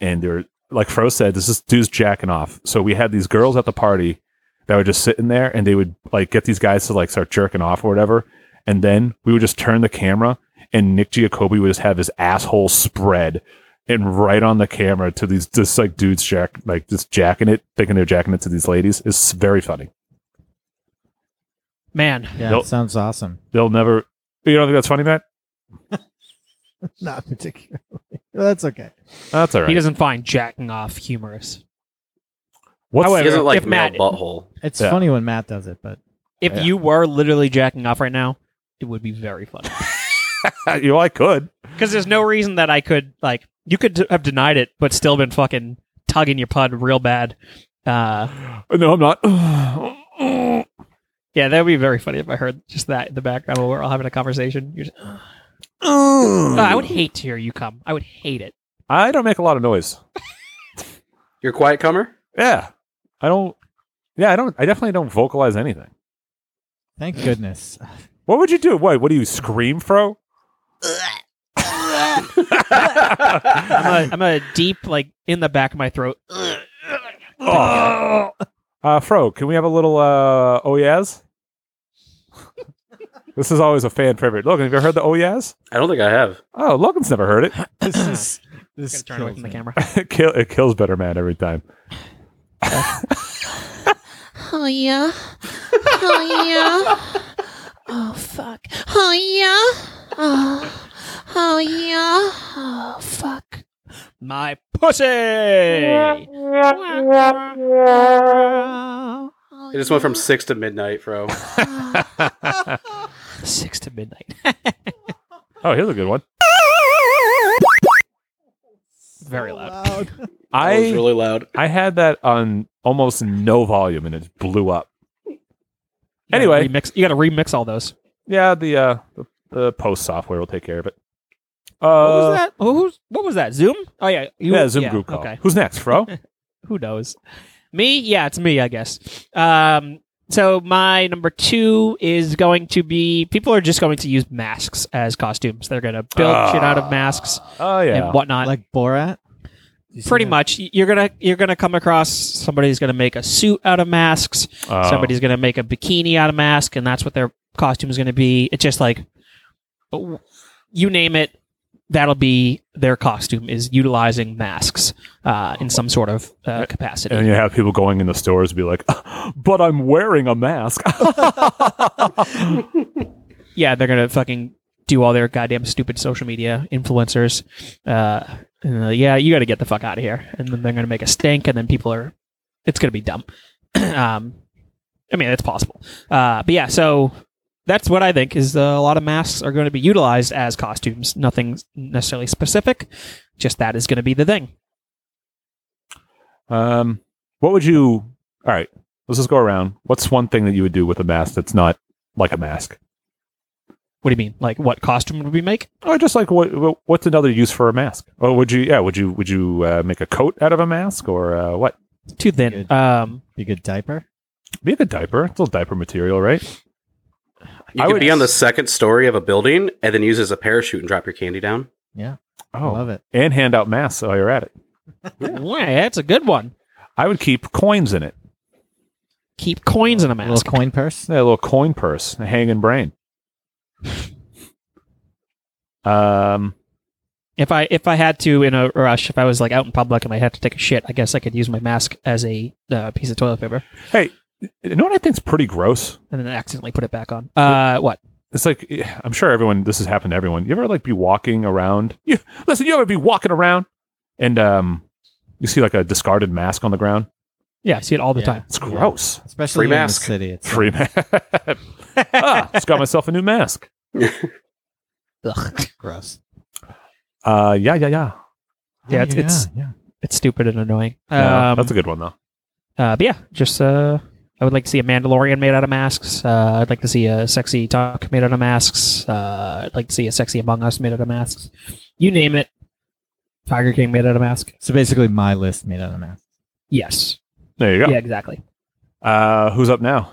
[SPEAKER 1] and they're like Fro said, this is dude's jacking off. So we had these girls at the party that would just sit in there and they would like get these guys to like start jerking off or whatever. And then we would just turn the camera and Nick Giacobbe would just have his asshole spread and right on the camera to these just like dudes jack like just jacking it, thinking they're jacking it to these ladies. It's very funny.
[SPEAKER 2] Man,
[SPEAKER 4] Yeah,
[SPEAKER 1] Nope.
[SPEAKER 4] sounds awesome.
[SPEAKER 1] They'll never you don't think that's funny, Matt?
[SPEAKER 4] Not particularly. That's okay.
[SPEAKER 1] That's all right.
[SPEAKER 2] he doesn't find jacking off humorous.
[SPEAKER 1] What's,
[SPEAKER 3] He
[SPEAKER 2] however-
[SPEAKER 3] doesn't like
[SPEAKER 2] If
[SPEAKER 3] male
[SPEAKER 2] Matt-
[SPEAKER 3] butthole.
[SPEAKER 4] It's
[SPEAKER 1] Yeah.
[SPEAKER 4] funny when Matt does it, but
[SPEAKER 2] If
[SPEAKER 1] Yeah.
[SPEAKER 2] you were literally jacking off right now, it would be very funny.
[SPEAKER 1] <laughs> you know, I could.
[SPEAKER 2] Because there's no reason that I could like you could d- have denied it, but still been fucking tugging your pud real bad. Uh,
[SPEAKER 1] No, I'm <sighs> not.
[SPEAKER 2] yeah, that would be very funny if I heard just that in the background while we're all having a conversation. You're just, Uh, I would hate to hear you come. I would hate it.
[SPEAKER 1] I don't make a lot of noise.
[SPEAKER 3] You're a quiet comer?
[SPEAKER 1] Yeah. I don't yeah, I don't I definitely don't vocalize anything.
[SPEAKER 4] thank goodness.
[SPEAKER 1] What would you do? What what do you scream, Fro? <laughs>
[SPEAKER 2] I'm a, I'm a deep like in the back of my throat.
[SPEAKER 1] Oh. Uh, Fro, can we have a little uh, oh yes? <laughs> this is always a fan favorite. Logan, have you ever heard the oh yes?
[SPEAKER 3] I don't think I have.
[SPEAKER 1] Oh, Logan's never heard it.
[SPEAKER 4] <laughs> This is this
[SPEAKER 2] Gotta turn away
[SPEAKER 4] kills
[SPEAKER 2] from the
[SPEAKER 4] me.
[SPEAKER 2] camera.
[SPEAKER 1] it, kill, it kills better man every time.
[SPEAKER 5] Oh yeah. Oh yeah. Oh fuck. Oh yeah. Oh, oh yeah. Oh fuck.
[SPEAKER 2] My pussy.
[SPEAKER 4] <laughs>
[SPEAKER 5] Oh,
[SPEAKER 3] It just went from
[SPEAKER 5] yeah.
[SPEAKER 3] six to midnight, bro.
[SPEAKER 5] Oh,
[SPEAKER 2] Six to
[SPEAKER 4] <laughs>
[SPEAKER 2] midnight.
[SPEAKER 1] Oh, here's a good one.
[SPEAKER 2] very loud. <laughs>
[SPEAKER 3] That
[SPEAKER 1] I
[SPEAKER 3] was really loud.
[SPEAKER 1] I had that on almost no volume and it blew up.
[SPEAKER 2] You gotta
[SPEAKER 1] Anyway.
[SPEAKER 2] remix. You got to remix all those.
[SPEAKER 1] Yeah, the uh the, the post software will take care of it. Uh,
[SPEAKER 2] What was that? Oh, who's, what was that? Zoom? Oh yeah, you,
[SPEAKER 1] yeah, Zoom group call.
[SPEAKER 2] Okay,
[SPEAKER 1] Who's next, <laughs> Fro?
[SPEAKER 2] who knows? Me? Yeah, it's me, I guess. Um, so my number two is going to be people are just going to use masks as costumes. They're gonna build
[SPEAKER 1] Ah.
[SPEAKER 2] shit out of masks
[SPEAKER 1] Oh yeah.
[SPEAKER 2] and whatnot.
[SPEAKER 4] like Borat. You seen
[SPEAKER 2] Pretty
[SPEAKER 4] that?
[SPEAKER 2] much, Y- you're gonna you're gonna come across somebody's gonna make a suit out of masks.
[SPEAKER 1] Oh.
[SPEAKER 2] Somebody's going to make a bikini out of mask, and that's what their costume is going to be. It's just like w- you name it, that'll be their costume is utilizing masks uh, in some sort of uh, capacity.
[SPEAKER 1] and you have people going in the stores be like, <laughs> "But I'm wearing a mask." <laughs>
[SPEAKER 2] yeah, they're gonna fucking do all their goddamn stupid social media influencers. Uh, and, uh, yeah, you got to get the fuck out of here. And then they're gonna make a stink, and then people are. It's gonna be dumb. <clears throat> um, I mean, it's possible. Uh, but yeah, so that's what I think is uh, a lot of masks are going to be utilized as costumes. Nothing necessarily specific, just that is going to be the thing.
[SPEAKER 1] um, what would you? All right, let's just go around. What's one thing that you would do with a mask that's not like a mask,
[SPEAKER 2] What do you mean? Like, what costume would we make?
[SPEAKER 1] or just like what? what- What's another use for a mask? Or would you? Yeah, would you? Would you uh, make a coat out of a mask or uh, what?
[SPEAKER 2] Too thin.
[SPEAKER 4] Good.
[SPEAKER 2] Um,
[SPEAKER 4] Be a good diaper.
[SPEAKER 1] Be a diaper. It's a little diaper material, right?
[SPEAKER 3] You
[SPEAKER 1] I
[SPEAKER 3] could
[SPEAKER 1] would-
[SPEAKER 3] be on the second story of a building and then use it as a parachute and drop your candy down.
[SPEAKER 2] Oh,
[SPEAKER 4] I love it.
[SPEAKER 1] Oh, and hand out masks while you're at it.
[SPEAKER 2] yeah, that's a good one.
[SPEAKER 1] I would keep coins in it.
[SPEAKER 2] Keep coins in a
[SPEAKER 4] little
[SPEAKER 2] mask.
[SPEAKER 4] coin purse.
[SPEAKER 1] Yeah, a little coin purse, a hanging brain. Um,
[SPEAKER 2] If I if I had to in a rush, if I was like out in public and I had to take a shit, I guess I could use my mask as a uh, piece of toilet paper
[SPEAKER 1] hey, you know what I think's pretty gross?
[SPEAKER 2] and then accidentally put it back on. Uh, what?
[SPEAKER 1] It's like I'm sure everyone this has happened to everyone. You ever like be walking around? You listen, you ever be walking around and um you see like a discarded mask on the ground?
[SPEAKER 2] Yeah, I see it all the
[SPEAKER 4] Yeah.
[SPEAKER 2] time.
[SPEAKER 1] It's gross.
[SPEAKER 4] Especially in
[SPEAKER 3] mask.
[SPEAKER 4] the city.
[SPEAKER 1] <laughs>
[SPEAKER 4] It's
[SPEAKER 1] Free mask. ah, just got myself a new mask.
[SPEAKER 2] Ugh.
[SPEAKER 4] gross.
[SPEAKER 1] Uh yeah, yeah, yeah.
[SPEAKER 2] Yeah, it's- it's-
[SPEAKER 4] yeah.
[SPEAKER 2] It's stupid and annoying.
[SPEAKER 1] Yeah,
[SPEAKER 2] Um,
[SPEAKER 1] that's a good one though.
[SPEAKER 2] uh, but yeah, just uh, I would like to see a Mandalorian made out of masks. Uh, I'd like to see a sexy talk made out of masks. Uh, I'd like to see a sexy Among Us made out of masks. You name it. Tiger King made out of mask.
[SPEAKER 4] So basically, my list made out of math.
[SPEAKER 2] Yes.
[SPEAKER 1] There you go.
[SPEAKER 2] Yeah, exactly.
[SPEAKER 1] Uh who's up now?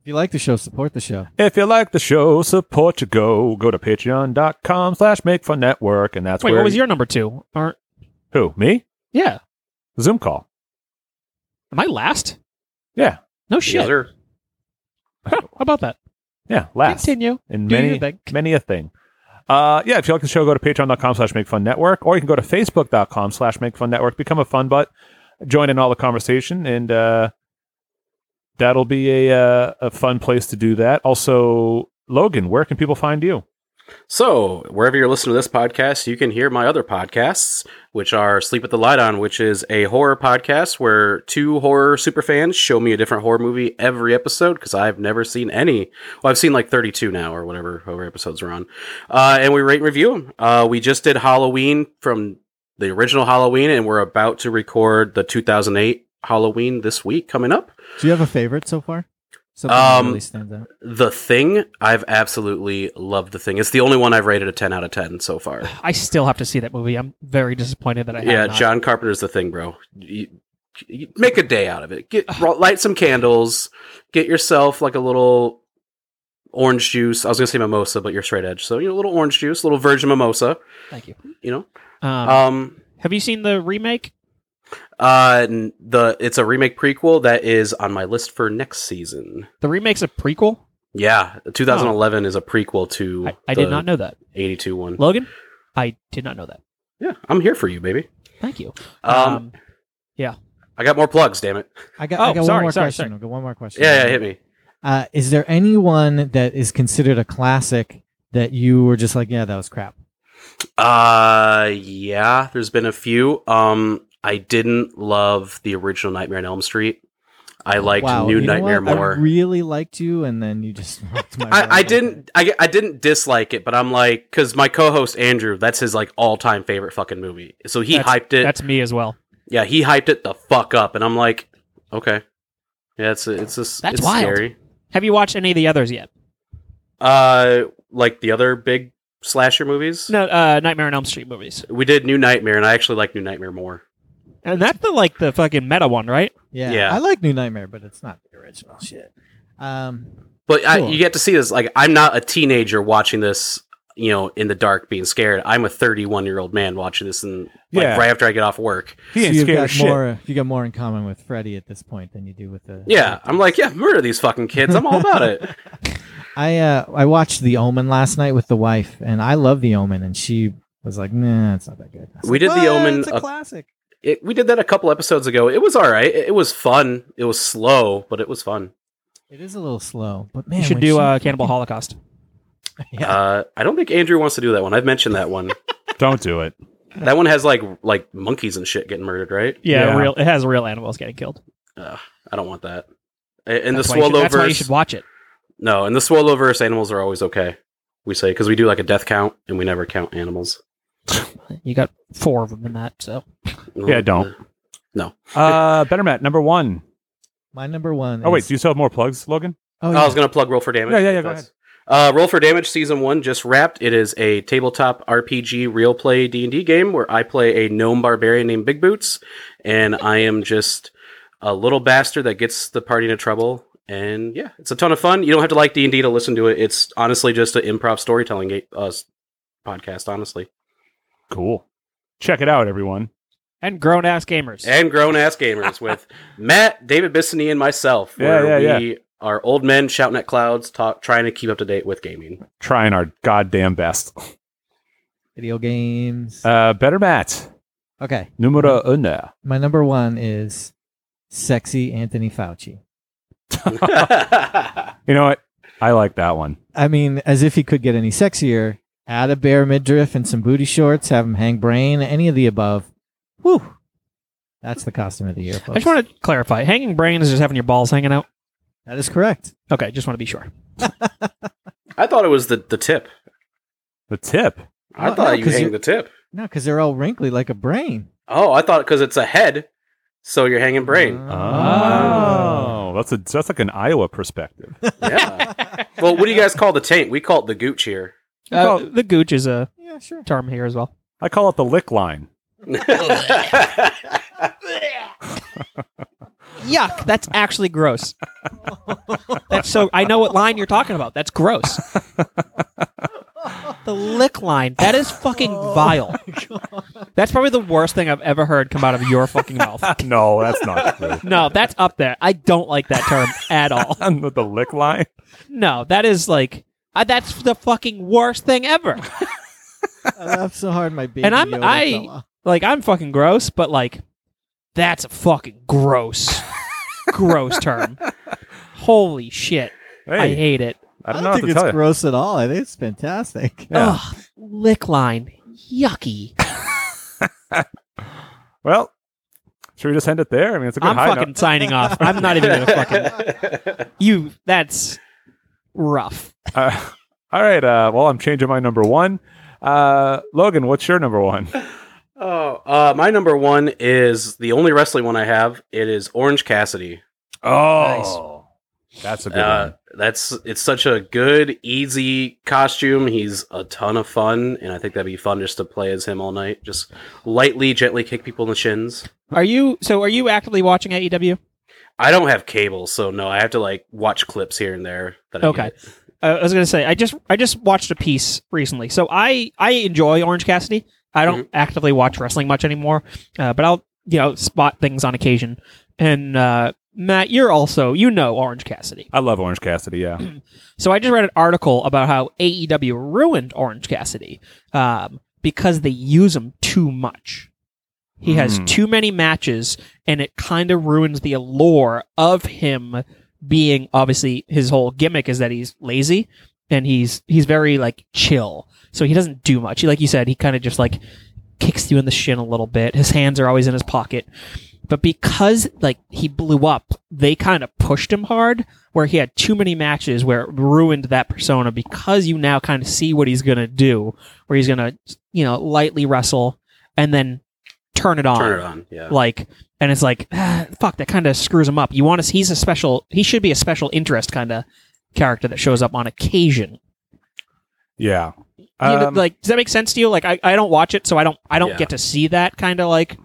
[SPEAKER 4] If you like the show, support the show.
[SPEAKER 1] If you like the show, support your go. Go to patreon.com slash makefunnetwork, and that's
[SPEAKER 2] Wait,
[SPEAKER 1] where
[SPEAKER 2] what was your number two? Aren't
[SPEAKER 1] who? Me?
[SPEAKER 2] yeah?
[SPEAKER 1] Zoom call.
[SPEAKER 2] Am I last?
[SPEAKER 1] Yeah.
[SPEAKER 2] No
[SPEAKER 3] The
[SPEAKER 2] shit.
[SPEAKER 3] other-
[SPEAKER 2] Huh, how about that?
[SPEAKER 1] Yeah, last
[SPEAKER 2] Continue.
[SPEAKER 1] and
[SPEAKER 2] Do your
[SPEAKER 1] many
[SPEAKER 2] thing.
[SPEAKER 1] many a thing. Uh, yeah, if you like the show, go to patreon.com slash make fun network, or you can go to facebook.com slash make fun network, become a fun butt, join in all the conversation, and uh, that'll be a, uh, a fun place to do that. Also, Logan, where can people find you?
[SPEAKER 3] So, wherever you're listening to this podcast, you can hear my other podcasts, which are Sleep with the Light On, which is a horror podcast where two horror superfans show me a different horror movie every episode because I've never seen any. Well, I've seen like 32 now or whatever, however episodes are on. Uh, and we rate and review them. Uh, we just did Halloween from the original Halloween, and we're about to record the 2008 Halloween this week coming up.
[SPEAKER 4] Do you have a favorite so far? Something that
[SPEAKER 3] Um,
[SPEAKER 4] really stands out.
[SPEAKER 3] The Thing, I've absolutely loved The Thing. It's the only one I've rated a 10 out of 10 so far.
[SPEAKER 2] I still have to see that movie. I'm very disappointed that I have
[SPEAKER 3] yeah,
[SPEAKER 2] not.
[SPEAKER 3] John Carpenter's the thing, bro. You, you make a day out of
[SPEAKER 2] <sighs>
[SPEAKER 3] it. Get ro- light some candles. Get yourself like a little orange juice. I was gonna say mimosa, but you're straight edge, so you know, a little orange juice, a little virgin mimosa.
[SPEAKER 2] Thank you.
[SPEAKER 3] You know,
[SPEAKER 2] Um,
[SPEAKER 3] um,
[SPEAKER 2] have you seen the remake?
[SPEAKER 3] uh, n- the it's a remake prequel that is on my list for next season.
[SPEAKER 2] The remake's a prequel.
[SPEAKER 3] Yeah, 2011 is a prequel to
[SPEAKER 2] I, I did not know that.
[SPEAKER 3] 82 one.
[SPEAKER 2] Logan, I did not know that.
[SPEAKER 3] Yeah, I'm here for you, baby.
[SPEAKER 2] Thank you.
[SPEAKER 3] Um, I got more plugs. Damn it.
[SPEAKER 4] I got,
[SPEAKER 2] Oh,
[SPEAKER 4] I got
[SPEAKER 2] sorry,
[SPEAKER 4] one more
[SPEAKER 2] sorry,
[SPEAKER 4] question.
[SPEAKER 2] sorry.
[SPEAKER 4] I got one more question.
[SPEAKER 3] Yeah, yeah, hit me.
[SPEAKER 4] Uh, is there anyone that is considered a classic that you were just like, yeah, that was crap?
[SPEAKER 3] Uh yeah, there's been a few. Um I didn't love the original Nightmare on Elm Street. I liked
[SPEAKER 4] Oh, Wow,
[SPEAKER 3] New
[SPEAKER 4] you know
[SPEAKER 3] Nightmare
[SPEAKER 4] what?
[SPEAKER 3] more.
[SPEAKER 4] I really liked you, and then you just. <laughs> knocked my
[SPEAKER 3] I, I
[SPEAKER 4] mind.
[SPEAKER 3] didn't I, I didn't dislike it, but I'm like cuz my co-host Andrew, that's his like all-time favorite fucking movie. So he
[SPEAKER 2] That's-
[SPEAKER 3] hyped it.
[SPEAKER 2] That's me as well.
[SPEAKER 3] Yeah, he hyped it the fuck up and I'm like, okay. Yeah, it's it's just
[SPEAKER 2] That's
[SPEAKER 3] it's
[SPEAKER 2] wild.
[SPEAKER 3] scary.
[SPEAKER 2] Have you watched any of the others yet?
[SPEAKER 3] Uh like the other big slasher movies.
[SPEAKER 2] No, uh, Nightmare on Elm Street movies,
[SPEAKER 3] We did New Nightmare and I actually like New Nightmare more.
[SPEAKER 2] and that's the like the fucking meta one, right?
[SPEAKER 4] Yeah,
[SPEAKER 3] Yeah.
[SPEAKER 4] I like New Nightmare, but it's not the original shit. Um,
[SPEAKER 3] But I,
[SPEAKER 4] Cool.
[SPEAKER 3] you get to see this. Like, I'm not a teenager watching this, you know, in the dark being scared. I'm a 31 year old man watching this, and like
[SPEAKER 1] Yeah.
[SPEAKER 3] right after I get off work,
[SPEAKER 1] He
[SPEAKER 4] so
[SPEAKER 1] ain't
[SPEAKER 4] you've
[SPEAKER 1] scared
[SPEAKER 4] got
[SPEAKER 1] of shit.
[SPEAKER 4] more. You got more in common with Freddy at this point than you do with the.
[SPEAKER 3] yeah, I'm like, yeah, murder these fucking kids. I'm all
[SPEAKER 2] <laughs>
[SPEAKER 3] about it.
[SPEAKER 4] I uh, I watched The Omen last night with the wife, and I love The Omen, and she was like, "Nah, it's not that good." I was
[SPEAKER 3] We
[SPEAKER 4] like,
[SPEAKER 3] did The
[SPEAKER 4] "What?
[SPEAKER 3] Omen
[SPEAKER 4] It's a
[SPEAKER 3] a-
[SPEAKER 4] classic.
[SPEAKER 3] it. We did that a couple episodes ago. It was all right. It, it was fun. It was slow, but it was fun.
[SPEAKER 4] It is a little slow, but man,
[SPEAKER 2] you should
[SPEAKER 4] when
[SPEAKER 2] do
[SPEAKER 4] she-
[SPEAKER 2] uh, Cannibal Holocaust.
[SPEAKER 3] <laughs>
[SPEAKER 4] Yeah.
[SPEAKER 3] Uh, I don't think Andrew wants to do that one. I've mentioned
[SPEAKER 2] <laughs>
[SPEAKER 3] that one.
[SPEAKER 1] <laughs> Don't do it.
[SPEAKER 3] that one has like like monkeys and shit getting murdered, right?
[SPEAKER 2] Yeah,
[SPEAKER 1] Yeah.
[SPEAKER 2] real. It has real animals getting killed.
[SPEAKER 3] Uh, I don't want that. A- In the
[SPEAKER 2] that's why you should- that's why you
[SPEAKER 3] Swallowverse,
[SPEAKER 2] should watch it.
[SPEAKER 3] No, in the Swallowverse, animals are always okay. We say because we do like a death count, and we never count animals.
[SPEAKER 2] You got four of them in that, so
[SPEAKER 1] Yeah, don't. Uh, Better Matt, number one.
[SPEAKER 4] My number one.
[SPEAKER 1] Oh, wait,
[SPEAKER 4] is-
[SPEAKER 1] do you still have more plugs, Logan?
[SPEAKER 4] oh,
[SPEAKER 3] I
[SPEAKER 4] yeah.
[SPEAKER 3] was gonna plug Roll for Damage.
[SPEAKER 1] Yeah, yeah, yeah,
[SPEAKER 3] if
[SPEAKER 1] go
[SPEAKER 3] that's- Uh, Roll for Damage season one just wrapped. It is a tabletop RPG real play D and D game where I play a gnome barbarian named Big Boots, and I am just a little bastard that gets the party into trouble. And yeah, it's a ton of fun. You don't have to like D and D to listen to it. It's honestly just an improv storytelling ga- uh, s- podcast, honestly,
[SPEAKER 1] Cool. Check it out, everyone.
[SPEAKER 2] and grown ass gamers.
[SPEAKER 3] and grown
[SPEAKER 1] <laughs>
[SPEAKER 3] ass gamers with Matt, David Bissany, and myself.
[SPEAKER 1] Yeah,
[SPEAKER 3] where
[SPEAKER 1] yeah,
[SPEAKER 3] we are old men shouting at clouds, talk, trying to keep up to date with gaming.
[SPEAKER 1] <laughs>
[SPEAKER 3] <laughs>
[SPEAKER 1] Trying our goddamn best.
[SPEAKER 4] video games.
[SPEAKER 1] Uh, Better Matt,
[SPEAKER 4] okay,
[SPEAKER 1] numero uno.
[SPEAKER 4] my number one is sexy Anthony Fauci.
[SPEAKER 1] You know what? I like that one.
[SPEAKER 4] I mean, as if he could get any sexier. Add a bare midriff and some booty shorts. Have him hang brain. Any of the above. Whew. That's the costume of the year.
[SPEAKER 2] I
[SPEAKER 4] Folks.
[SPEAKER 2] just want to clarify: hanging brain is just having your balls hanging out.
[SPEAKER 4] that is correct.
[SPEAKER 2] Okay, just want to be sure.
[SPEAKER 3] I thought it was the, the tip.
[SPEAKER 1] The tip.
[SPEAKER 3] I
[SPEAKER 4] No,
[SPEAKER 3] thought
[SPEAKER 4] no,
[SPEAKER 3] you
[SPEAKER 4] 'cause
[SPEAKER 3] hang
[SPEAKER 4] you-
[SPEAKER 3] the tip.
[SPEAKER 4] No, because they're all wrinkly like a brain.
[SPEAKER 3] Oh, I thought because it's a head, so you're hanging brain.
[SPEAKER 1] Oh, that's a that's like an Iowa perspective.
[SPEAKER 3] yeah.
[SPEAKER 1] <laughs>
[SPEAKER 3] Well, what do you guys call the taint? We call it the gooch here. <laughs>
[SPEAKER 2] Uh,
[SPEAKER 1] Well-
[SPEAKER 2] the gooch is a
[SPEAKER 4] Yeah, sure.
[SPEAKER 2] term here as well.
[SPEAKER 1] I call it the lick line.
[SPEAKER 2] Yuck! That's actually gross. that's so. I know what line you're talking about. That's gross. the lick line. That is fucking vile. That's probably the worst thing I've ever heard come out of your fucking mouth.
[SPEAKER 1] no, that's not true. <laughs>
[SPEAKER 2] No, that's up there. I don't like that term at all.
[SPEAKER 1] With the lick line.
[SPEAKER 2] No, that is like I, that's the fucking worst thing ever.
[SPEAKER 4] I laughed so hard, my baby.
[SPEAKER 2] And I'm-
[SPEAKER 4] Yoda
[SPEAKER 2] I-
[SPEAKER 4] fell off.
[SPEAKER 2] Like I'm fucking gross, but like that's a fucking gross, gross term. Holy shit!
[SPEAKER 1] Hey,
[SPEAKER 2] I hate it.
[SPEAKER 1] I don't know
[SPEAKER 4] I don't
[SPEAKER 1] what
[SPEAKER 4] think
[SPEAKER 1] to
[SPEAKER 4] it's
[SPEAKER 1] tell you.
[SPEAKER 4] gross at all. I think it's fantastic.
[SPEAKER 1] Yeah.
[SPEAKER 2] Ugh, lick line, yucky.
[SPEAKER 1] Well, should we just end it there? I mean, it's a good
[SPEAKER 2] I'm
[SPEAKER 1] high
[SPEAKER 2] fucking
[SPEAKER 1] note.
[SPEAKER 2] signing off. I'm not even gonna fucking
[SPEAKER 1] <laughs>
[SPEAKER 2] you. That's rough.
[SPEAKER 1] Uh, <laughs> all right. Uh, well, I'm changing my number one. Uh, Logan, what's your number one?
[SPEAKER 3] oh, uh, my number one is the only wrestling one I have. It is Orange Cassidy.
[SPEAKER 1] Oh, that's a good
[SPEAKER 3] Uh, that's it's such a good, easy costume. He's a ton of fun, and I think that'd be fun just to play as him all night. Just lightly, gently kick people in the shins.
[SPEAKER 2] Are you so? Are you actively watching E AEW?
[SPEAKER 3] I don't have cable, so no, I have to like watch clips here and there. That I
[SPEAKER 2] Okay.
[SPEAKER 3] get.
[SPEAKER 2] Uh, I was gonna say I just I just watched a piece recently, so I I enjoy Orange Cassidy. I don't actively watch wrestling much anymore, uh, but I'll you know spot things on occasion. And uh, Matt, you're also you know Orange Cassidy,
[SPEAKER 1] one. I love Orange Cassidy. Yeah.
[SPEAKER 2] so I just read an article about how AEW ruined Orange Cassidy um, because they use him too much. He has
[SPEAKER 1] Hmm.
[SPEAKER 2] too many matches, and it kind of ruins the allure of him being. Obviously, his whole gimmick is that he's lazy and he's he's very like chill, so he doesn't do much. He, like you said, he kind of just like kicks you in the shin a little bit. His hands are always in his pocket, but because like he blew up, they kind of pushed him hard. Where he had too many matches, where it ruined that persona. Because you now kind of see what he's gonna do, where he's gonna you know lightly wrestle and then turn it on
[SPEAKER 3] Turn it on. Yeah.
[SPEAKER 2] like and it's like ah, fuck that kind of screws him up you want to he's a special he should be a special interest kind of character that shows up on occasion
[SPEAKER 1] Yeah.
[SPEAKER 2] You know,
[SPEAKER 1] Um,
[SPEAKER 2] like does that make sense to you like i, I don't watch it so i don't i don't
[SPEAKER 3] Yeah.
[SPEAKER 2] get to see that kind of like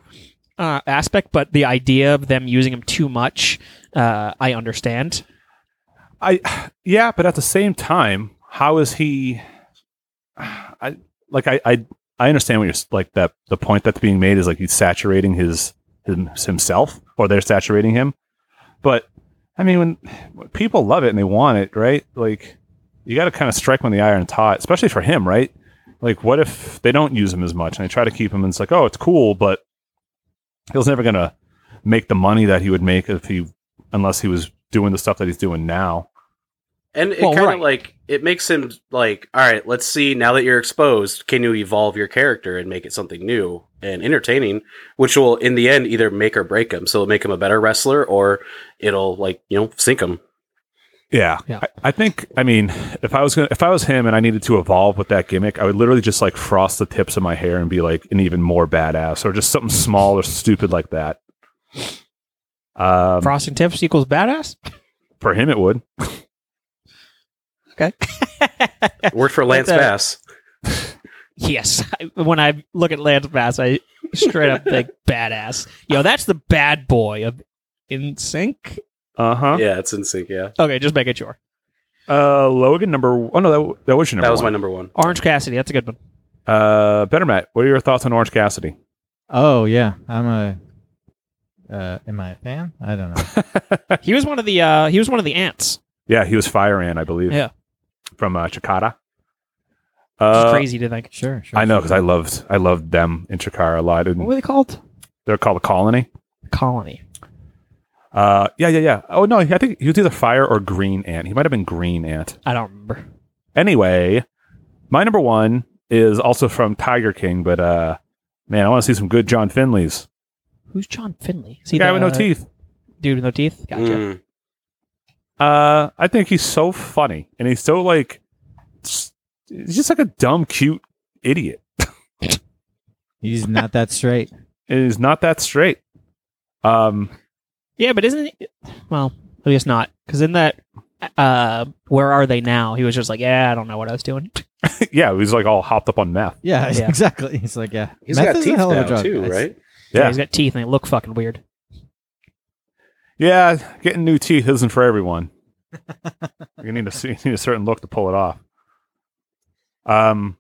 [SPEAKER 2] uh, aspect but the idea of them using him too much uh, i understand
[SPEAKER 1] I yeah, but at the same time, how is he? I like I I, I understand what you're s- like that the point that's being made is like he's saturating his, his himself or they're saturating him, but I mean when, when people love it and they want it, right? Like you got to kind of strike when the iron's hot, especially for him, right? Like what if they don't use him as much and they try to keep him and it's like oh it's cool, but he was never gonna make the money that he would make if he unless he was doing the stuff that he's doing now.
[SPEAKER 3] And it
[SPEAKER 2] Well,
[SPEAKER 3] kind of
[SPEAKER 2] right.
[SPEAKER 3] like it makes him like, all right, let's see. Now that you're exposed, can you evolve your character and make it something new and entertaining, which will in the end either make or break him. So it'll make him a better wrestler, or it'll like you know sink him.
[SPEAKER 1] Yeah,
[SPEAKER 2] Yeah.
[SPEAKER 1] I, I think. I mean, if I was gonna, if I was him and I needed to evolve with that gimmick, I would literally just like frost the tips of my hair and be like an even more badass, or just something small or stupid like that. Um,
[SPEAKER 2] frosting tips equals
[SPEAKER 1] <laughs>
[SPEAKER 2] badass
[SPEAKER 1] for him, it would.
[SPEAKER 2] okay
[SPEAKER 3] Worked for Lance
[SPEAKER 2] Like that.
[SPEAKER 3] Bass.
[SPEAKER 2] yes <laughs> I- when i look at lance bass i straight
[SPEAKER 1] <laughs>
[SPEAKER 2] up think badass yo that's the bad boy of in sync
[SPEAKER 1] Uh huh.
[SPEAKER 3] Yeah, it's in sync. Yeah,
[SPEAKER 2] Okay, just making sure.
[SPEAKER 1] Uh, Logan number. Oh no, that, w- that was your number.
[SPEAKER 3] that was my
[SPEAKER 1] one.
[SPEAKER 3] number one.
[SPEAKER 2] Orange Cassidy, that's a good one. <laughs>
[SPEAKER 1] Uh, better Matt. What are your thoughts on Orange Cassidy?
[SPEAKER 4] <laughs> Oh yeah, I'm a. Uh, am I a fan? I don't know.
[SPEAKER 2] He was one of the uh he was one of the ants.
[SPEAKER 1] Yeah, he was Fire Ant, I believe.
[SPEAKER 2] Yeah.
[SPEAKER 1] from uh, Chikara.
[SPEAKER 2] Which is
[SPEAKER 1] Uh,
[SPEAKER 2] crazy to think.
[SPEAKER 4] Sure, sure.
[SPEAKER 1] I know
[SPEAKER 4] sure.
[SPEAKER 1] because I loved I loved them in Chikara a lot,
[SPEAKER 2] What
[SPEAKER 1] and
[SPEAKER 2] were they called?
[SPEAKER 1] they're called the Colony.
[SPEAKER 2] Colony.
[SPEAKER 1] Uh, yeah, yeah, yeah. Oh no, I think he was either fire or green ant. He might have been green ant.
[SPEAKER 2] I don't remember.
[SPEAKER 1] Anyway, my number one is also from Tiger King, but uh, man, I want to see some good John Finley's
[SPEAKER 2] Who's John Finley? Is
[SPEAKER 1] the guy with no
[SPEAKER 2] uh,
[SPEAKER 1] teeth.
[SPEAKER 2] Dude with no teeth? Gotcha.
[SPEAKER 3] Mm.
[SPEAKER 1] Uh, I think he's so funny, and he's so like, s- he's just like a dumb, cute idiot,
[SPEAKER 4] he's not that straight.
[SPEAKER 1] and he's not that straight. Um, <laughs>
[SPEAKER 2] Yeah, but isn't it well, I guess not. Because in that uh where are they now? He was just like, Yeah, I don't know what I was doing.
[SPEAKER 1] yeah, he's like all hopped up on meth.
[SPEAKER 4] Yeah, <laughs>
[SPEAKER 2] Yeah.
[SPEAKER 4] exactly. He's like, yeah,
[SPEAKER 3] He's
[SPEAKER 4] meth
[SPEAKER 3] got
[SPEAKER 4] is a
[SPEAKER 3] teeth
[SPEAKER 4] hell of a
[SPEAKER 3] now
[SPEAKER 4] drug,
[SPEAKER 3] too,
[SPEAKER 4] guys.
[SPEAKER 3] right?
[SPEAKER 1] Yeah.
[SPEAKER 2] He's got teeth and they look fucking weird.
[SPEAKER 1] Yeah, getting new teeth isn't for
[SPEAKER 4] <laughs>
[SPEAKER 1] everyone. <laughs> you need a you need a certain look to pull it off. Um,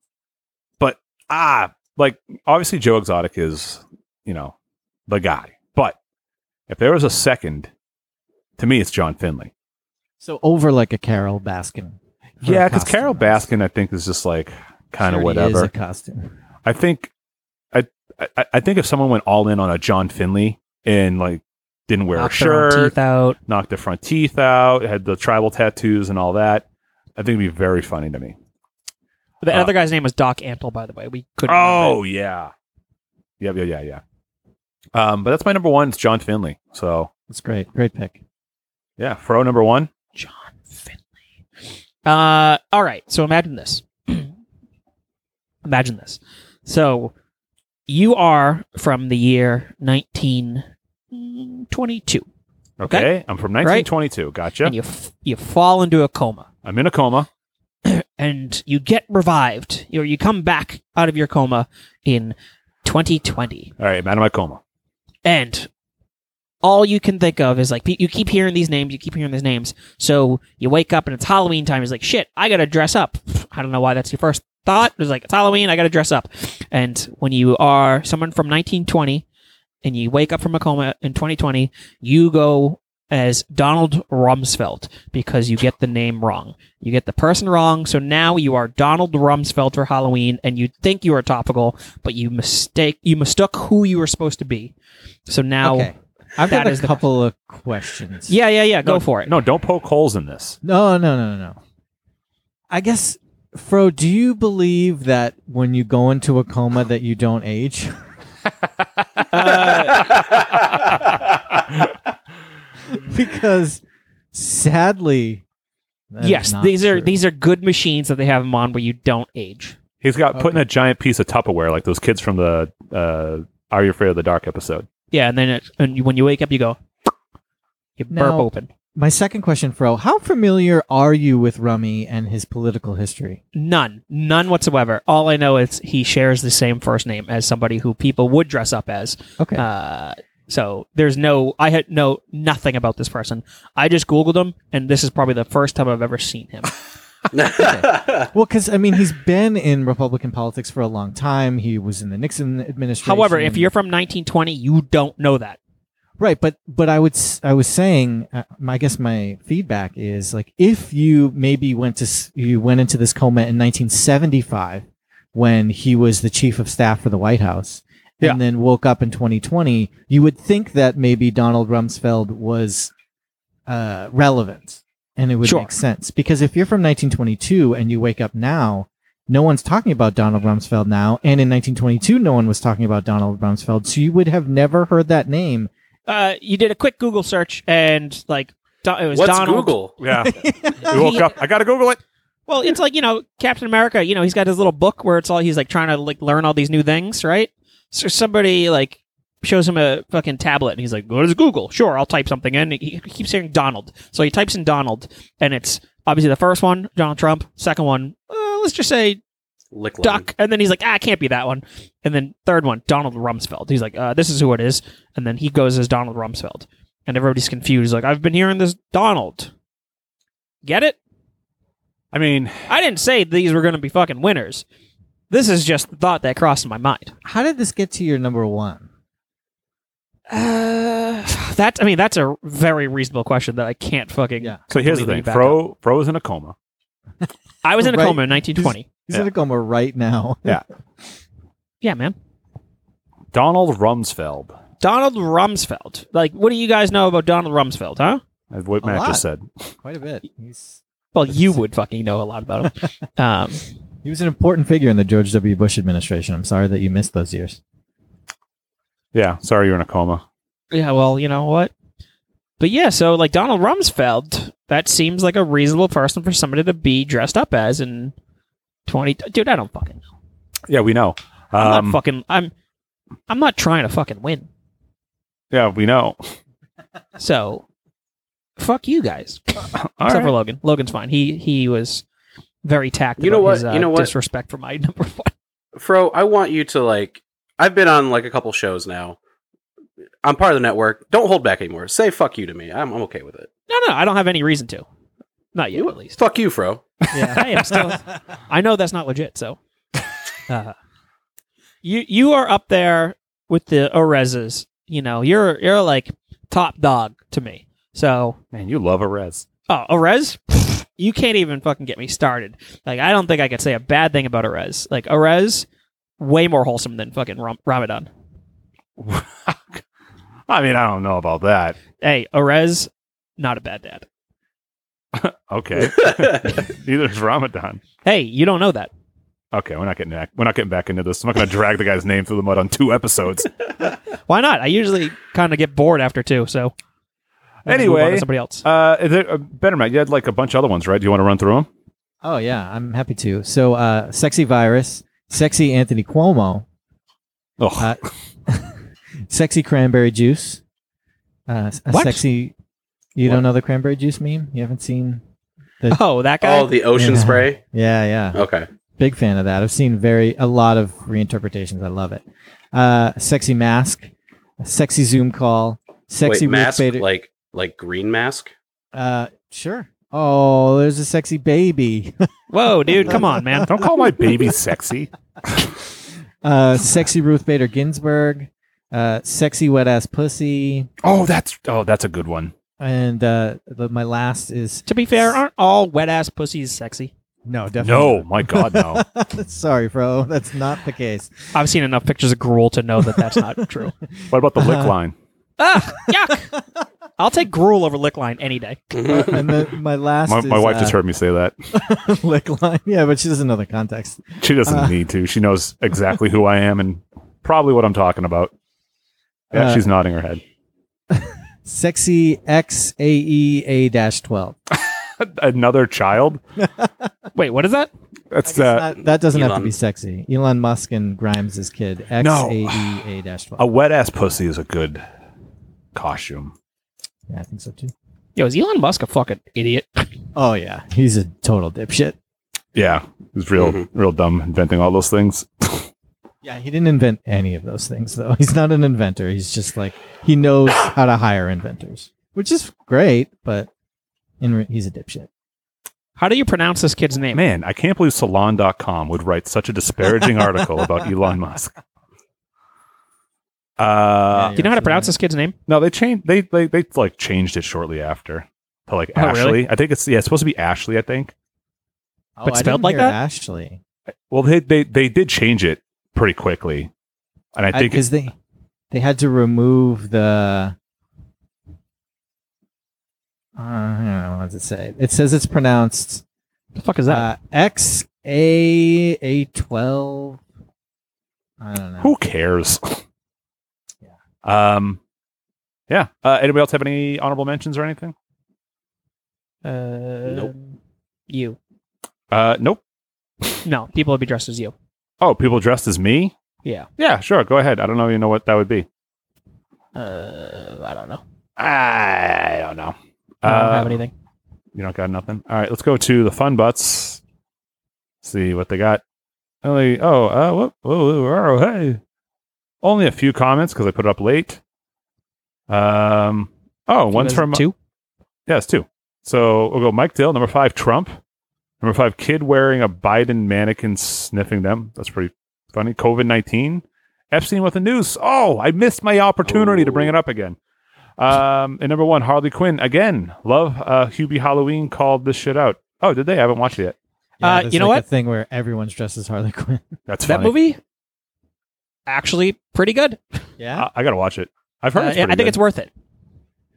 [SPEAKER 1] ah, like obviously Joe Exotic is, you know, the guy. But if there was a second, to me, it's John Finley.
[SPEAKER 4] So over like a Carol Baskin. for
[SPEAKER 1] Yeah,
[SPEAKER 4] a
[SPEAKER 1] because Carol
[SPEAKER 4] costume artist.
[SPEAKER 1] Baskin, I think, is just like kind of
[SPEAKER 4] Sure, he Is a
[SPEAKER 1] whatever.
[SPEAKER 4] costume.
[SPEAKER 1] I think, I, I I think if someone went all in on a John Finley and like didn't wear
[SPEAKER 2] Knock
[SPEAKER 1] a
[SPEAKER 2] their own
[SPEAKER 1] shirt,
[SPEAKER 2] teeth out.
[SPEAKER 1] knocked their front teeth out, had the tribal tattoos and all that, I think it'd be very funny to me.
[SPEAKER 2] The
[SPEAKER 1] Uh,
[SPEAKER 2] other guy's name was Doc Antle, by the way. We couldn't. remember
[SPEAKER 1] Oh yeah, yeah, yeah, yeah, yeah. Um, but that's my number one. It's John Finley. So
[SPEAKER 4] That's great. Great pick.
[SPEAKER 1] yeah, Fro number one.
[SPEAKER 2] it. John Finley. Uh, all right. So imagine this. <clears throat> imagine this. So you are from the year 1922,
[SPEAKER 1] Okay,
[SPEAKER 2] Okay.
[SPEAKER 1] I'm from
[SPEAKER 2] Right.
[SPEAKER 1] 1922. Gotcha.
[SPEAKER 2] and you f- you fall into a coma.
[SPEAKER 1] I'm in a coma.
[SPEAKER 2] and you get revived. You you come back out of your coma in 2020,
[SPEAKER 1] All right, I'm out of my coma.
[SPEAKER 2] and all you can think of is like pe- you keep hearing these names, you keep hearing these names. So you wake up and it's Halloween time. It's like shit, I gotta dress up. I don't know why that's your first thought. It's like it's Halloween, I gotta dress up. And when you are someone from 1920 and you wake up from a coma in 2020, you go as Donald Rumsfeld because you get the name wrong. You get the person wrong, so now you are Donald Rumsfeld for Halloween and you think you are topical, but you mistake you mistook who you were supposed to be. So now
[SPEAKER 4] Okay. I've
[SPEAKER 2] That
[SPEAKER 4] got a
[SPEAKER 2] is the
[SPEAKER 4] couple of questions.
[SPEAKER 2] Yeah, yeah, yeah, go
[SPEAKER 1] No,
[SPEAKER 2] for it.
[SPEAKER 1] No, don't poke holes in
[SPEAKER 4] <laughs>
[SPEAKER 1] this.
[SPEAKER 4] No, no, no, no. I guess, Fro, do you believe that when you go into a coma that you don't age? <laughs> because sadly, that is
[SPEAKER 2] yes,
[SPEAKER 4] not
[SPEAKER 2] these are
[SPEAKER 4] true.
[SPEAKER 2] these are good machines that they have them on where you don't age.
[SPEAKER 1] <laughs> He's got put in
[SPEAKER 4] Okay.
[SPEAKER 1] a giant piece of Tupperware, like those kids from the uh, "Are You Afraid of the Dark" episode.
[SPEAKER 2] Yeah, and then it, and you, when you wake up, you go, you burp
[SPEAKER 4] Now-
[SPEAKER 2] open.
[SPEAKER 4] My second question, Fro, how familiar are you with Rummy and his political history?
[SPEAKER 2] None, none whatsoever. All I know is he shares the same first name as somebody who people would dress up as.
[SPEAKER 4] Okay.
[SPEAKER 2] Uh, so there's no, I had no nothing about this person. I just googled him, and this is probably the first time I've ever seen him. <laughs>
[SPEAKER 4] Well, because I mean, he's been in Republican politics for a long time. He was in the Nixon administration.
[SPEAKER 2] However, if you're from 1920, you don't know that.
[SPEAKER 4] right, but but I would s- I was saying, uh, my, I guess my feedback is like if you maybe went to s- you went into this coma in 1975 when he was the chief of staff for the White House,
[SPEAKER 2] Yeah.
[SPEAKER 4] and then woke up in 2020, you would think that maybe Donald Rumsfeld was uh, relevant, and it would
[SPEAKER 2] Sure.
[SPEAKER 4] make sense because if you're from 1922 and you wake up now no one's talking about Donald Rumsfeld now. And in 1922, no one was talking about Donald Rumsfeld. So you would have never heard that name.
[SPEAKER 2] Uh, you did a quick Google search, and like Do- it was
[SPEAKER 3] What's
[SPEAKER 2] Donald.
[SPEAKER 3] Google?
[SPEAKER 1] Yeah, we woke up. I gotta Google it.
[SPEAKER 2] Well, it's like you know Captain America. You know he's got his little book where it's all he's like trying to like learn all these new things, right? So somebody like shows him a fucking tablet, and he's like, "What is Google?" Sure, I'll type something in. He he keeps saying Donald, so he types in Donald, and it's obviously the first one, Donald Trump. Second one, uh, let's just say
[SPEAKER 3] Lick lemon.
[SPEAKER 2] Duck, and then he's like, "Ah, it can't be that one." And then third one, Donald Rumsfeld. He's like, uh, "This is who it is," and then he goes as Donald Rumsfeld, and everybody's confused. Like, I've been hearing this Donald. Get it?
[SPEAKER 1] I mean,
[SPEAKER 2] I didn't say these were going to be fucking winners. This is just the thought that crossed my mind.
[SPEAKER 4] How did this get to your number one?
[SPEAKER 2] Uh, that I mean, that's a very reasonable question that I can't fucking.
[SPEAKER 4] Yeah.
[SPEAKER 1] so here's the
[SPEAKER 2] Completely
[SPEAKER 1] thing:
[SPEAKER 2] back
[SPEAKER 1] Fro Fro is in a coma.
[SPEAKER 2] I was in a
[SPEAKER 4] Right.
[SPEAKER 2] coma in 1920.
[SPEAKER 4] He's
[SPEAKER 1] Yeah.
[SPEAKER 4] in a coma right now.
[SPEAKER 2] Yeah, man.
[SPEAKER 1] Donald Rumsfeld.
[SPEAKER 2] Donald Rumsfeld. Like, what do you guys know about Donald Rumsfeld, huh?
[SPEAKER 1] That's what
[SPEAKER 4] A
[SPEAKER 1] Matt
[SPEAKER 4] lot.
[SPEAKER 1] just said.
[SPEAKER 4] <laughs> Quite a bit. He's,
[SPEAKER 2] Well, you would fucking know a lot about <laughs> him. um,
[SPEAKER 4] he was an important figure in the George W. Bush administration. I'm sorry that you missed those years.
[SPEAKER 1] Yeah, sorry, you're in a coma.
[SPEAKER 2] yeah, well, you know what? But yeah, so like Donald Rumsfeld, that seems like a reasonable person for somebody to be dressed up as in 20. Dude, I don't fucking know.
[SPEAKER 1] Yeah, we know.
[SPEAKER 2] I'm
[SPEAKER 1] Um,
[SPEAKER 2] not fucking. I'm. I'm not trying to fucking win.
[SPEAKER 1] yeah, we
[SPEAKER 2] <laughs>
[SPEAKER 1] know.
[SPEAKER 2] So, fuck you guys.
[SPEAKER 1] All
[SPEAKER 2] Except
[SPEAKER 1] right.
[SPEAKER 2] for Logan. Logan's fine. He he was very tactful.
[SPEAKER 3] You know what?
[SPEAKER 2] His, uh,
[SPEAKER 3] You know what?
[SPEAKER 2] Disrespect for my <laughs> number one.
[SPEAKER 3] Fro, I want you to like. I've been on like a couple shows now. I'm part of the network. Don't hold back anymore. Say fuck you to me. I'm, I'm okay with it.
[SPEAKER 2] No, no, I don't have any reason to. Not yet, at least. <laughs>
[SPEAKER 3] Fuck you, Fro.
[SPEAKER 1] <laughs> Uh-huh.
[SPEAKER 2] I am still. I know that's not legit. So, uh, you you are up there with the Orezes. You know, you're you're like top dog to me. So,
[SPEAKER 1] Man, you love a res.
[SPEAKER 2] oh, Orez, Pfft, <laughs> you can't even fucking get me started. Like, I don't think I could say a bad thing about Orez. Like, Orez, way more wholesome than fucking Ram- Ramadan.
[SPEAKER 1] I mean, <laughs> I don't know about that.
[SPEAKER 2] Hey, Orez, not a bad dad.
[SPEAKER 1] Okay,
[SPEAKER 2] <laughs>
[SPEAKER 3] <laughs>
[SPEAKER 1] neither is Ramadan.
[SPEAKER 2] Hey, you don't know that.
[SPEAKER 1] Okay, we're not getting back. We're not getting back into this. I'm not going to drag the guy's name through the mud on two
[SPEAKER 2] <laughs>
[SPEAKER 1] episodes.
[SPEAKER 2] Why not? I usually kind of get bored after two. So, I'm gonna move on
[SPEAKER 1] Anyway,
[SPEAKER 2] to somebody else.
[SPEAKER 1] Uh, is there, uh, better Matt, you had like a bunch of other ones, right? Do you want to run through them?
[SPEAKER 4] Oh yeah, I'm happy to. So, uh, sexy virus, sexy Anthony Cuomo,
[SPEAKER 1] Oh,
[SPEAKER 4] Uh, <laughs> sexy cranberry juice, uh, s- a
[SPEAKER 2] What?
[SPEAKER 4] sexy. You
[SPEAKER 3] What?
[SPEAKER 4] don't know the cranberry juice meme? You haven't seen?
[SPEAKER 2] Oh, that guy.
[SPEAKER 3] oh, the ocean
[SPEAKER 4] Yeah.
[SPEAKER 3] spray.
[SPEAKER 4] Yeah, yeah.
[SPEAKER 3] Okay.
[SPEAKER 4] Big fan of that. I've seen very a lot of reinterpretations. I love it. Uh, sexy mask, a sexy Zoom call, sexy
[SPEAKER 3] Wait,
[SPEAKER 4] Ruth
[SPEAKER 3] mask
[SPEAKER 4] Bader-
[SPEAKER 3] like like green mask.
[SPEAKER 4] uh, sure. Oh, there's a sexy baby. <laughs>
[SPEAKER 2] Whoa, dude, come on, man.
[SPEAKER 1] don't call my baby
[SPEAKER 2] <laughs>
[SPEAKER 1] sexy.
[SPEAKER 4] uh, sexy Ruth Bader Ginsburg, uh, sexy wet ass pussy,
[SPEAKER 1] Oh, that's oh, that's a good one.
[SPEAKER 4] and uh, the, my last is
[SPEAKER 2] To be fair, aren't all wet ass pussies sexy?
[SPEAKER 4] no,
[SPEAKER 1] No,
[SPEAKER 4] definitely.
[SPEAKER 1] my God,
[SPEAKER 2] <laughs>
[SPEAKER 1] no.
[SPEAKER 4] no. <laughs> Sorry, bro. That's not
[SPEAKER 3] <laughs>
[SPEAKER 4] the case.
[SPEAKER 2] I've seen enough pictures of gruel to know that that's not true.
[SPEAKER 1] What about the lick
[SPEAKER 4] Uh,
[SPEAKER 1] line?
[SPEAKER 2] ah, yuck. I'll take gruel over lick line any day.
[SPEAKER 4] and then my last,
[SPEAKER 1] My, my
[SPEAKER 4] is,
[SPEAKER 1] wife
[SPEAKER 4] uh,
[SPEAKER 1] just heard me say that. <laughs>
[SPEAKER 4] <laughs> lick line. Yeah, but she doesn't know the context.
[SPEAKER 1] She doesn't
[SPEAKER 4] uh,
[SPEAKER 1] need to. She knows exactly who I am and probably what I'm talking about. Yeah,
[SPEAKER 4] Uh,
[SPEAKER 1] she's nodding her head.
[SPEAKER 4] Sexy X A E A dash twelve.
[SPEAKER 1] Another child.
[SPEAKER 2] Wait, what is that?
[SPEAKER 1] That's uh,
[SPEAKER 4] That that doesn't have to
[SPEAKER 3] Elon.
[SPEAKER 4] be sexy. Elon Musk and Grimes' kid. X
[SPEAKER 1] No.
[SPEAKER 4] A E A dash twelve.
[SPEAKER 1] a wet ass pussy is a good costume.
[SPEAKER 4] Yeah, I think so too.
[SPEAKER 2] Yo, is Elon Musk a fucking idiot?
[SPEAKER 4] Oh yeah, he's a total dipshit.
[SPEAKER 1] Yeah, it's real,
[SPEAKER 3] Mhm.
[SPEAKER 1] real dumb inventing all those things.
[SPEAKER 4] Yeah, he didn't invent any of those things though. <laughs> He's not an inventor. He's just like he knows how to hire inventors, which is great. But in re- he's a dipshit.
[SPEAKER 2] How do you pronounce this kid's name?
[SPEAKER 1] Man, I can't believe Salon.com would write such a
[SPEAKER 4] <laughs>
[SPEAKER 1] disparaging article about Elon Musk. Uh,
[SPEAKER 4] Yeah,
[SPEAKER 2] Do you know how to
[SPEAKER 4] absolutely
[SPEAKER 2] pronounce this kid's name?
[SPEAKER 1] no, they changed. They, they they like changed it shortly after to like
[SPEAKER 2] Oh, really?
[SPEAKER 1] Ashley. I think it's yeah, it's supposed to be Ashley. I think.
[SPEAKER 4] right.
[SPEAKER 2] but
[SPEAKER 4] Oh, I
[SPEAKER 2] spelled
[SPEAKER 4] didn't
[SPEAKER 2] like
[SPEAKER 4] hear
[SPEAKER 2] that?
[SPEAKER 4] Ashley,
[SPEAKER 1] Well, they they they did change it pretty quickly, and I think
[SPEAKER 4] because they they had to remove the. Uh, I don't know what does it say. It says it's pronounced
[SPEAKER 2] The fuck is that?
[SPEAKER 4] uh, X A A twelve. I don't know.
[SPEAKER 1] who cares? Um, yeah. Uh, anybody else have any honorable mentions or anything?
[SPEAKER 2] nope. Uh, You.
[SPEAKER 1] Uh, nope.
[SPEAKER 2] No, people would be dressed as you.
[SPEAKER 1] Oh, people dressed as me.
[SPEAKER 2] Yeah.
[SPEAKER 1] Yeah, sure. Go ahead. I don't know. You know what that would be.
[SPEAKER 2] Uh, I don't know.
[SPEAKER 1] I don't know.
[SPEAKER 2] I don't
[SPEAKER 1] Uh,
[SPEAKER 2] have anything.
[SPEAKER 1] You don't got nothing. All right, let's go to the fun butts. See what they got. Only oh uh whoop, whoa, whoa, whoa, hey. Only a few comments because I put it up late. Um oh one's
[SPEAKER 2] Guys,
[SPEAKER 1] from
[SPEAKER 2] two.
[SPEAKER 1] Yes, two. So we'll go Mike Dill, number five, Trump. Number five, kid wearing a Biden mannequin sniffing them. That's pretty funny. COVID 19. Epstein with a noose. Oh, I missed my opportunity to bring it up again. Um, and number one, Harley Quinn. Again, love uh, Hubie Halloween called this shit out. Oh, did they? I haven't watched it yet.
[SPEAKER 4] Yeah,
[SPEAKER 2] Uh,
[SPEAKER 4] there's
[SPEAKER 2] you know
[SPEAKER 4] like
[SPEAKER 2] what?
[SPEAKER 4] A thing where everyone's dressed as Harley Quinn.
[SPEAKER 1] That's
[SPEAKER 2] That
[SPEAKER 1] funny.
[SPEAKER 2] movie, actually, pretty good.
[SPEAKER 4] yeah.
[SPEAKER 1] I, I got to watch it. I've heard
[SPEAKER 2] Uh,
[SPEAKER 1] it's pretty
[SPEAKER 2] I Uh, think
[SPEAKER 1] good.
[SPEAKER 2] it's worth it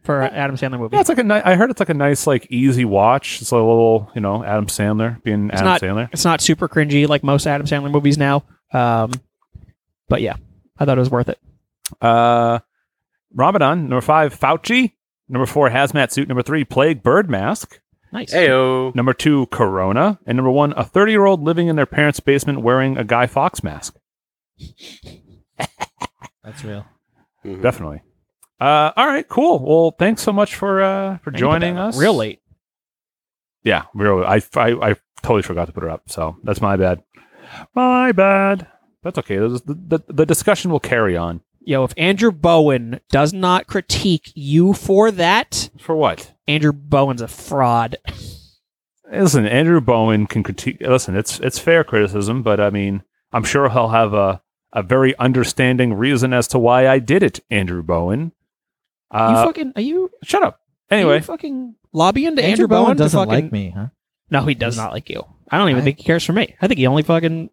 [SPEAKER 2] for an Adam Sandler movie.
[SPEAKER 1] yeah, it's like a ni- I heard it's like a nice, like easy watch. It's a little, you know, Adam Sandler being
[SPEAKER 2] It's
[SPEAKER 1] Adam
[SPEAKER 2] not-
[SPEAKER 1] Sandler.
[SPEAKER 2] It's not super cringy like most Adam Sandler movies now. Um, but yeah, I thought it was worth it.
[SPEAKER 1] Uh, Ramadan, number five, Fauci. Number four, hazmat suit. Number three, plague bird mask.
[SPEAKER 2] Nice.
[SPEAKER 1] uh,
[SPEAKER 3] Ayo.
[SPEAKER 1] Number two, corona. And number one, a 30 year old living in their parents' basement wearing a Guy Fox mask.
[SPEAKER 4] That's real.
[SPEAKER 3] Mhm.
[SPEAKER 1] Definitely. Uh, all right, cool. Well, thanks so much for uh, for
[SPEAKER 2] I need to put
[SPEAKER 1] joining
[SPEAKER 2] that up
[SPEAKER 1] us.
[SPEAKER 2] Real late.
[SPEAKER 1] Yeah, real. I, I I totally forgot to put it up, so that's my bad. My bad. That's okay. This is- The, the, the discussion will carry on.
[SPEAKER 2] Yo, if Andrew Bowen does not critique you for that,
[SPEAKER 1] For what?
[SPEAKER 2] Andrew Bowen's a fraud.
[SPEAKER 1] Listen, Andrew Bowen can critique. Listen, it's it's fair criticism, but I mean, I'm sure he'll have a a very understanding reason as to why I did it, Andrew Bowen.
[SPEAKER 2] you
[SPEAKER 1] Uh,
[SPEAKER 2] fucking are you?
[SPEAKER 1] shut up.
[SPEAKER 2] are you
[SPEAKER 1] Anyway,
[SPEAKER 2] fucking lobbying to Andrew, Bowen, to
[SPEAKER 4] doesn't
[SPEAKER 2] fucking-
[SPEAKER 4] like me, huh?
[SPEAKER 2] No, he does not like you. I don't even think he cares for me. I think he only fucking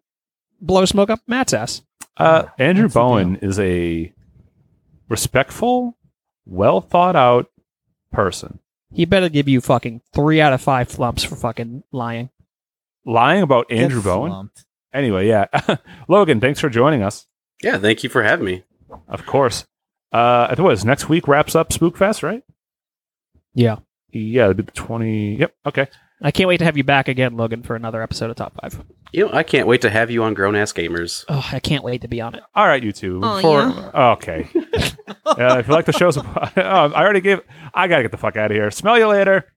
[SPEAKER 2] blows smoke up Matt's ass.
[SPEAKER 1] Uh, Andrew
[SPEAKER 4] That's the
[SPEAKER 1] Bowen is a respectful, well thought out person.
[SPEAKER 2] He better give you fucking three out of five flumps for fucking lying.
[SPEAKER 1] Lying about Andrew
[SPEAKER 4] Get
[SPEAKER 1] Bowen?
[SPEAKER 4] slumped.
[SPEAKER 1] Anyway, yeah. <laughs> Logan, thanks for joining us.
[SPEAKER 3] Yeah, thank you for having me.
[SPEAKER 1] Of course. Uh, I think it was next week wraps up Spookfest, right?
[SPEAKER 2] Yeah.
[SPEAKER 1] Yeah, it'd be the 20. Yep. Okay.
[SPEAKER 2] I can't wait to have you back again, Logan, for another episode of Top Five.
[SPEAKER 3] You know, I can't wait to have you on Grown Ass Gamers.
[SPEAKER 2] Oh, I can't wait to be on it.
[SPEAKER 1] All right, you two.
[SPEAKER 5] Aw,
[SPEAKER 1] Before- <laughs> uh, Okay. uh, if you like the show, supp- oh, I already gave. I got to get the fuck out of here. Smell you later.